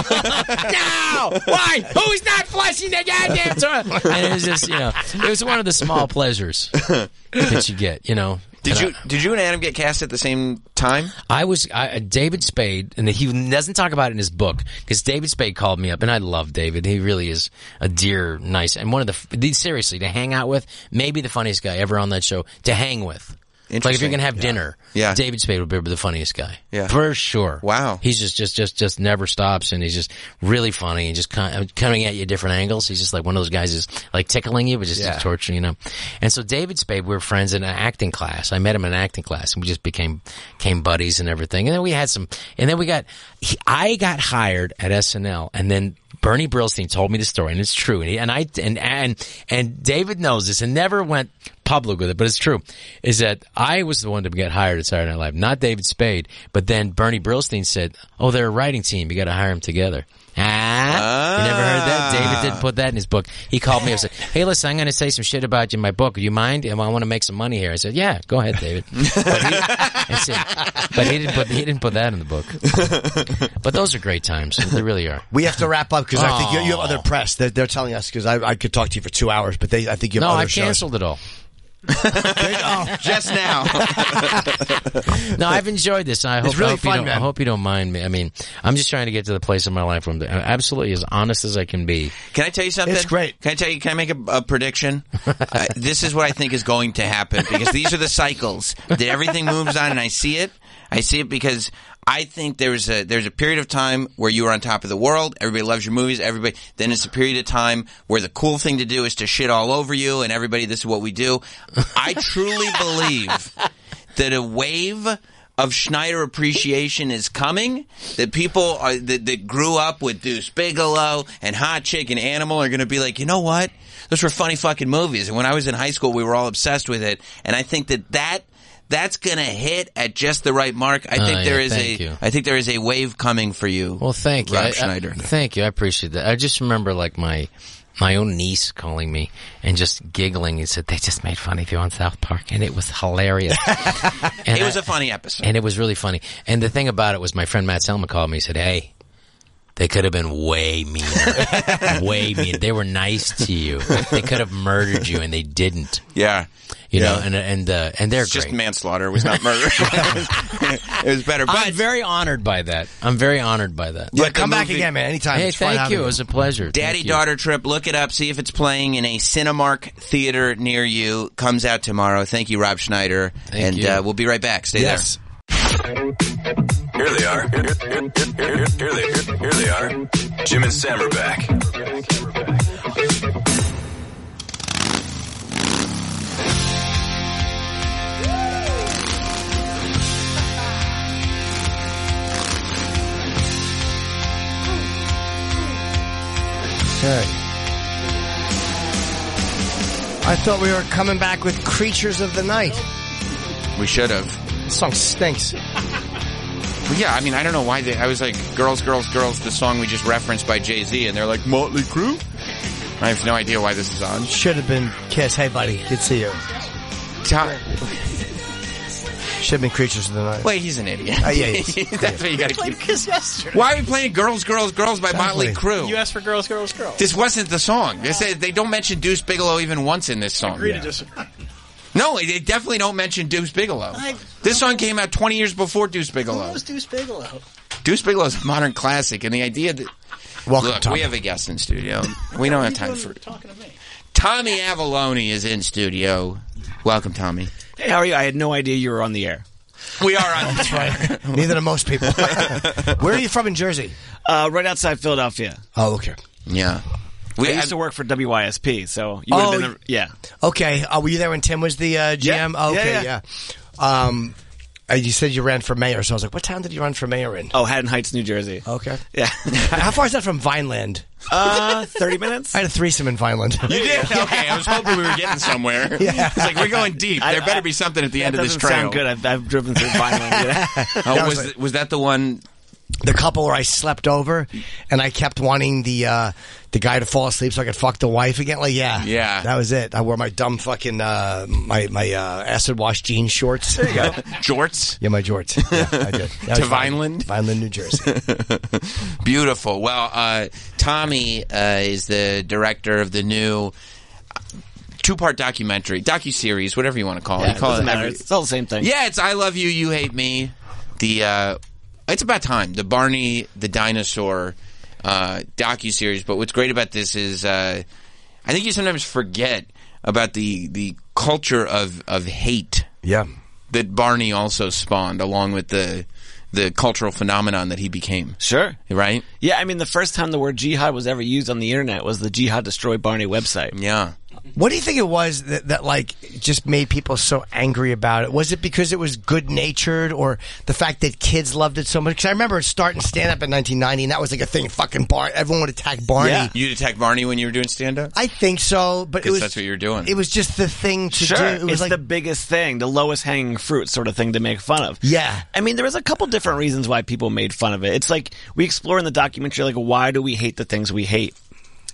no, no, why? Who's not flushing the goddamn toilet? And it was just, you know, it was one of the small pleasures that you get, you know. Did And you did you and Adam get cast at the same time? I was I, David Spade, and he doesn't talk about it in his book because David Spade called me up, and I love David. He really is a dear, nice, and one of the f- the- seriously to hang out with, maybe the funniest guy ever on that show to hang with. Like if you're Interesting. gonna have Yeah. dinner, Yeah. David Spade would be the funniest guy, Yeah. for sure. Wow, he's just just just just never stops, and he's just really funny and just kind coming at you at different angles. He's just like one of those guys is like tickling you, but just Yeah. torturing you know. And so David Spade, we were friends in an acting class. I met him in an acting class, and we just became became buddies and everything. And then we had some, and then we got. He, I got hired at SNL, and then Bernie Brillstein told me the story, and it's true. And, he, and I and and and David knows this, and never went public with it, but it's true. Is that I was the one to get hired at Saturday Night Live, not David Spade. But then Bernie Brillstein said, "Oh, they're a writing team. You got to hire them together." Ah, you never heard that? David didn't put that in his book. He called me up and said, Hey, listen, I'm going to say some shit about you in my book. Do you mind? And I want to make some money here. I said, Yeah, go ahead, David. But he, I said- but he didn't put he didn't put that in the book. But those are great times. They really are. We have to wrap up because I think you, you have Aw. other press. They're, they're telling us because I, I could talk to you for two hours, but they I think you have No, other I've shows. canceled Oh. it all. just now. No, I've enjoyed this. and I hope, It's really I hope you fun, don't, man. I hope you don't mind me. I mean, I'm just trying to get to the place in my life where I'm absolutely as honest as I can be. Can I tell you something? It's great. Can I tell you? Can I make a, a prediction? uh, this is what I think is going to happen because these are the cycles that everything moves on, and I see it. I see it because I think there's a there's a period of time where you are on top of the world. Everybody loves your movies. Everybody. Then it's a period of time where the cool thing to do is to shit all over you, and everybody. This is what we do. I truly believe that a wave of Schneider appreciation is coming. That people are, that, that grew up with Deuce Bigelow and Hot Chick and Animal are going to be like, you know what? Those were funny fucking movies. And when I was in high school, we were all obsessed with it. And I think that that that's going to hit at just the right mark. I Oh, think there yeah, is thank a, I you. think there is a wave coming for you. Well, thank you, Rob I- I- Schneider. thank you, I appreciate that. I just remember like my my own niece calling me and just giggling and said they just made fun of you on South Park, and it was hilarious. And it was I- a funny episode. and it was really funny. And the thing about it was, my friend Matt Selma called me. He said, "Hey, they could have been way meaner, way mean. They were nice to you. They could have murdered you, and they didn't. Yeah, you know. Yeah. And and uh, and they're It's great. just manslaughter. It was not murder. it, was, it was better. But I'm very honored by that. I'm very honored by that. Yeah, Look, come the back movie- again, man, anytime. Hey, It's fun thank having you. you. It was a pleasure. Daddy Thank you. Daughter Trip. Look it up. See if it's playing in a Cinemark theater near you. Comes out tomorrow. Thank you, Rob Schneider. and you. Uh, we'll be right back. Stay Yes. Here they are. Here, here- here- here they, here, here they are. Jim and Sam are back. Okay. I thought we were coming back with Creatures of the Night. there. We should have. This song stinks. Well, yeah, I mean, I don't know why they. I was like, "Girls, girls, girls," the song we just referenced by Jay Z, and they're like, "Motley Crue." I have no idea why this is on. Should have been Kiss. Hey, buddy. Good to see you. Should have been Creatures of the Night. Wait, he's an idiot. Oh, yeah, he is. That's what you got to keep. Because yesterday. Why are we playing "Girls, Girls, Girls" by Motley Crue? You asked for girls, girls, girls. This wasn't the song. They said they don't mention Deuce Bigelow even once in this song. Agree to disagree. No, they definitely don't mention Deuce Bigelow. I- this song came out 20 years before Deuce Bigelow. Who's Deuce Bigelow? Deuce Bigelow is a modern classic, and the idea that Welcome, Look, Tom. we have a guest in studio. We don't have time for talking to me. Tommy Avalone is in studio. Welcome, Tommy. Hey, how are you? I had no idea you were on the air. We are on. That's right. Neither do most people. Where are you from in Jersey? Uh, right outside Philadelphia. Oh, okay. Yeah. uh, I used to work for WYSP, so you would have Oh, been the, yeah. Okay. Uh, were you there when Tim was the uh, GM? Oh, Yeah, okay, yeah. yeah. Um, uh, you said you ran for mayor, so I was like, what town did you run for mayor in? Oh, Haddon Heights, New Jersey. Okay. Yeah. How far is that from Vineland? Uh, 30 minutes? I had a threesome in Vineland. You did? Okay, I was hoping we were getting somewhere. Yeah. It's like we're going deep. There better be something at the end of this doesn't trail. sound good. I've, I've driven through Vineland. Yeah. Oh, That was, was th- was that the one? the couple where I slept over, and I kept wanting the uh, the guy to fall asleep so I could fuck the wife again. Like, yeah, Yeah. that was it. I wore my dumb fucking uh, my my uh, acid wash jean shorts. There you go, jorts. Yeah, my jorts. Yeah, I did. That To was Vineland? Vineland, New Jersey. Beautiful. Well, uh, Tommy uh, is the director of the new two-part documentary, docu-series, whatever you want to call it. Yeah, You it call doesn't matter. every- It's all the same thing. Yeah, it's I love you, you hate me. The uh, it's about time the Barney the dinosaur uh, docu series. But what's great about this is uh, I think you sometimes forget about the the culture of of hate. Yeah, that Barney also spawned along with the the cultural phenomenon that he became. Sure. Right? Yeah, I mean, the first time the word jihad was ever used on the internet was the Jihad Destroy Barney website. Yeah. What do you think it was that, that like just made people so angry about it? Was it because it was good natured, or the fact that kids loved it so much? Because I remember starting stand up in 1990, and that was like a thing. Fucking Bar, everyone would attack Barney. You'd attack Barney when you were doing stand up? I think so, but it Because was that's what you were doing. It was just the thing to Sure, do. It was it's like the biggest thing, the lowest hanging fruit sort of thing to make fun of. Yeah. I mean, there was a couple different reasons why people made fun of it. It's like we explore in the documentary, like, why do we hate the things we hate?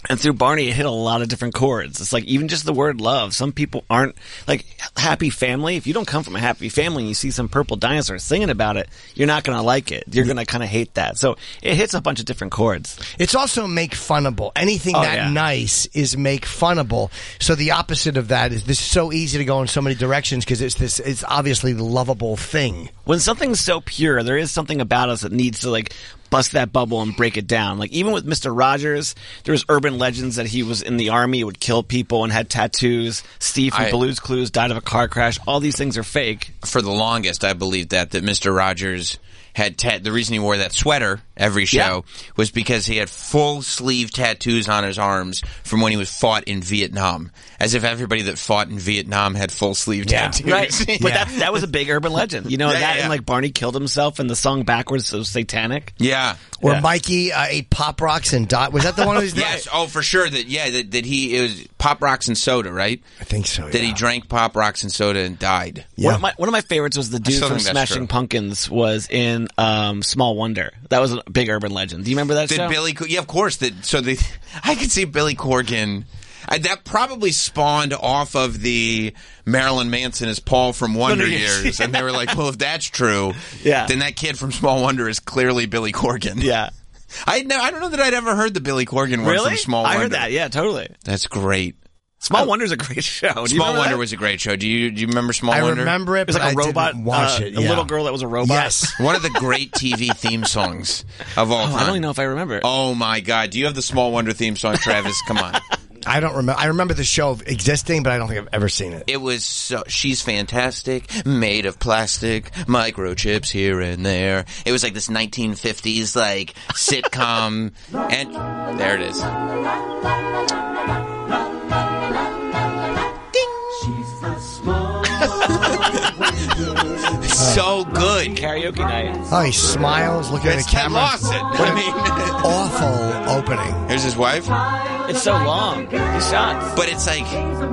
And through Barney, it hit a lot of different chords. It's like even just the word love. Some people aren't like happy family. If you don't come from a happy family and you see some purple dinosaur singing about it, you're not going to like it. Mm. You're going to kind of hate that. So it hits a bunch of different chords. It's also make funnable. Anything Oh, that yeah. nice is make funnable. So the opposite of that is this is so easy to go in so many directions because it's this it's obviously the lovable thing. when something's so pure, there is something about us that needs to like bust that bubble and break it down. Like even with Mr. Rogers, there was urban legends that he was in the army, would kill people and had tattoos. Steve from I- Blue's Clues died of a car crash. All these things are fake. for the longest, I believed that that Mister Rogers had ta- the reason he wore that sweater every show was because he had full sleeve tattoos on his arms from when he was fought in Vietnam, as if everybody that fought in Vietnam had full sleeve tattoos. Right. But that that was a big urban legend. You know, Yeah, that yeah, yeah. and like Barney killed himself and the song backwards was satanic. yeah. Where Mikey uh, ate pop rocks and dot was that the one who's yes. Oh, for sure. That yeah. That, that he it was pop rocks and soda, right? I think so. That he drank pop rocks and soda and died. One, of my, one of my favorites was the dude still from think that's Smashing true. Pumpkins was in um, Small Wonder. That was a big urban legend. Do you remember that Did show? Billy? Co- Yeah, of course. That so the I could see Billy Corgan. I, that probably spawned off of the Marilyn Manson is Paul from Wonder Wonder Years, Years. and they were like, "Well, if that's true, Yeah. then that kid from Small Wonder is clearly Billy Corgan." Yeah, I had no, I don't know that I'd ever heard the Billy Corgan one really? from Small I Wonder. heard that. Yeah, totally. That's great. Small Wonder's a great show. Oh, Do you Small remember Wonder that? was a great show. Do you do you remember Small I Wonder? remember it, It was but like a I robot. didn't watch uh, it. A yeah. little girl that was a robot. Yes. One of the great TV theme songs of all time. Oh, I don't even know if I remember. Oh my god! Do you have the Small Wonder theme song, Travis? Come on. I don't remember. I remember the show existing, but I don't think I've ever seen it. It was so. She's fantastic, made of plastic, microchips here and there. It was like this 1950s like sitcom, and there it is. so good. Karaoke night. Oh, he smiles, looking at It's the Ted camera. Lawson. What I an mean- awful opening. Here's his wife. It's so long. These shots. But it's like there's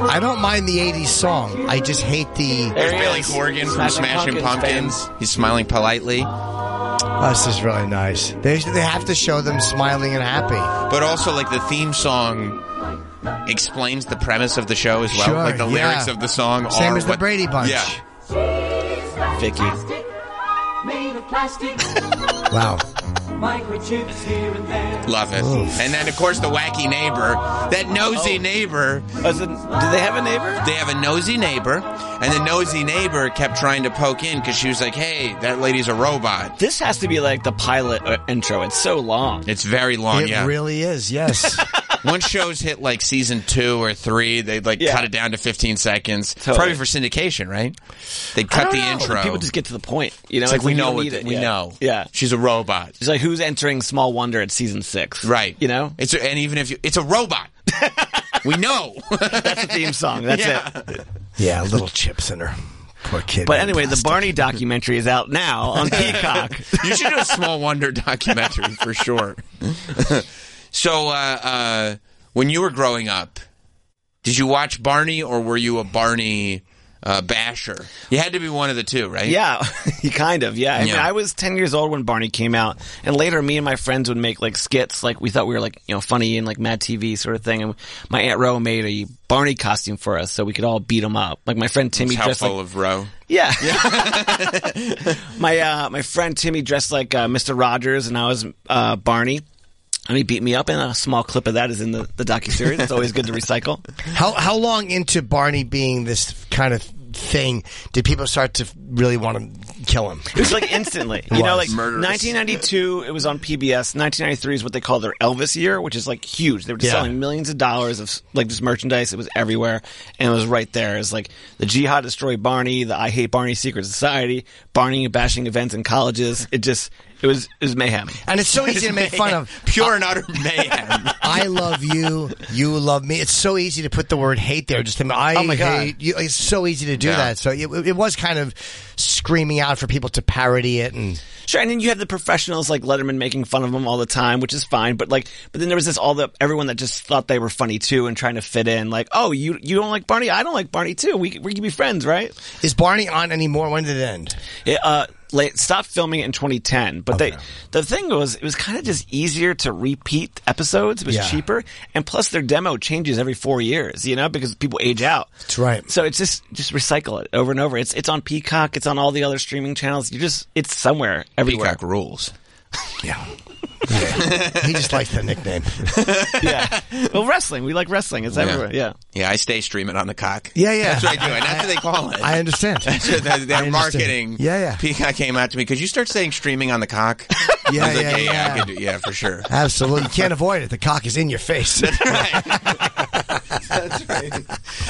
I don't mind the '80s song. I just hate the. he Billy is. Corgan from Smashing Smashing Pumpkins Pumpkins. He's smiling politely, Oh, this is really nice. They they have to show them smiling and happy. but also like the theme song. Explains the premise of the show as well, Sure, like the lyrics yeah. of the song. Same are as the what- Brady Bunch. Yeah, Vicky. Wow. Microchips here and there. Love it. And then, of course, the wacky neighbor, that nosy neighbor. Oh. do they have a neighbor? They have a nosy neighbor, and the nosy neighbor kept trying to poke in because she was like, "Hey, that lady's a robot." This has to be like the pilot uh, intro. It's so long. It's very long. it yeah. really is. Yes. Once shows hit like season two or three, they like cut it down to fifteen seconds, probably for syndication, right? They cut the intro. People just get to the point. You know, It's like, we you know don't what need the- it. we yeah. know. Yeah. She's a robot. It's like who's entering Small Wonder at season six, right? You know, it's and even if you, it's a robot. we know. That's the theme song. That's it. yeah, little chips in her. Poor kid. But anyway, the Barney documentary is out now on Peacock. you should do a Small Wonder documentary for sure. so, uh, uh, when you were growing up, did you watch Barney or were you a Barney uh, basher? You had to be one of the two, right? Yeah, kind of. Yeah. I mean, Yeah. I was 10 years old when Barney came out. And later, me and my friends would make like skits. Like, we thought we were like, you know, funny and like Mad TV sort of thing. And my Aunt Ro made a Barney costume for us so we could all beat him up. Like, my friend Timmy It's how dressed full like, of row. Yeah. my uh, my friend Timmy dressed like uh, Mr. Rogers, and I was uh, Barney. And he beat me up, and a small clip of that is in the, the docuseries. It's always good to recycle. How how long into Barney being this kind of thing did people start to really want to kill him? It was like instantly. It you know, was. like Murderous. 1992, it was on PBS. 1993 is what they call their Elvis year, which is like huge. They were just Yeah. selling millions of dollars of like just merchandise. It was everywhere, and it was right there. It was like the Jihad Destroy Barney, the I Hate Barney Secret Society, Barney and bashing events in colleges. It just it was it was mayhem, And it's so easy to make fun of. Pure and utter mayhem. I love you. You love me. It's so easy to put the word hate there. Just to, I Oh my God. hate you. It's so easy to do Yeah. that. So it, it was kind of screaming out for people to parody it and. Sure, and then you have the professionals like Letterman making fun of him all the time, which is fine. But like, but then there was this all the everyone that just thought they were funny too and trying to fit in. Like, oh, you you don't like Barney? I don't like Barney too. We we can be friends, right? Is Barney on anymore? When did it end? It uh, late, stopped filming it in 2010. But they the thing was, it was kind of just easier to repeat episodes. It was Yeah. cheaper, and plus their demo changes every four years. You know, because people age out. That's right. So it's just just recycle it over and over. It's it's on Peacock. It's on all the other streaming channels. You just it's somewhere everywhere. Peacock rules. he just likes the nickname. yeah. Well, wrestling. We like wrestling. It's everywhere. Yeah. Yeah, I stay streaming on the cock. Yeah, yeah. That's what I do, and that's what they call it. I understand. That's what their- I their understand. marketing. Yeah, yeah. Peacock came out to me. Could you start saying streaming on the cock? Yeah, I was like, yeah, yeah, yeah, I yeah. could do, yeah, for sure. Absolutely, you can't avoid it. The cock is in your face. That's right.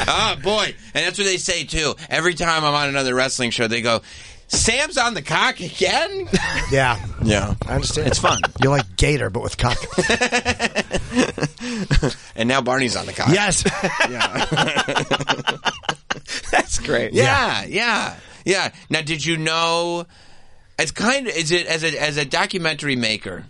Ah, boy. And that's what they say, too. Every time I'm on another wrestling show, they go, Sam's on the cock again? yeah, Yeah. I understand. It's fun. You're like Gator, but with cock. And now Barney's on the cock. Yes. That's great. Yeah, yeah, yeah. Now, did you know? It's kind of is it as a as a documentary maker.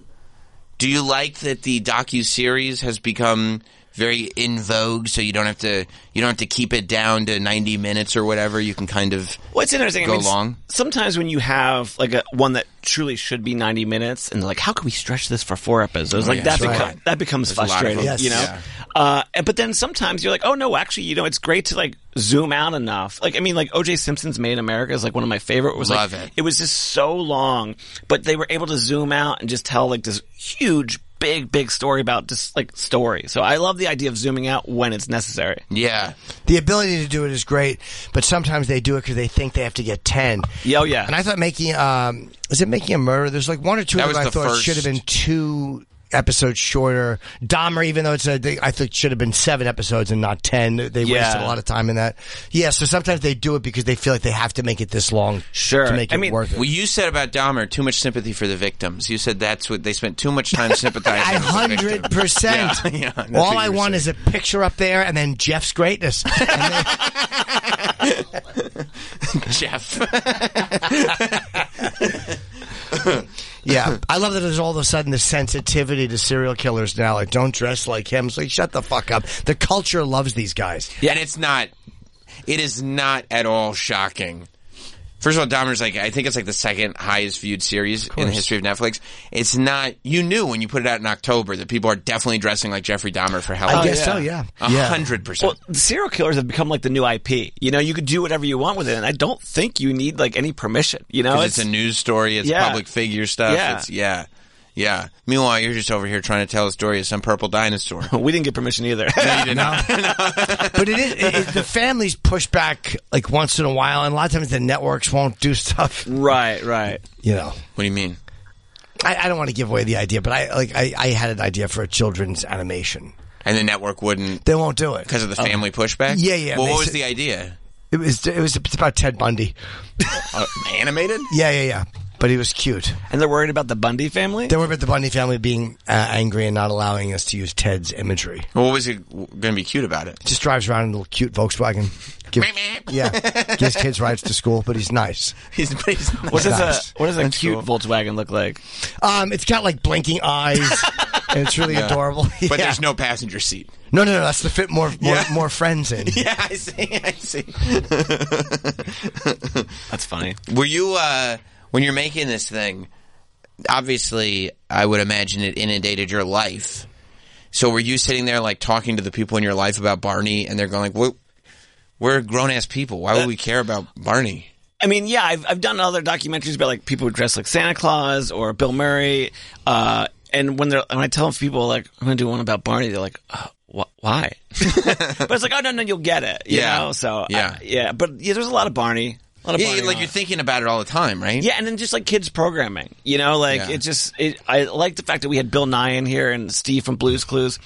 Do you like that the docu series has become very in vogue, so you don't have to you don't have to keep it down to ninety minutes or whatever. You can kind of What's interesting? Go I mean, s- long. Sometimes when you have like a one that truly should be ninety minutes, and they're like, "How can we stretch this for four episodes?" Oh, like yeah, that, that's beco- right. that becomes There's a lot of frustrating, them. Yes. you know. Yeah. Uh, and- but then sometimes you're like, "Oh no, actually, you know, it's great to like zoom out enough." Like, I mean, like O.J. Simpson's "Made in America" is like one of my favorite. It was Love like it. was just so long, but they were able to zoom out and just tell like this huge. Big big story about just like story, so I love the idea of zooming out when it's necessary. Yeah, The ability to do it is great, but sometimes they do it because they think they have to get ten. Yeah, oh, yeah. And I thought making um, is it making a murder? There's like one or two That of them was I the thought first. should have been two episodes shorter. Dahmer, even though it's a, they, I think should have been seven episodes and not ten. They Yeah. wasted a lot of time in that. Yeah, so sometimes they do it because they feel like they have to make it this long. Sure, to make it worth it. Well, you said about Dahmer too much sympathy for the victims. You said that's what they spent too much time sympathizing. with the victim. Hundred percent. Yeah, yeah, that's what All you I were want saying. is a picture up there, and then Jeff's greatness. Jeff. Yeah, I love that there's all of a sudden the sensitivity to serial killers now. Like, don't dress like him. So like, shut the fuck up. The culture loves these guys. And it's not. It is not at all shocking. First of all, Dahmer's like I think it's like the second highest viewed series in the history of Netflix. It's not. You knew when you put it out in October that people are definitely dressing like Jeffrey Dahmer for Halloween. guess so, yeah. A Yeah. hundred percent. Well, the serial killers have become like the new IP. You know, you could do whatever you want with it, and I don't think you need like any permission. You know, Because it's, a news story. It's Yeah. public figure stuff. Yeah. It's yeah. Yeah. Meanwhile, you're just over here trying to tell a story of some purple dinosaur. we didn't get permission either. No, you didn't. but it is it, it- the families push back like once in a while, and a lot of times the networks won't do stuff. Right, right. You know. What do you mean? I, I don't want to give away the idea, but I like I, I had an idea for a children's animation. And the network wouldn't. They won't do it because of the Oh. family pushback. Yeah, yeah, Well, they what was said- the idea? It was it was it's about Ted Bundy. Uh, animated? Yeah, yeah, yeah. But he was cute. And they're worried about the Bundy family. They're worried about the Bundy family being uh, angry and not allowing us to use Ted's imagery. Well, what was it going to be cute about it? Just drives around in a little cute Volkswagen. Give- yeah, gives kids rides to school, but he's nice. He's, What does Nice. a what does a cute Volkswagen look like? Um, it's got like blinking eyes, and it's really Yeah. adorable. But Yeah. there's no passenger seat. no, no, no. That's to fit more more, Yeah. more friends in. Yeah, I see. I see. That's funny. Were you uh, when you're making this thing? Obviously, I would imagine it inundated your life. So were you sitting there like talking to the people in your life about Barney, and they're going like, "What? We're grown ass people. Why would we care about Barney?" I mean, yeah, I've I've done other documentaries about like people who dress like Santa Claus or Bill Murray, uh, and when they're when I tell people like I'm going to do one about Barney, they're like, oh, wh- why? but it's like, oh no, no, you'll get it. You Yeah. know? So I- Yeah. yeah, but yeah, there's a lot of Barney. A lot of Yeah, Barney like on you're it. thinking about it all the time, right? Yeah, and then just like kids programming, you know, like Yeah. it just. It, I like the fact that we had Bill Nye in here and Steve from Blues Clues,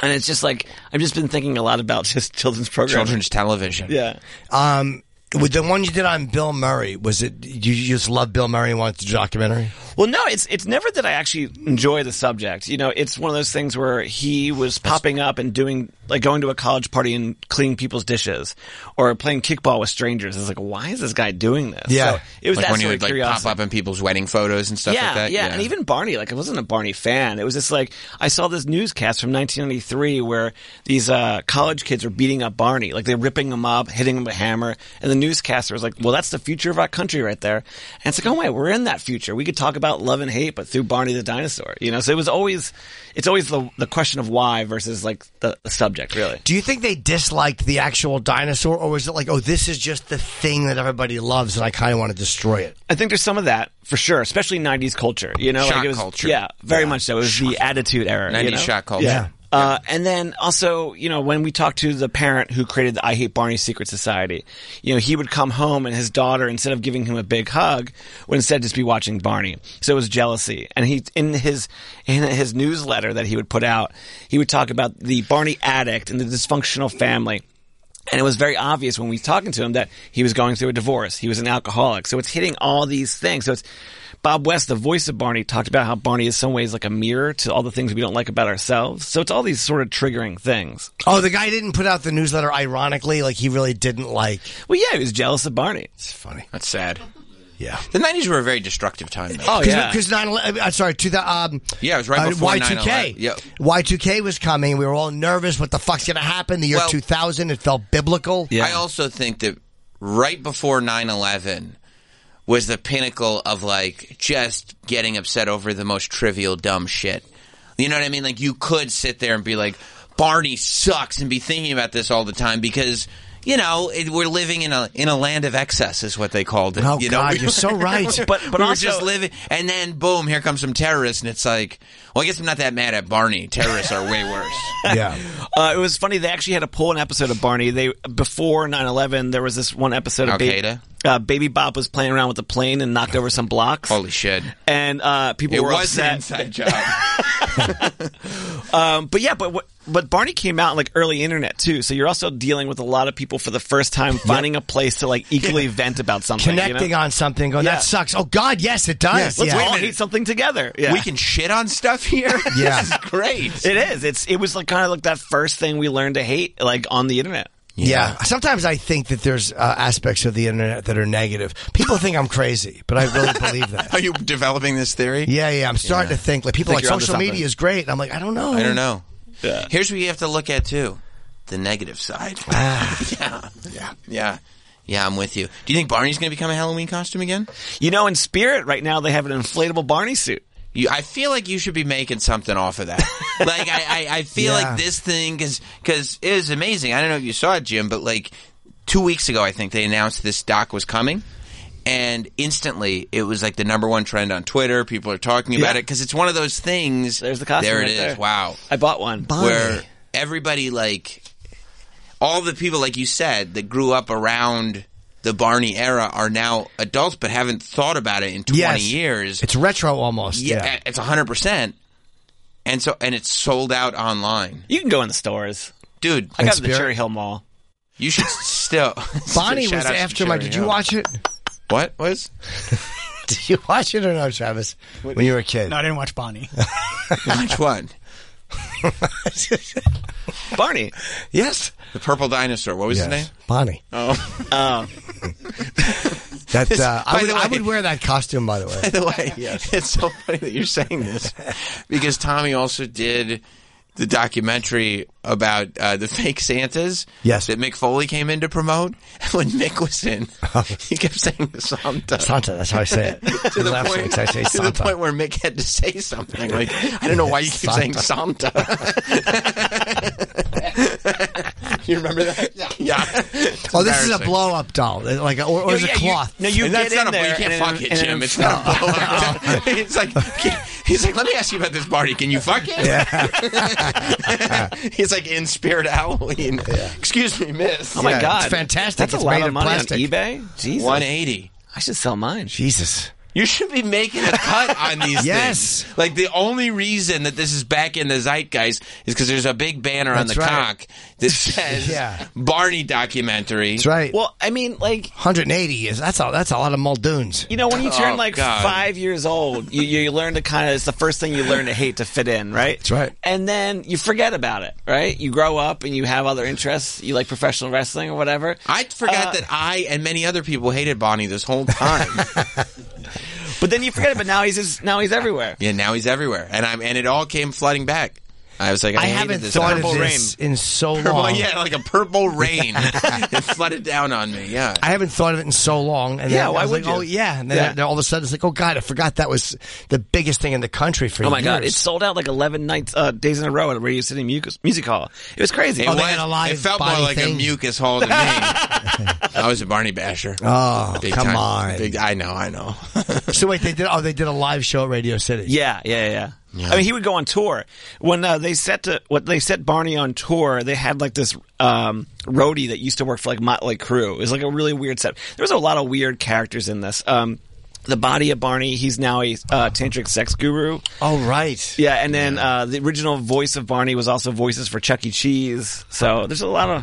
and it's just like I've just been thinking a lot about just children's programming, Children's television. Yeah, Um, with the one you did on Bill Murray, was it you you just love Bill Murray and wanted to do a documentary? Well, no, it's it's never that I actually enjoy the subject. You know, it's one of those things where he was popping up and doing like going to a college party and cleaning people's dishes or playing kickball with strangers. It's like, why is this guy doing this? So it was like that when you sort would of like curiosity. pop up in people's wedding photos and stuff yeah, like that. Yeah, and even Barney, like I wasn't a Barney fan. It was just like I saw this newscast from 1993 where these uh, college kids were beating up Barney, like they're ripping him up, hitting him with a hammer, and the newscaster was like, "Well, that's the future of our country right there." And it's like, "Oh my, we're in that future. We could talk about love and hate, but through Barney the dinosaur." You know, so it was always, it's always the the question of why versus like the, the subject, really. Do you think they disliked the actual dinosaur, or was it like, oh, this is just the thing that everybody loves, and I kind of want to destroy it? I think there's some of that for sure, especially '90s culture. You know, Shock like it was, culture. Yeah, very much so. It was the attitude era. 90s you know? shock culture. Yeah. Uh, and then also, you know, when we talked to the parent who created the I Hate Barney Secret Society, you know, he would come home and his daughter, instead of giving him a big hug, would instead just be watching Barney. So it was jealousy. And he, in his, in his newsletter that he would put out, he would talk about the Barney addict and the dysfunctional family. And it was very obvious when we were talking to him that he was going through a divorce. He was an alcoholic. So it's hitting all these things. So it's Bob West, the voice of Barney, talked about how Barney is some ways like a mirror to all the things we don't like about ourselves. So it's all these sort of triggering things. Oh, the guy didn't put out the newsletter ironically, like he really didn't like. Well, yeah, he was jealous of Barney. It's funny. That's sad. Yeah. The 90s were a very destructive time, though. Oh, because nine. uh, I'm sorry. To the um, Yeah, it was right before Y 9/11. two K. Yep. Y two K was coming. We were all nervous. What the fuck's gonna happen? The year Well- 2000. It felt biblical. I also think that right before 9 11 was the pinnacle of like just getting upset over the most trivial, dumb shit. You know what I mean? Like you could sit there and be like, Barney sucks and be thinking about this all the time because. You know, it, we're living in a in a land of excess, is what they called it. Oh, you know? God, you're so right. But- but we were also- just living, and then boom, here comes some terrorists, and it's like, well, I guess I'm not that mad at Barney. Terrorists are way worse. Yeah. Uh, it was funny. They actually had to pull an episode of Barney. They before 9-11, there was this one episode of Al-Qaeda? Baby, uh, Baby Bob was playing around with the plane and knocked over some blocks. Holy shit! And uh, people Oh. It were was an upset. inside job. Um, but yeah, but what- but Barney came out like early internet too, so you're also dealing with a lot of people for the first time finding a place to like equally vent about something, Connecting on something. Going Yeah. that sucks. Oh God, yes, it does. Yes, let's yeah. all hate something together. Yeah. We can shit on stuff here. Yeah. this is great. It is. It's it was like kind of like that first thing we learned to hate like on the internet. Yeah. Sometimes I think that there's uh, aspects of the internet that are negative. People think I'm crazy, but I really believe that. Are you developing this theory? Yeah, yeah. I'm starting Yeah. to think like people Think are you're like onto social something. media is great. And I'm like, I don't know. I don't know. Here's what you have to look at too: the negative side. yeah, yeah, yeah, yeah. I'm with you. Do you think Barney's going to become a Halloween costume again? You know, in Spirit right now they have an inflatable Barney suit. You, I feel like you should be making something off of that. like I, I, I feel Yeah. like this thing because because it is amazing. I don't know if you saw it, Jim, but like two weeks ago, I think they announced this doc was coming, and instantly it was like the number one trend on Twitter. People are talking about Yeah. it because it's one of those things. There's the costume There it right is. there. Wow, I bought one. where everybody like all the people like you said that grew up around the Barney era are now adults but haven't thought about it in 20 Yes. years. It's retro almost. Yeah, Yeah. it's 100%. And so and it's sold out online. You can go in the stores. Dude, I got it at the Cherry Hill Mall. You should still Bonnie Shout was out to after my. Cherry Did you Hill. watch it? What was? did you watch it or no, Travis? When you were a kid? No, I didn't watch Bonnie. Which one? Barney. Yes. The purple dinosaur. What was his name? Yes. Bonnie. Oh. That This- uh, I, by would, the I way- would wear that costume. By the way, By the way, it's so funny that you're saying this because Tommy also did the documentary about uh, the fake Santas. Yes. that Mick Foley came in to promote. When Mick was in, he kept saying Santa. Santa, that's how I say it. to the Last point, week's, I say to the Santa. point where Mick had to say something like, "I don't know why you keep saying Santa." you remember that? Yeah. It's oh, this is a embarrassing. blow up doll, like or, or Yeah, is yeah, it cloth? You, no, you that's not a, You can't fuck it, Jim. It's not a blow up. it's like he's like, let me ask you about this party. Can you fuck it? he's like in spirit Halloween. Excuse me, miss. Oh my god, That's It's a lot made of money plastic. on eBay. Jesus, 180. I should sell mine. Jesus. You should be making a cut on these Yes. things. Like the only reason that this is back in the zeitgeist is because there's a big banner on That's the right. cock that says Yeah. Barney documentary. That's right. Well, I mean, like 180 is that's a that's a lot of Muldoons. You know, when you turn Oh, like God. five years old, you, you learn to kind of, it's the first thing you learn to hate to fit in, right? That's right. And then you forget about it, right? You grow up and you have other interests. You like professional wrestling or whatever. I forgot that I and many other people hated Bonnie this whole time. But then you forget it, but now he's just, now he's everywhere. yeah, now he's everywhere, and I'm and it all came flooding back. I was like, I, I hated haven't this thought purple of this in so rain. Purple- long. yeah, like a purple rain that flooded down on me. Yeah, I haven't thought of it in so long. And Yeah, then I why was would like, you? Oh yeah, and then, Yeah. then all of a sudden it's like, oh god, I forgot that was the biggest thing in the country for. oh my God. It years. sold out like 11 nights, uh, days in a row at Radio City Music, music Hall. It was crazy. It, was- it felt more like a mucus hole to me. I was a Barney basher. Oh, Big come time. on. Big- I know, I know. so wait, they did. Oh, they did a live show at Radio City. Yeah, yeah, yeah. I mean, he would go on tour when uh, they set to what they set Barney on tour. They had like this um, roadie that used to work for like Motley Crue. It was like a really weird set. There was a lot of weird characters in this. Um, the body of Barney. He's now a uh, tantric sex guru. Oh right. Yeah, and then Uh, the original voice of Barney was also voices for Chuck E. Cheese. So there's a lot of.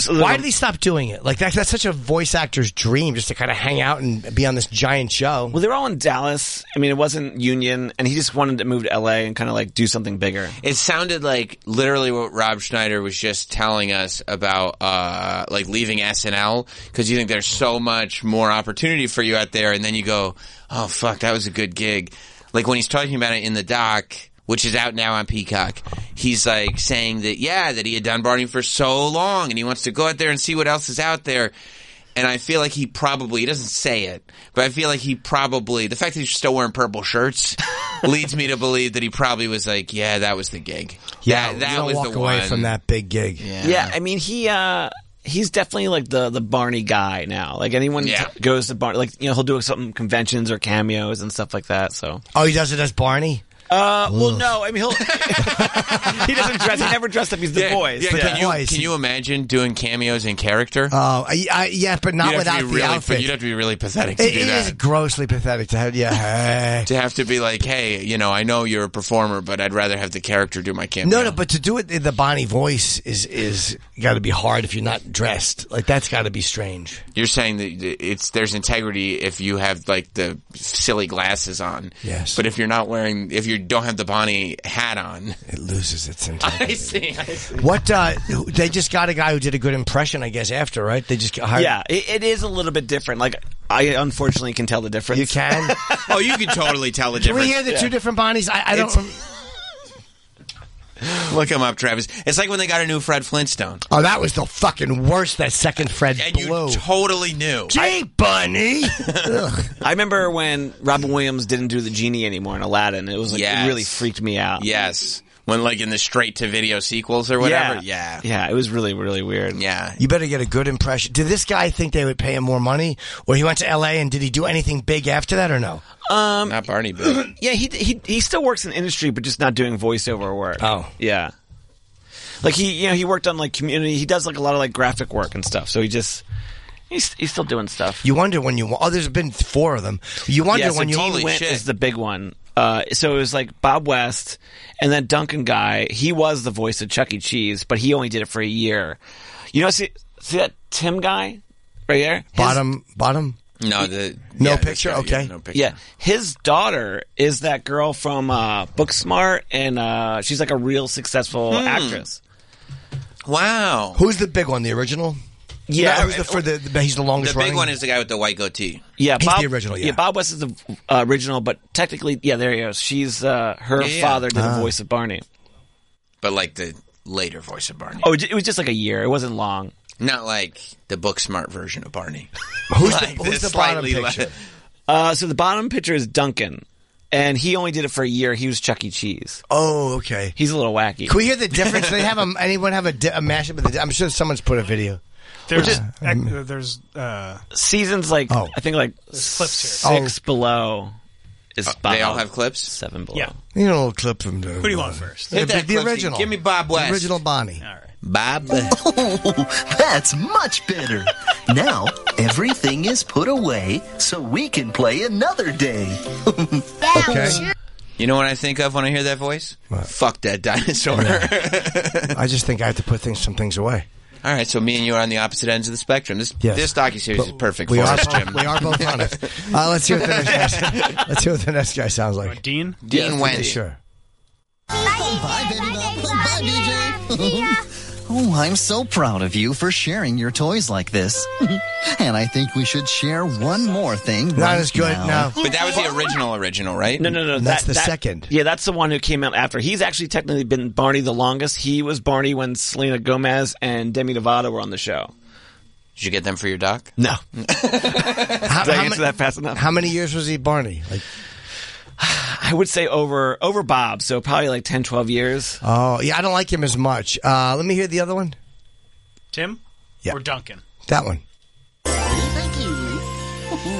so there's Why a- did he stop doing it? Like that's that's such a voice actor's dream, just to kind of hang out and be on this giant show. Well, they were all in Dallas. I mean, it wasn't Union, and he just wanted to move to LA and kind of like do something bigger. It sounded like literally what Rob Schneider was just telling us about, uh, like leaving SNL because you think there's so much more opportunity for you out there, and then you go, "Oh fuck, that was a good gig." Like when he's talking about it in the doc, which is out now on Peacock, he's like saying that yeah, that he had done Barney for so long, and he wants to go out there and see what else is out there. And I feel like he probably, he doesn't say it, but I feel like he probably, the fact that he's still wearing purple shirts leads me to believe that he probably was like, yeah, that was the gig. Yeah, that, you that don't was walk the away one. from that big gig. Yeah. I mean he uh he's definitely like the the Barney guy now. Like anyone Yeah. t- goes to Barney, like you know he'll do something conventions or cameos and stuff like that. So Oh, he does it as Barney. Uh, well, no, I mean he'll he doesn't dress. He never dressed up. He's the Yeah, voice. yeah, Can, you, can you imagine doing cameos in character? Oh, I, I, yeah, but not you'd have without to the be really, outfit. You'd have to be really pathetic to It- do it that. is grossly pathetic to have. Yeah, hey. to have to be like, hey, you know, I know you're a performer, but I'd rather have the character do my cameo. No, no, but to do it in the Bonnie voice is is got to be hard if you're not dressed. Like that's got to be strange. You're saying that it's there's integrity if you have like the silly glasses on. Yes. But if you're not wearing, if you don't have the Bonnie hat on, it loses its I see. I see. What uh they just got a guy who did a good impression, I guess. After right, they just got hired. Yeah, it, it is a little bit different. Like I unfortunately can tell the difference. You can. oh, you can totally tell the Can difference. we hear the two different Bonnies? I, I don't. Look him up, Travis. It's like when they got a new Fred Flintstone. oh, that was the fucking worst. That second Fred And you blew. totally knew. Gee, Bunny. Ugh. I remember when Robin Williams didn't do the genie anymore in Aladdin. It was like Yes. it really freaked me out. Yes. when like in the straight to video sequels or whatever. Yeah. Yeah, it was really, really weird. Yeah. You better get a good impression. Did this guy think they would pay him more money, or he went to L.A. and did he do anything big after that, or no? Um, Not Barney, but yeah, he, he he still works in industry, but just not doing voiceover work. Oh, yeah. Like he, you know, he worked on like community. He does like a lot of like graphic work and stuff. So he just he's he's still doing stuff. You wonder when you oh, there's been four of them. You wonder yeah, so when you Dean Wint is the big one. Uh, so it was like Bob West, and then Duncan guy. He was the voice of Chuck E. Cheese, but he only did it for a year. You know, see see that Tim guy right there, His- bottom bottom. No, the No yeah, picture. that's right. Okay. Yeah, his daughter is that girl from uh, Booksmart, and uh, she's like a real successful Hmm. actress. Wow. Who's the big one? The original. Yeah. No, who's the, for the, the- he's the longest the big running? one is the guy with the white goatee. Yeah, He's Bob, the original, yeah. Bob West is the uh, original, but technically, yeah, there he is. She's uh, her Yeah, yeah. father did Ah. the voice of Barney. But like the later voice of Barney. Oh, it was just like a year. It wasn't long. Not like the book smart version of Barney. Who's Like slightly le- Uh, so the bottom picture is Duncan, and he only did it for a year. He was Chuck E. Cheese. Oh, okay. He's a little wacky. Can we hear the difference? they have a, anyone have a, di- a mashup? Of the, I'm sure someone's put a video. There's Which is- ac- uh, there's uh, seasons like Oh. I think like There's clips here. six below. Is Uh, they all Bob. have clips. Seven below. Yeah. You know, a little clip from the. Who do you want first? The, Hit that the clip, original. Give me Bob West. The original Bonnie. Bob. That's much better. now everything is put away so we can play another day. Okay. You know what I think of when I hear that voice? Fuck that dinosaur. I just think I have to put things some things away. All right, so me and you are on the opposite ends of the spectrum. This Yes. this docu series is perfect We for are, us, both, Jim. we are both on it. Uh, let's hear what the next guy, let's hear what the next guy sounds like. Dean. Dean yeah, Wendy. Sure. Bye, baby doll. Bye, BJ. oh, I'm so proud of you for sharing your toys like this. and I think we should share one more thing. right now. But that was the original original, right? No, no, no. that- that- Yeah, that's the one who came out after. He's actually technically been Barney the longest. He was Barney when Selena Gomez and Demi Lovato were on the show. Did you get them for your doc? No. How, Did I how answer ma- that fast enough? How many years was he Barney? Like, I would say over over Bob, so probably like 10, 12 years. oh, yeah, I don't like him as much. Uh, let me hear the other one. Tim Yeah. or Duncan. That one. Thank you.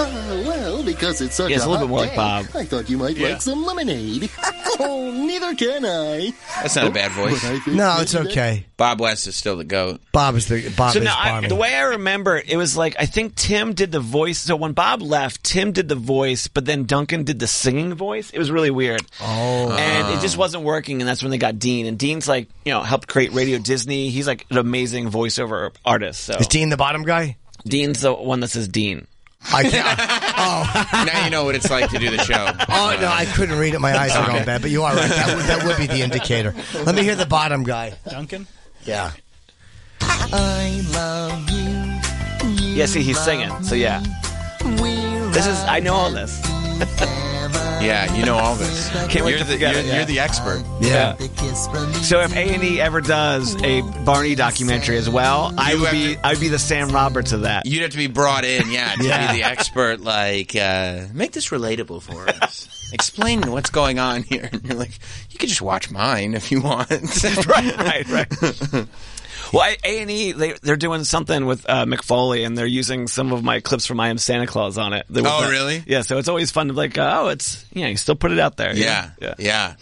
Oh, well, because it's such Yeah, it's a hot little bit more like day, Bob. I thought you might Yeah. like some lemonade. oh, neither can I. That's not a bad voice. But I think No, it's maybe that- okay. Bob West is still the goat. Bob is the Bob so is now, I, Barney. the way I remember, it was like I think Tim did the voice. So when Bob left, Tim did the voice, but then Duncan did the singing voice. It was really weird. Oh, and it just wasn't working. And that's when they got Dean. And Dean's like, you know, helped create Radio Disney. He's like an amazing voiceover artist. So is Dean the bottom guy? Dean's the one that says Dean. I can't. now you know what it's like to do the show. Oh no, I couldn't read it. My eyes are Okay. going bad. But you are right. That would, that would be the indicator. Let me hear the bottom guy. Duncan. Yeah. I love you. Yeah, see, he's singing. So yeah, this is I know all this. Yeah, you know all this. Can't wait you're, to the, forget you're, it, yeah. you're the expert. Yeah. So if A and E ever does a Barney documentary as well, I would be I'd be the Sam Roberts of that. You'd have to be brought in, yeah, to Yeah. be the expert. Like, uh, make this relatable for us. Explain what's going on here. And you're like, you could just watch mine if you want. right, right. Well, A and E they they're doing something with uh, McFoley, and they're using some of my clips from I Am Santa Claus on it. They- Oh, really? Yeah. So it's always fun to like, uh, oh, it's yeah, you still put it out there. you Yeah, know? Yeah.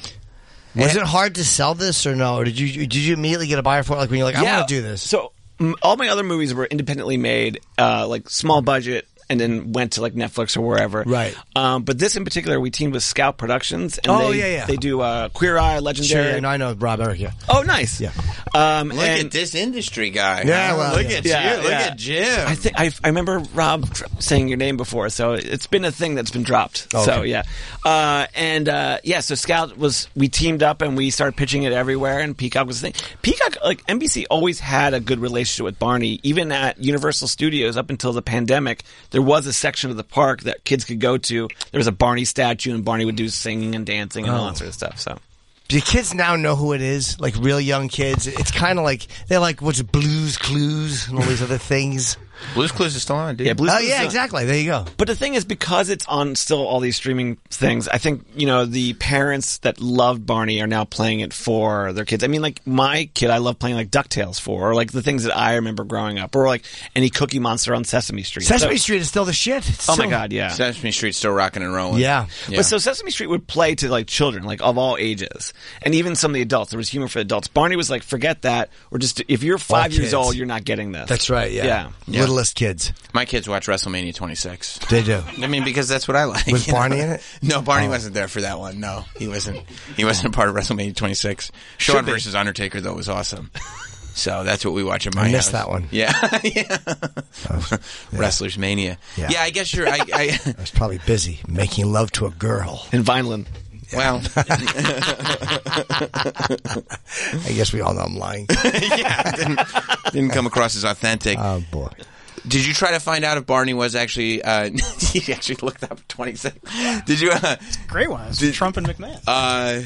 yeah. Was it hard to sell this or no? Or did you did you immediately get a buyer for it? Like when you're like, I Yeah, want to do this. So mm, all my other movies were independently made, uh, like small budget. And then went to like Netflix or wherever, Right. Um, but this in particular, we teamed with Scout Productions, and Oh, they, yeah, yeah. they do uh, Queer Eye, Sure, Legendary. yeah, no, I know Rob Eric. Yeah. Oh, nice. Yeah. Um, Look and at this industry guy. Yeah, huh? well, look yeah. at Yeah, you. Look yeah. at Jim. I think I, I remember Rob tr- saying your name before, so it's been a thing that's been dropped. So Okay. yeah, uh, and uh, yeah, so Scout was we teamed up and we started pitching it everywhere, and Peacock was the thing. Peacock like NBC always had a good relationship with Barney, even at Universal Studios up until the pandemic. There was a section of the park that kids could go to. There was a Barney statue, and Barney would do singing and dancing and all Oh. that sort of stuff. So. Do kids now know who it is? Like real young kids, it's kind of like they're like, "What's Blues Clues" and all these other things. Blues Clues is still on, dude. Yeah, Blues Oh, Clues yeah, is on. exactly. There you go. But the thing is, because it's on still all these streaming things, I think you know the parents that loved Barney are now playing it for their kids. I mean, like my kid, I love playing like Ducktales for, or like the things that I remember growing up, or like any Cookie Monster on Sesame Street. Sesame So- Street is still the shit. It's Oh my still- God, yeah. Sesame Street's still rocking and rolling. yeah. But so Sesame Street would play to like children, like of all ages, and even some of the adults. There was humor for the adults. Barney was like, forget that, or just if you're five years kids. old, you're not getting this. That's right. Yeah. Yeah. Yeah. Littlest kids. My kids watch WrestleMania 26. They do. I mean, because that's what I like. Was you know? Barney in it? No, Barney Oh. wasn't there for that one. No, he wasn't. He wasn't a part of WrestleMania 26. Should Shawn be. versus Undertaker though was awesome. So that's what we watch at my I missed house. that one. Oh. Yeah, yeah. Wrestlers Mania. Yeah. Yeah. I guess you're. I, I, I was probably busy making love to a girl. In Vineland. Well, I guess we all know I'm lying. yeah, didn't, didn't come across as authentic. Oh boy. Did you try to find out if Barney was actually? Uh, you actually looked up twenty six. Did you? Uh, Great one. It's Did- Trump and McMahon. uh,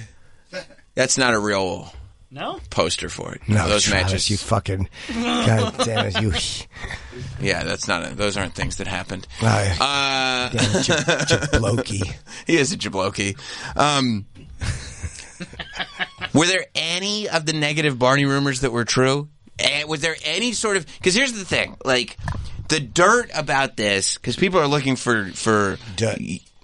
that's not a real No? poster for it. No, those Travis, matches. you fucking. God damn it, you. Yeah, that's not. A, those aren't things that happened. Aye. Uh, Damn it, jab- jablokey. he is a jabloki. Um, were there any of the negative Barney rumors that were true? And was there any sort of? Because here's the thing, like the dirt about this, because people are looking for for dirt.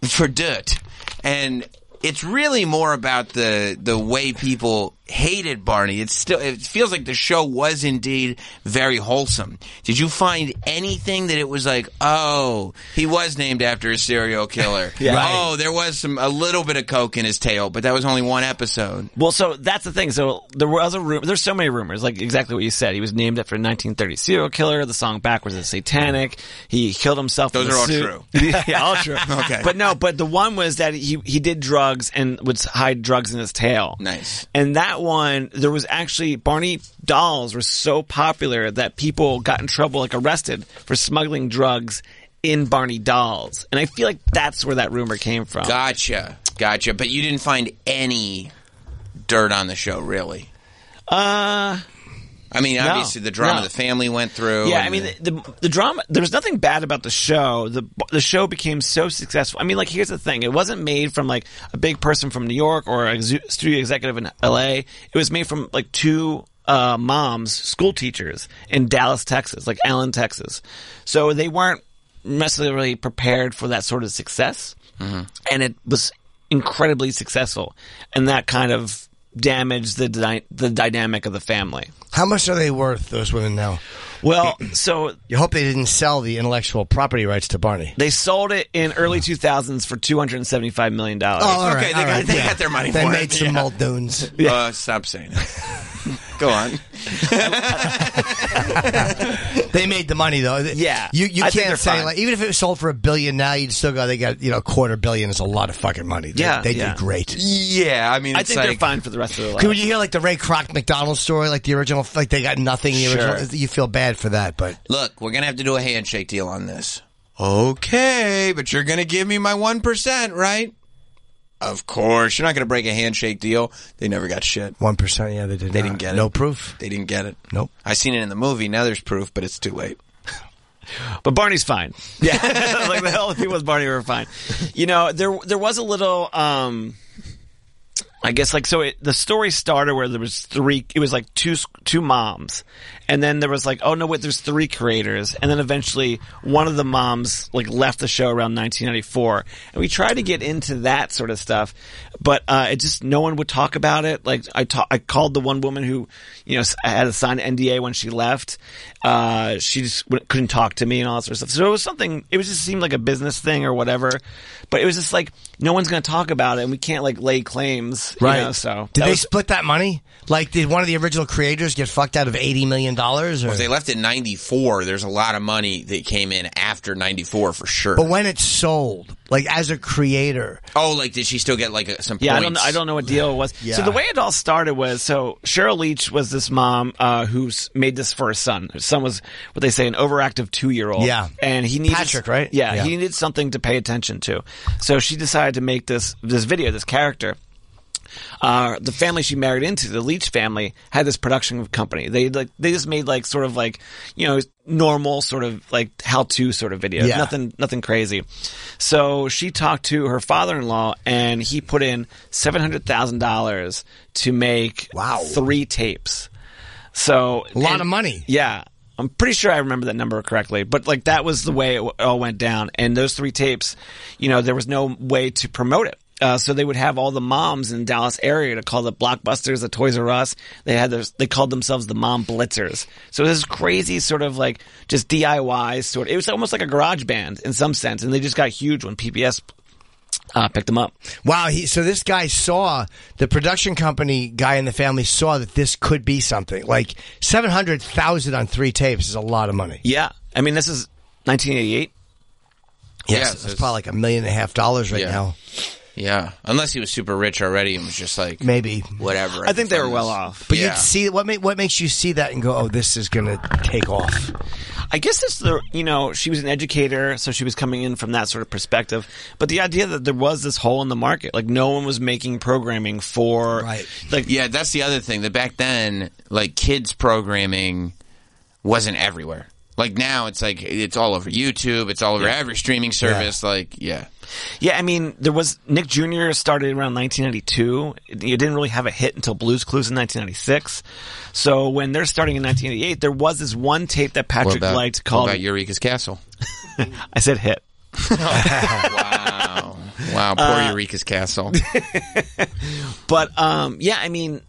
for dirt, and it's really more about the the way people hated Barney. It's still it feels like the show was indeed very wholesome. Did you find anything that it was like, oh, he was named after a serial killer? Yeah. Right. Oh, there was some a little bit of coke in his tail, but that was only one episode. Well, so that's the thing. So there was a rumor. There's so many rumors, like exactly what you said. He was named after a 1930 serial killer. The song backwards is satanic. He killed himself. in Those the are all suit. true. yeah, yeah, all true. Okay. but no. But the one was that he he did drugs and would hide drugs in his tail. Nice. And that one, there was actually Barney dolls were so popular that people got in trouble, like arrested for smuggling drugs in Barney dolls. And I feel like that's where that rumor came from. Gotcha, gotcha. But you didn't find any dirt on the show, really. Uh. I mean, No, obviously the drama no. the family went through. Oh, Yeah, and I mean the, the- the the drama. There was nothing bad about the show. The the show became so successful. I mean, like here's the thing: it wasn't made from like a big person from New York or a exu- studio executive in L.A. It was made from like two uh, moms, school teachers in Dallas, Texas, like Allen, Texas. So they weren't necessarily prepared for that sort of success, and it was incredibly successful, and that kind of damaged the dy- the dynamic of the family. How much are they worth, those women now? Well, so you hope they didn't sell the intellectual property rights to Barney. They sold it in early 2000s for 275 million dollars. Oh, all right, all right, yeah. They made some muldoons. Uh, stop saying that. Go on. they made the money though. Yeah, you you I think they're can't say fine. like even if it was sold for a billion now, you'd still go. They got you know a quarter billion is a lot of fucking money. They, Yeah, they yeah. did great. Yeah, I mean, I it's think they're like- fine for the rest of their life. Could when you hear like the Ray Kroc McDonald story, like the original, like they got nothing. The Sure. original, you feel bad for that, but Look, we're gonna have to do a handshake deal on this. Okay, but you're gonna give me my one percent, right? Of course, you're not gonna break a handshake deal. They never got shit. one percent. Yeah, they did. They not. didn't get it. No proof. They didn't get it. Nope. I seen it in the movie. Now there's proof, but it's too late. But Barney's fine. Yeah, like the hell people with Barney were fine. You know, there there was a little. um I guess like so. It, the story started where there was three. It was like two s- two moms, and then there was like, oh no, wait, there's three creators, and then eventually one of the moms like left the show around 1994, and we tried to get into that sort of stuff, but uh, it just no one would talk about it. Like I ta- I called the one woman who, you know, s- had a signed NDA when she left. Uh, she just wouldn't- couldn't talk to me and all that sort of stuff. So it was something. It was just seemed like a business thing or whatever, but it was just like no one's going to talk about it, and we can't like lay claims Right. you know, so did that they was- split that money? Like, did one of the original creators get fucked out of eighty million dollars? Or Well, if they left in '94, there's a lot of money that came in after '94 for sure. but when it's sold, like as a creator, oh, like did she still get like a, some? yeah, I points? don't know. I don't know what deal it was. Yeah. So the way it all started was so Cheryl Leach was this mom uh, who s- made this for her son. Her son was what they say an overactive two year old. Yeah. and he needed Patrick, right? Yeah, Yeah. he needed something to pay attention to. So she decided to make this this video, this character. uh, the family she married into, the Leach family, had this production company. They like they just made like sort of like you know normal sort of like how to sort of videos, Yeah. nothing nothing crazy. So she talked to her father in law, and he put in seven hundred thousand dollars to make wow three tapes. So a lot of money. Yeah. I'm pretty sure I remember that number correctly, but like that was the way it w- all went down. And those three tapes, you know, there was no way to promote it. Uh, so they would have all the moms in Dallas area to call the blockbusters, the Toys R Us. They had their, they called themselves the mom blitzers. So this crazy sort of like just DIY sort. It was almost like a garage band in some sense, and they just got huge when PBS uh, picked them up. Wow. He, so this guy saw the production company guy in the family saw that this could be something. Like seven hundred thousand on three tapes is a lot of money. Yeah, I mean this is 1988. Yes, Yeah, so it's, it's- probably like a million and a half dollars right Yeah. now. Yeah, unless he was super rich already and was just like Maybe whatever. I think they were well off. But yeah. you'd see what ma- what makes you see that and go, oh, this is going to take off. I guess it's the you know she was an educator, so she was coming in from that sort of perspective. But the idea that there was this hole in the market, like no one was making programming for like yeah, that's the other thing. That back then, like kids programming wasn't everywhere. Like now, it's like it's all over YouTube. It's all over Yeah. every streaming service. Like yeah, yeah. I mean, there was Nick Jr. started around 1992. It it didn't really have a hit until Blues Clues in 1996. So when they're starting in 1988, there was this one tape that What Patrick about- liked what called about Eureka's Castle. I said hit. wow, wow, poor Uh, Eureka's Castle. But um, yeah, I mean,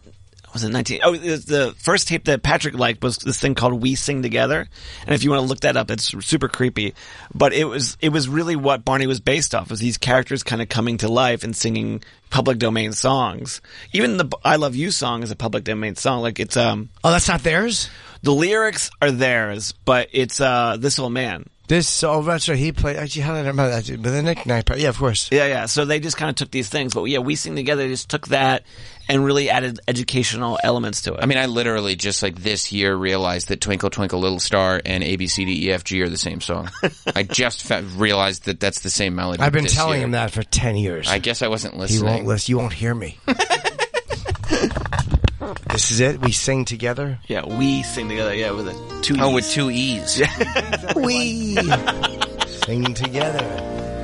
was it 19? Oh, it was the first tape that Patrick liked was this thing called "We Sing Together," and if you want to look that up, it's super creepy. But it was it was really what Barney was based off was these characters kind of coming to life and singing public domain songs. Even the "I Love You" song is a public domain song. Like it's um oh, that's not theirs. The lyrics are theirs, but it's uh this old man. This oh, that's right. He played. Actually, how did I remember that? But the Nick Knight part. Yeah, of course. Yeah, yeah. So they just kind of took these things, but yeah, we sing together. They just took that and really added educational elements to it. I mean, I literally just like this year realized that "Twinkle Twinkle Little Star" and "A B C D E F G" are the same song. I just fa- realized that that's the same melody. I've been this telling year. him that for ten years. I guess I wasn't He listening. won't listen. You won't hear me. this is it. We sing together. Yeah, we sing together. Yeah, with a two. Oh, with two e's. we sing together.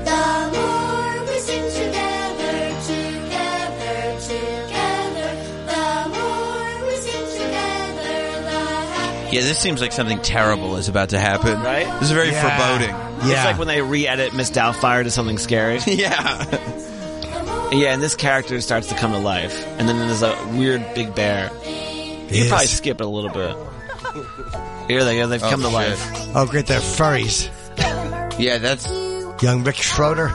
The more we sing together, together, together, the more we sing together, the Yeah, this seems like something terrible is about to happen. Right? This is very foreboding. It's like when they re-edit Miss Doubtfire to something scary. yeah. yeah, and this character starts to come to life, and then there's a weird big bear. You Yes. probably skip it a little bit. Here they go. They've Oh, come to shit. life. Oh, great! They're furries. Yeah, that's young Rick Schroeder.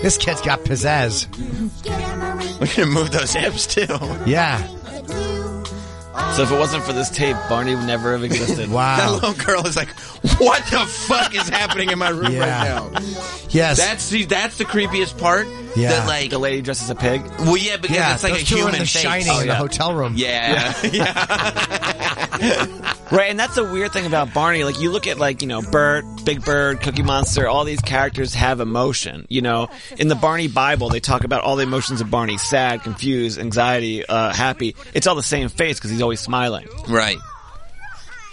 this kid's got pizzazz. We can move those hips too. Yeah. So if it wasn't for this tape, Barney would never have existed. That little girl is like, what the fuck is happening in my room Yeah. right now? Yes. That's the that's the creepiest part. Yeah. That like the lady dresses a pig. Well, yeah, because yeah, it's like those a two human are in the face. shining Oh, in the hotel room. Yeah. Right, and that's the weird thing about Barney. Like, you look at, like, you know, Bert, Big Bird, Cookie Monster, all these characters have emotion, you know. In the Barney Bible, they talk about all the emotions of Barney sad, confused, anxiety, uh, happy. It's all the same face because he's always smiling. Right.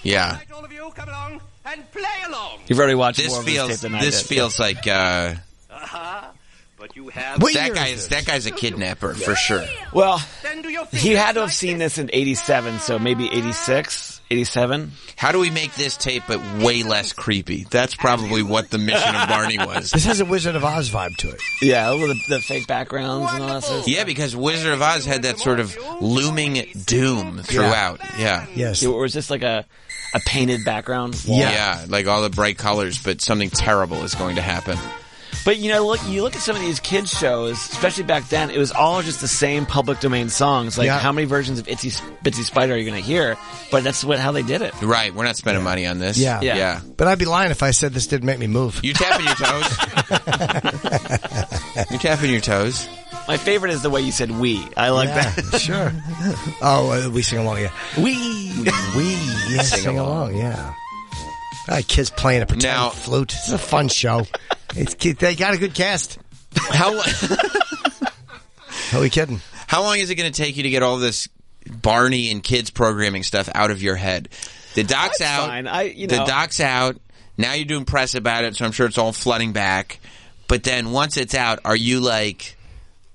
Yeah. You've already watched this more of this feels tape than I this did. feels like uh What year that is guy is that guy's a kidnapper for sure. Well, he had to have seen this in 87, so maybe 86, 87. How do we make this tape but way less creepy? That's probably what the mission of Barney was. This has a Wizard of Oz vibe to it. Yeah, with the, the fake backgrounds and all that stuff. Yeah, because Wizard of Oz had that sort of looming doom throughout. Yeah. Yes. It was just like a, a painted background. wall. Yeah. like all the bright colors, but something terrible is going to happen. But you know, look, you look at some of these kids shows, especially back then. It was all just the same public domain songs. Like, Yeah. how many versions of Itsy Bitsy Spider are you going to hear? But that's what how they did it. Right, we're not spending money on this. Yeah. yeah. But I'd be lying if I said this didn't make me move. You tapping your toes? you tapping your toes? My favorite is the way you said "we." I like Yeah, that. sure. Oh, uh, we sing along, yeah. We. We. Yeah, sing, along. yeah. All right, kids playing a pretend Now- flute. It's a fun show. It's They got a good cast. How How are you kidding? How long is it going to take you to get all this Barney and kids programming stuff out of your head? The doc's out. fine. I- you The know. doc's out. Now you're doing press about it, so I'm sure it's all flooding back. But then once it's out, are you like,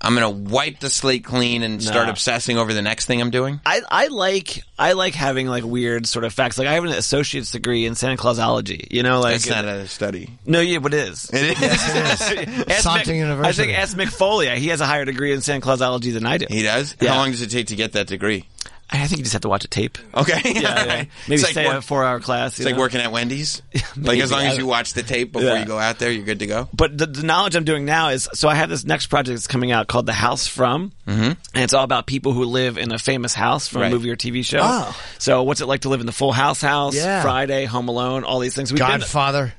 I'm going to wipe the slate clean and start No. obsessing over the next thing I'm doing? I, I like I like having like weird sort of facts. Like I have an associate's degree in Santa Clausology. You know, like That's not a study. No, yeah, but it is. It is. it is. Something I think ask McFoley. He has a higher degree in Santa Clausology than I do. He does. How long does it take to get that degree? I think you just have to watch a tape. Okay. Yeah, yeah. Maybe It's like stay a work- four-hour class. It's you like know? working at Wendy's. like as long I as don't- you watch the tape before Yeah. you go out there, you're good to go. But the, the knowledge I'm doing now is so I have this next project that's coming out called The House From, Mm-hmm. and it's all about people who live in a famous house from Right. a movie or TV show. Oh. So what's it like to live in the Full House house? Yeah. Friday, Home Alone, all these things. We've been- Godfather.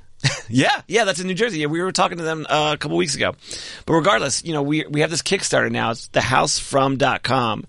yeah, yeah, that's in New Jersey. Yeah, we were talking to them uh, a couple weeks ago. But regardless, you know, we we have this Kickstarter now. It's thehousefrom.com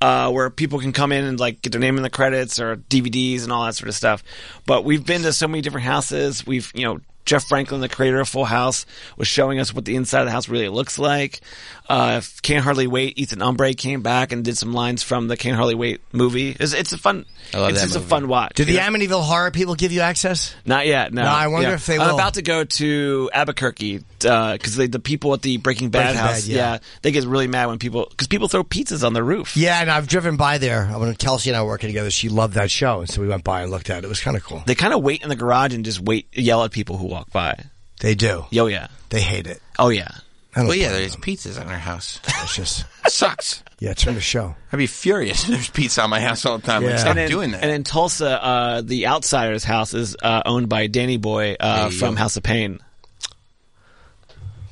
uh, where people can come in and like get their name in the credits or DVDs and all that sort of stuff. But we've been to so many different houses. We've, you know, Jeff Franklin, the creator of Full House, was showing us what the inside of the house really looks like. Uh, if Can't Hardly Wait. Ethan Umbre came back and did some lines from the Can't Hardly Wait movie. It's, it's a fun. I love it's that just movie. a fun watch. Do the you know? Amityville horror people give you access? Not yet. No. No, I wonder Yeah. if they I'm will. about to go to Albuquerque because they the people at the Breaking Bad Breaking house. Bad, yeah. they get really mad when people because people throw pizzas on the roof. Yeah, and I've driven by there. When Kelsey and I were working together, she loved that show, and so we went by and looked at it. It was kind of cool. They kind of wait in the garage and just wait, yell at people who walk by. They do. Yo, yeah. They hate it. Oh yeah. I don't Well, yeah, blame there's pizzas on our house. It's just sucks. yeah, turn the show. I'd be furious. There's pizza on my house all the time. Like, stop And in, doing that. And in Tulsa, uh, the Outsiders house is uh, owned by Danny Boy uh, Hey, from yo. House of Pain.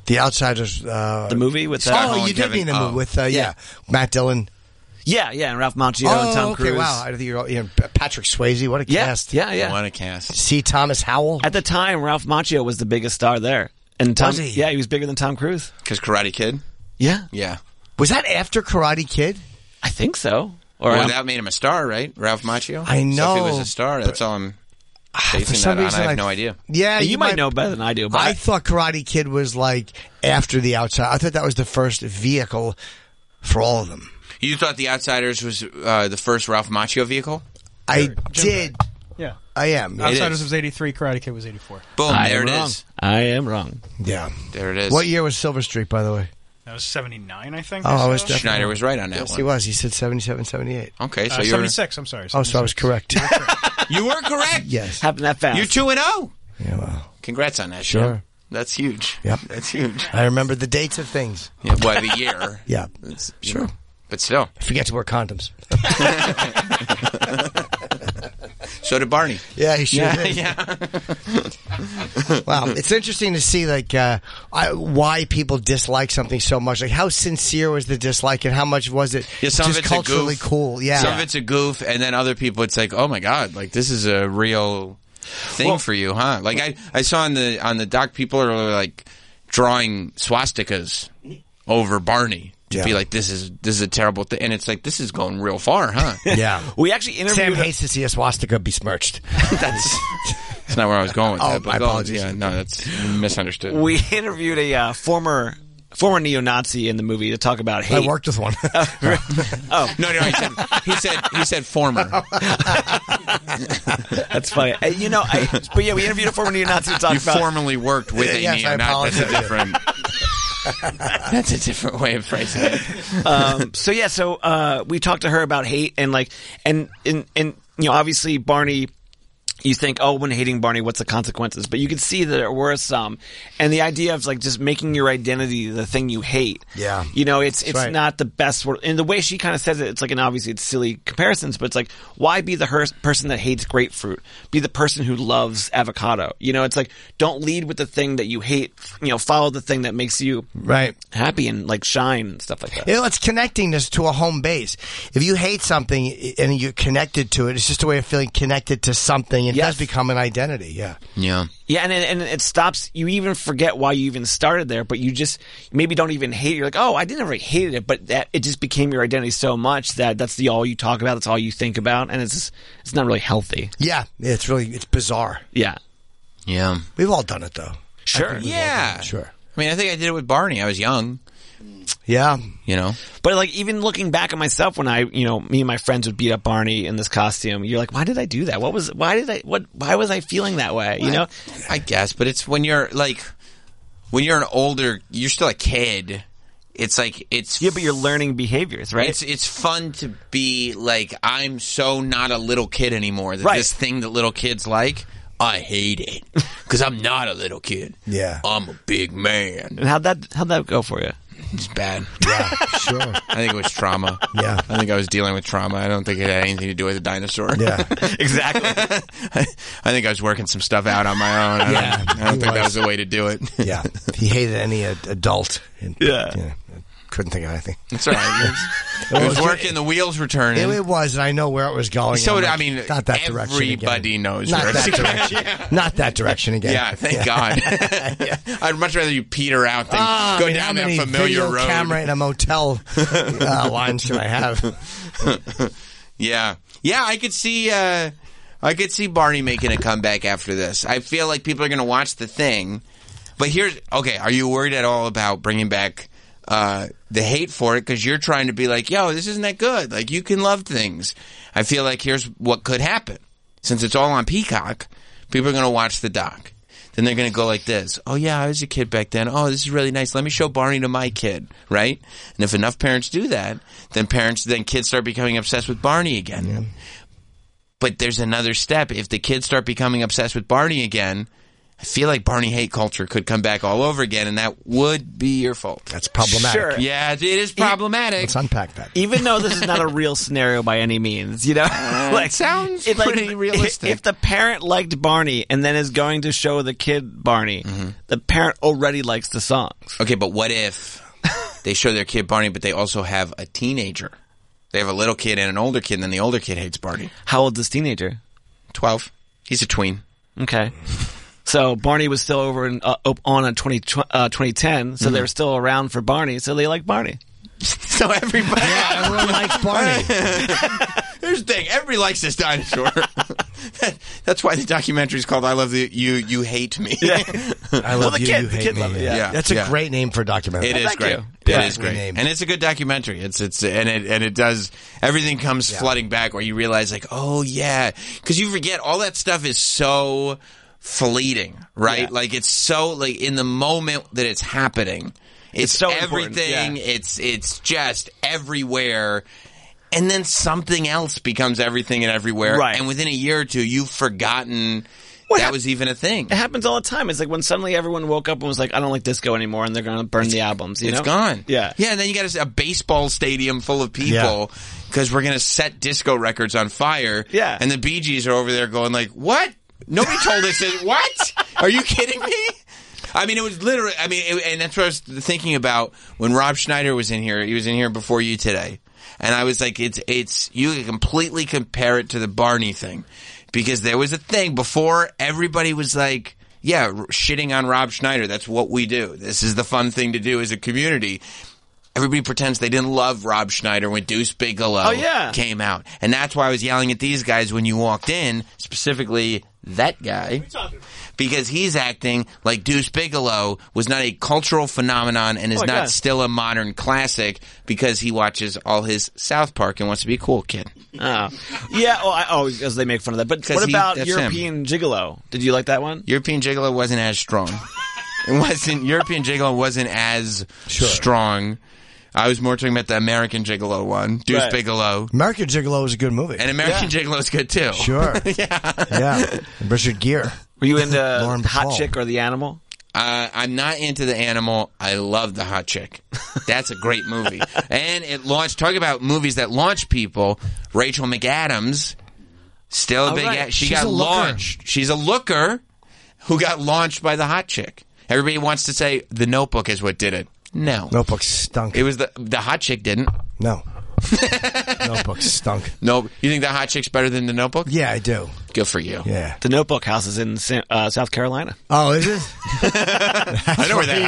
The Outsiders. Uh, The movie with, uh, oh, Hall you and did Kevin- mean the oh. movie with uh, yeah. Yeah. Matt Dillon. Yeah, yeah, and Ralph Macchio oh, and Tom okay, Cruise. wow. I think you're all, yeah, P- Patrick Swayze. What a Yeah, cast. yeah, yeah. What a cast. See Thomas Howell. At the time, Ralph Macchio was the biggest star there, and Tom. Was he? Yeah, he was bigger than Tom Cruise. Because Karate Kid? Yeah, Yeah. Was that after Karate Kid? I think so. Or Or um, that made him a star, right? Ralph Macchio? I So if know, Ah, he was a star, that's all I'm basing some that on. I reason have I- no idea. Yeah, you, might, know better than I do. But I thought Karate Kid was like after The Outside. I thought that was the first vehicle for all of them. You thought The Outsiders was uh, the first Ralph Macchio vehicle? I did. Yeah. I am. Outsiders was 83, Karate Kid was 84. Boom, I there am it wrong. is. I am wrong. Yeah. There it is. What year was Silver Street, by the way? That was 79, I think. Oh, or I was so. Uh, definitely. Schneider was right on that yes, one. he was. He said 77, 78. Okay, so Uh, you're 76, I'm sorry. Oh, so I was correct. You were correct. yes. Happened that fast. You're 2 and 0. Yeah, well, Congrats on that. Sure. Jim. That's huge. Yep. That's huge. I remember the dates of things. Yeah, well, the year. Yeah. It's- Sure. But still. I forget to wear condoms. So did Barney. Yeah, he sure yeah, did. yeah. wow, Mm-hmm. it's interesting to see like uh, I, why people dislike something so much. Like how sincere was the dislike, and how much was it Yeah, some just of it's culturally a goof. cool? Yeah, Some of it's a goof, and then other people, it's like, oh my god, like this is a real thing for you, huh? Like I, I saw on the on the doc, people are like drawing swastikas over Barney to Yeah. be like, this is this is a terrible thing, and it's like this is going real far, huh? yeah. we actually interviewed. Sam hates to see a swastika besmirched. that's that's not where I was going. With Oh, that, but my go on. apologies. Yeah, no, that's you misunderstood. We interviewed a uh, former former neo-Nazi in the movie to talk about hate. I worked with one. Oh, no, no, he said he said he said Oh, former. that's funny. Uh, you know, I, but yeah, we interviewed a former neo-Nazi to talk You about. formerly worked with a Yes, I neo Nazi. That's a apologize. different. that's a different way of phrasing it. um, so yeah, so uh, we talked to her about hate and like and and and you know obviously Barney. You think, oh, when hating Barney, what's the consequences? But you can see that there were some, and the idea of like just making your identity the thing you hate. Yeah. you know, it's it's right. not the best word. And the way she kind of says it, it's like, and obviously it's silly comparisons, but it's like, why be the her- person that hates grapefruit? Be the person who loves avocado. You know, it's like, don't lead with the thing that you hate. You know, follow the thing that makes you right. happy and like shine and stuff like that. You know, it's connecting this to a home base. If you hate something and you're connected to it, it's just a way of feeling connected to something. It Yes. does become an identity. Yeah. Yeah. Yeah, and it, and it stops. You even forget why you even started there, but you just maybe don't even hate. it. You're like, oh, I didn't really hate it, but that it just became your identity so much that that's the all you talk about. That's all you think about, and it's it's not really healthy. Yeah. It's really it's bizarre. Yeah, Yeah. We've all done it though. sure. Yeah. Sure. I mean, I think I did it with Barney. I was young. Yeah. You know? But like even looking back at myself when I, you know, me and my friends would beat up Barney in this costume, you're like, why did I do that? What was, why did I, what, why was I feeling that way? You know? I guess, but it's when you're like, when you're an older, you're still a kid. It's like it's yeah, but you're learning behaviors, right? It's it's fun to be like I'm so not a little kid anymore. That Right. This thing that little kids like, I hate it because I'm not a little kid. Yeah, I'm a big man. And how'd that, how'd that go for you? It's bad. Yeah, sure. I think it was trauma. Yeah, I think I was dealing with trauma. I don't think it had anything to do with a dinosaur. Yeah, exactly. I think I was working some stuff out on my own. I Yeah, don't, I don't he think that was. was the way to do it. Yeah, he hated any ad- adult. And, Yeah. couldn't think of anything. It's all right. It was, it was working. The wheels were turning. It, it was, and I know where it was going. So, and I'm I mean, not that direction. again. everybody knows not where it's that going. direction. Not that direction again. Yeah, thank God. I'd much rather you peter out than Ah, go I mean, down how that many familiar video road. camera in a motel uh, lines should I have? yeah, yeah, I could see, uh, I could see Barney making a comeback after this. I feel like people are going to watch the thing, but here's okay. Are you worried at all about bringing back uh, the hate for it? Because you're trying to be like, yo, this isn't that good. Like you can love things. I feel like here's what could happen since it's all on Peacock. People are going to watch the doc. Then they're going to go like this. Oh yeah, I was a kid back then. Oh, this is really nice. Let me show Barney to my kid, right? And if enough parents do that, then parents then kids start becoming obsessed with Barney again. But there's another step. If the kids start becoming obsessed with Barney again, I feel like Barney hate culture could come back all over again, and that would be your fault. That's problematic. Sure. Yeah, it is problematic. Let's unpack that. Even though this is not a real scenario by any means, you know, it sounds pretty if- realistic. If the parent liked Barney and then is going to show the kid Barney, the parent already likes the songs. Okay, but what if they show their kid Barney, but they also have a teenager? They have a little kid and an older kid, and then the older kid hates Barney. How old is teenager? Twelve. He's a tween. Okay. So Barney was still over in, uh, op- on in 20, tw- uh, 2010, so they Mhm. Mm-hmm. were still around for Barney, so they like Barney. So everybody, yeah, everyone likes Barney. Here's the thing: everybody likes this dinosaur. That's why the documentary is called "I Love the, You. You Hate Me." I love you. you hate me. that's a yeah. great name for a documentary. It is great. It is great, and it's a good documentary. It's it's and it and it does everything comes flooding back where you realize like oh yeah because you forget all that stuff is so fleeting right like it's so like in the moment that it's happening it's, so important, everything it's it's just everywhere and then something else becomes everything and everywhere Right. and within a year or two you've forgotten that was even a thing It happens all the time. It's like when suddenly everyone woke up and was like, I don't like disco anymore, and they're going to burn the albums. You It's know? gone. Yeah. Yeah, and then you got a, a baseball stadium full of people because we're going to set disco records on fire. Yeah. And the Bee Gees are over there going like, what? Nobody told us this. What? Are you kidding me? I mean, it was literally, I mean, it, and that's what I was thinking about when Rob Schneider was in here. He was in here before you today. And I was like, it's, it's, you can completely compare it to the Barney thing because there was a thing before everybody was like, yeah, r- shitting on Rob Schneider. That's what we do. This is the fun thing to do as a community. Everybody pretends they didn't love Rob Schneider when Deuce Bigelow Oh, yeah. came out. And that's why I was yelling at these guys when you walked in, specifically that guy. Because he's acting like Deuce Bigelow was not a cultural phenomenon and is Oh, not God. still a modern classic because he watches all his South Park and wants to be a cool kid. Oh. Yeah, well, I, oh, because they make fun of that. But 'Cause what he- about that's European Gigolo? Did you like that one? European Gigolo wasn't as strong. it wasn't European Gigolo wasn't as strong. I was more talking about the American Gigolo one, Deuce Right. Bigelow. American Gigolo is a good movie. And American Gigolo's good too. Sure. yeah. yeah. Richard Gere. Were you into Lauren the Hot Bacall. Chick or The Animal? Uh, I'm not into the animal. I love the hot chick. That's a great movie. and it launched. Talk about movies that launch people. Rachel McAdams, still a Oh, big. right. a- She She's got a looker. launched. She's a looker who got launched by the hot chick. Everybody wants to say the Notebook is what did it. No, Notebook stunk. it was the the hot chick didn't. No. Notebook stunk. No, you think the hot chick's better than the Notebook? Yeah, I do. Good for you. Yeah. The Notebook House is in Sa- uh, South Carolina. Oh, is it? I know where that You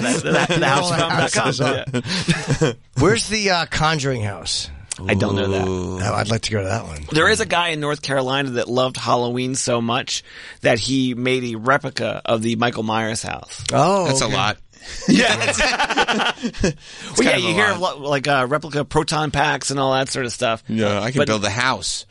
house know is. where The- the- that house- the you know house where that from- house com, is, huh? Where's the uh, Conjuring house? I don't know that. No, I'd like to go to that one. There is a guy in North Carolina that loved Halloween so much that he made a replica of the Michael Myers house. Oh, That's a okay. lot. yeah. that's, well, Oh, yeah, kind of a you hear of lo- like uh, replica proton packs and all that sort of stuff. Yeah, I could build a house.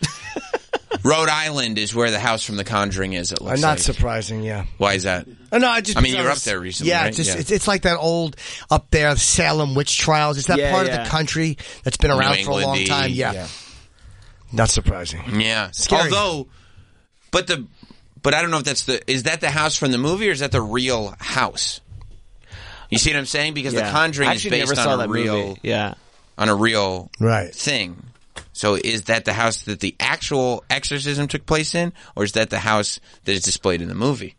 Rhode Island is where the house from The Conjuring is. It looks not like. surprising. Yeah. Why is that? Oh, no, I just. I mean, because you were up was- there recently, Yeah, right? it's just Yeah. It's, it's like that old up there Salem witch trials. It's that Yeah, part of yeah. the country that's been New around for a long England-y, time. Yeah. yeah. not surprising. Mm-hmm. Yeah. Scary. Although, but the, but I don't know if that's the, is that the house from the movie or is that the real house? You see what I'm saying? Because The Yeah. Conjuring I is actually based never on saw a that real, movie. yeah, on a real right thing. So is that the house that the actual exorcism took place in, or is that the house that is displayed in the movie?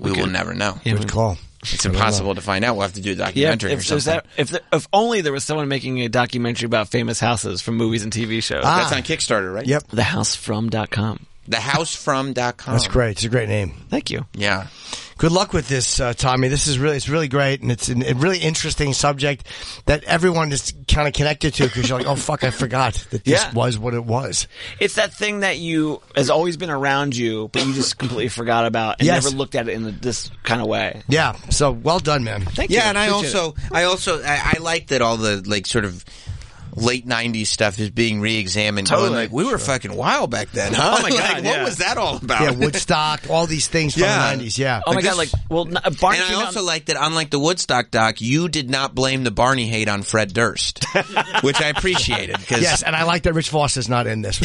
We, will never know. Good call. It's I don't know. impossible to find out. We'll have to do a yeah. documentary or If, there's something. that, if, there, if only there was someone making a documentary about famous houses from movies and TV shows. Ah. That's on Kickstarter, right? Yep. Thehousefrom.com. Thehousefrom.com. Mm-hmm. That's great. It's a great name. Thank you. Yeah. Good luck with this, uh, Tommy. This is really it's really great, and it's an, a really interesting subject that everyone is kind of connected to because you're like, oh fuck, I forgot that this Yeah. was what it was. It's that thing that you has always been around you, but you just completely forgot about and Yes. never looked at it in the, this kind of way. Yeah. So well done, man. Thank yeah, you. and I Appreciate also, I also, I, I like that all the like sort of late '90s stuff is being re-examined. going, Totally. like we were fucking wild back then. Huh? Oh my God, Like, yeah. what was that all about? Yeah, Woodstock, all these things from Yeah. the nineties. Yeah. Oh my god! Like, this- well, n- Barney and I came out- also like that, unlike the Woodstock doc, you did not blame the Barney hate on Fred Durst, which I appreciated. Cause yes, and I like that Rich Voss is not in this.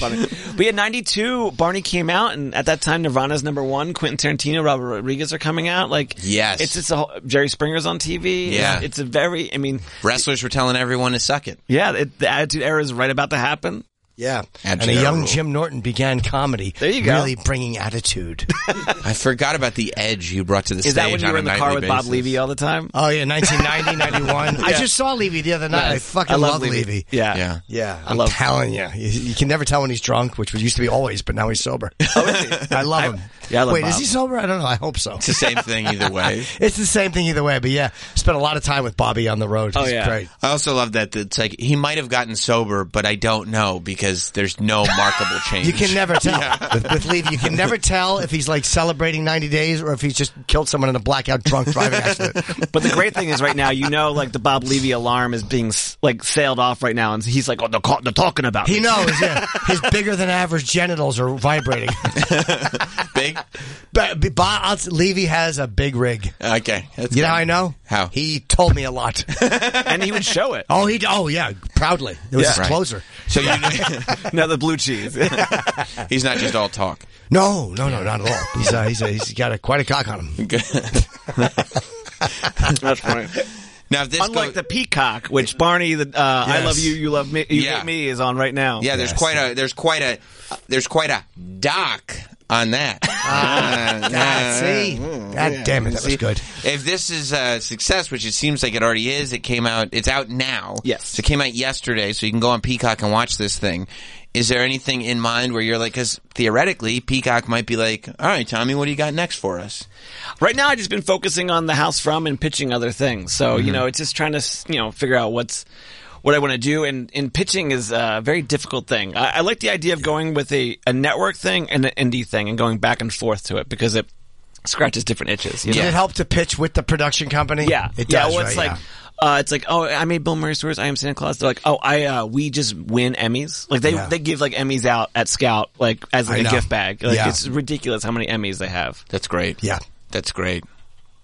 One. But yeah, 92, Barney came out, and at that time, Nirvana's number one. Quentin Tarantino, Robert Rodriguez are coming out. Like, Yes. It's just a whole, Jerry Springer's on TV. Yeah. It's a very, I mean, wrestlers were telling everyone to suck it. yeah, it, the Attitude Era is right about to happen. Yeah. And And a young Jim Norton began comedy. There you go. Really bringing attitude. I forgot about the edge you brought to the Is stage. that when you on were a in the car nightly with Bob basis. Levy all the time? Oh yeah, 1990, 91. I Yeah. just saw Levy the other night. I Nice. fucking I love love, Levy. Levy. Yeah. Yeah. Yeah, I I'm love- telling you. you, you can never tell when he's drunk, which used to be always, but now he's sober. I love him. yeah, Oh, I love Wait, is Bob. he sober? I don't know. I hope so. It's the same thing either way. it's the same thing either way, but yeah, spent a lot of time with Bobby on the road. Oh, He's great. I also love that that it's like he might have gotten sober, but I don't know because there's no markable change. You can never tell Yeah. with, with Levy. You can never tell if he's like celebrating 90 days or if he's just killed someone in a blackout drunk driving accident. But the great thing is right now, you know, like the Bob Levy alarm is being s- like sailed off right now, and he's like, "Oh, they're, ca- they're talking about He me." knows. Yeah, his bigger than average genitals are vibrating. Big. But, but Bob- I'll- Levy has a big rig. Okay, that's you know how I know? How? He told me a lot. and he would show it. oh, he. Oh, yeah, proudly. It was Yeah. his Right. closer. So you know, now the blue cheese. he's not just all talk. No, no, no, not at all. He's uh, he's, uh, he's got a, quite a cock on him. That's funny. Now, if this Unlike goes- the peacock, which Barney, the uh, I Yes. love you, you love me, you Yeah. hate me, is on right now. Yeah, there's quite a there's quite a there's quite a doc on that. Uh, God, uh, see? mm, God yeah. damn it, that was See? good. If this is a success, which it seems like it already is, it came out. It's out now. Yes. so it came out yesterday, so you can go on Peacock and watch this thing. Is there anything in mind where you're like, because theoretically, Peacock might be like, all right, Tommy, what do you got next for us? Right now, I've just been focusing on the house from and pitching other things. So Mm-hmm. you know, it's just trying to s- you know figure out what's what I want to do. And, and pitching is a very difficult thing. I, I like the idea of going with a, a network thing and an indie thing, and going back and forth to it because it scratches different itches. You Did know? it help to pitch with the production company? Yeah, it yeah. does. well, it's right? like, Yeah. uh, it's like, oh, I made Bill Murray stories. I am Santa Claus. They're like, oh, I uh, we just win Emmys. Like they Yeah. they give like Emmys out at Scout like as like, I a know. gift bag. Like Yeah. it's ridiculous how many Emmys they have. That's great. Yeah. that's great.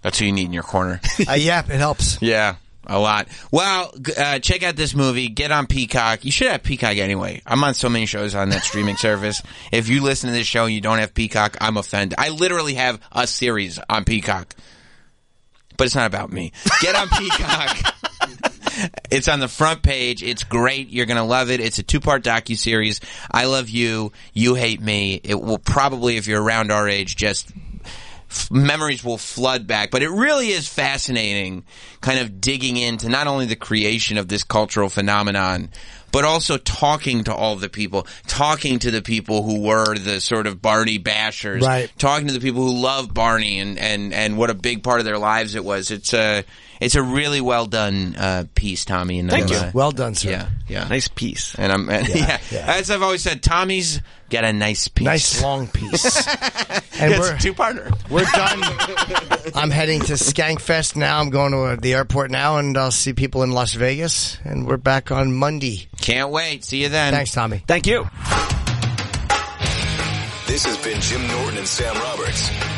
That's who you need in your corner. Uh, yeah, it helps. Yeah, a lot. Well, g- uh, check out this movie. Get on Peacock. You should have Peacock anyway. I'm on so many shows on that streaming service. If you listen to this show and you don't have Peacock, I'm offended. I literally have a series on Peacock, but it's not about me. Get on Peacock. It's on the front page. It's great. You're going to love it. It's a two-part docu-series. I love you. You hate me. It will probably, if you're around our age, just f- memories will flood back. But it really is fascinating, kind of digging into not only the creation of this cultural phenomenon, but also talking to all the people, talking to the people who were the sort of Barney bashers, Right. talking to the people who love Barney and and and what a big part of their lives it was. It's a It's a really well done uh, piece, Tommy. And Thank I'm, you. uh, Well done, sir. Yeah, yeah. Nice piece. And I'm and, Yeah, yeah, yeah. As I've always said, Tommy's got a nice piece, Nice long piece. And it's we're- a two partner. We're done. I'm heading to Skankfest now. I'm going to uh, the airport now, and I'll see people in Las Vegas. And we're back on Monday. Can't wait. See you then. Thanks, Tommy. Thank you. This has been Jim Norton and Sam Roberts.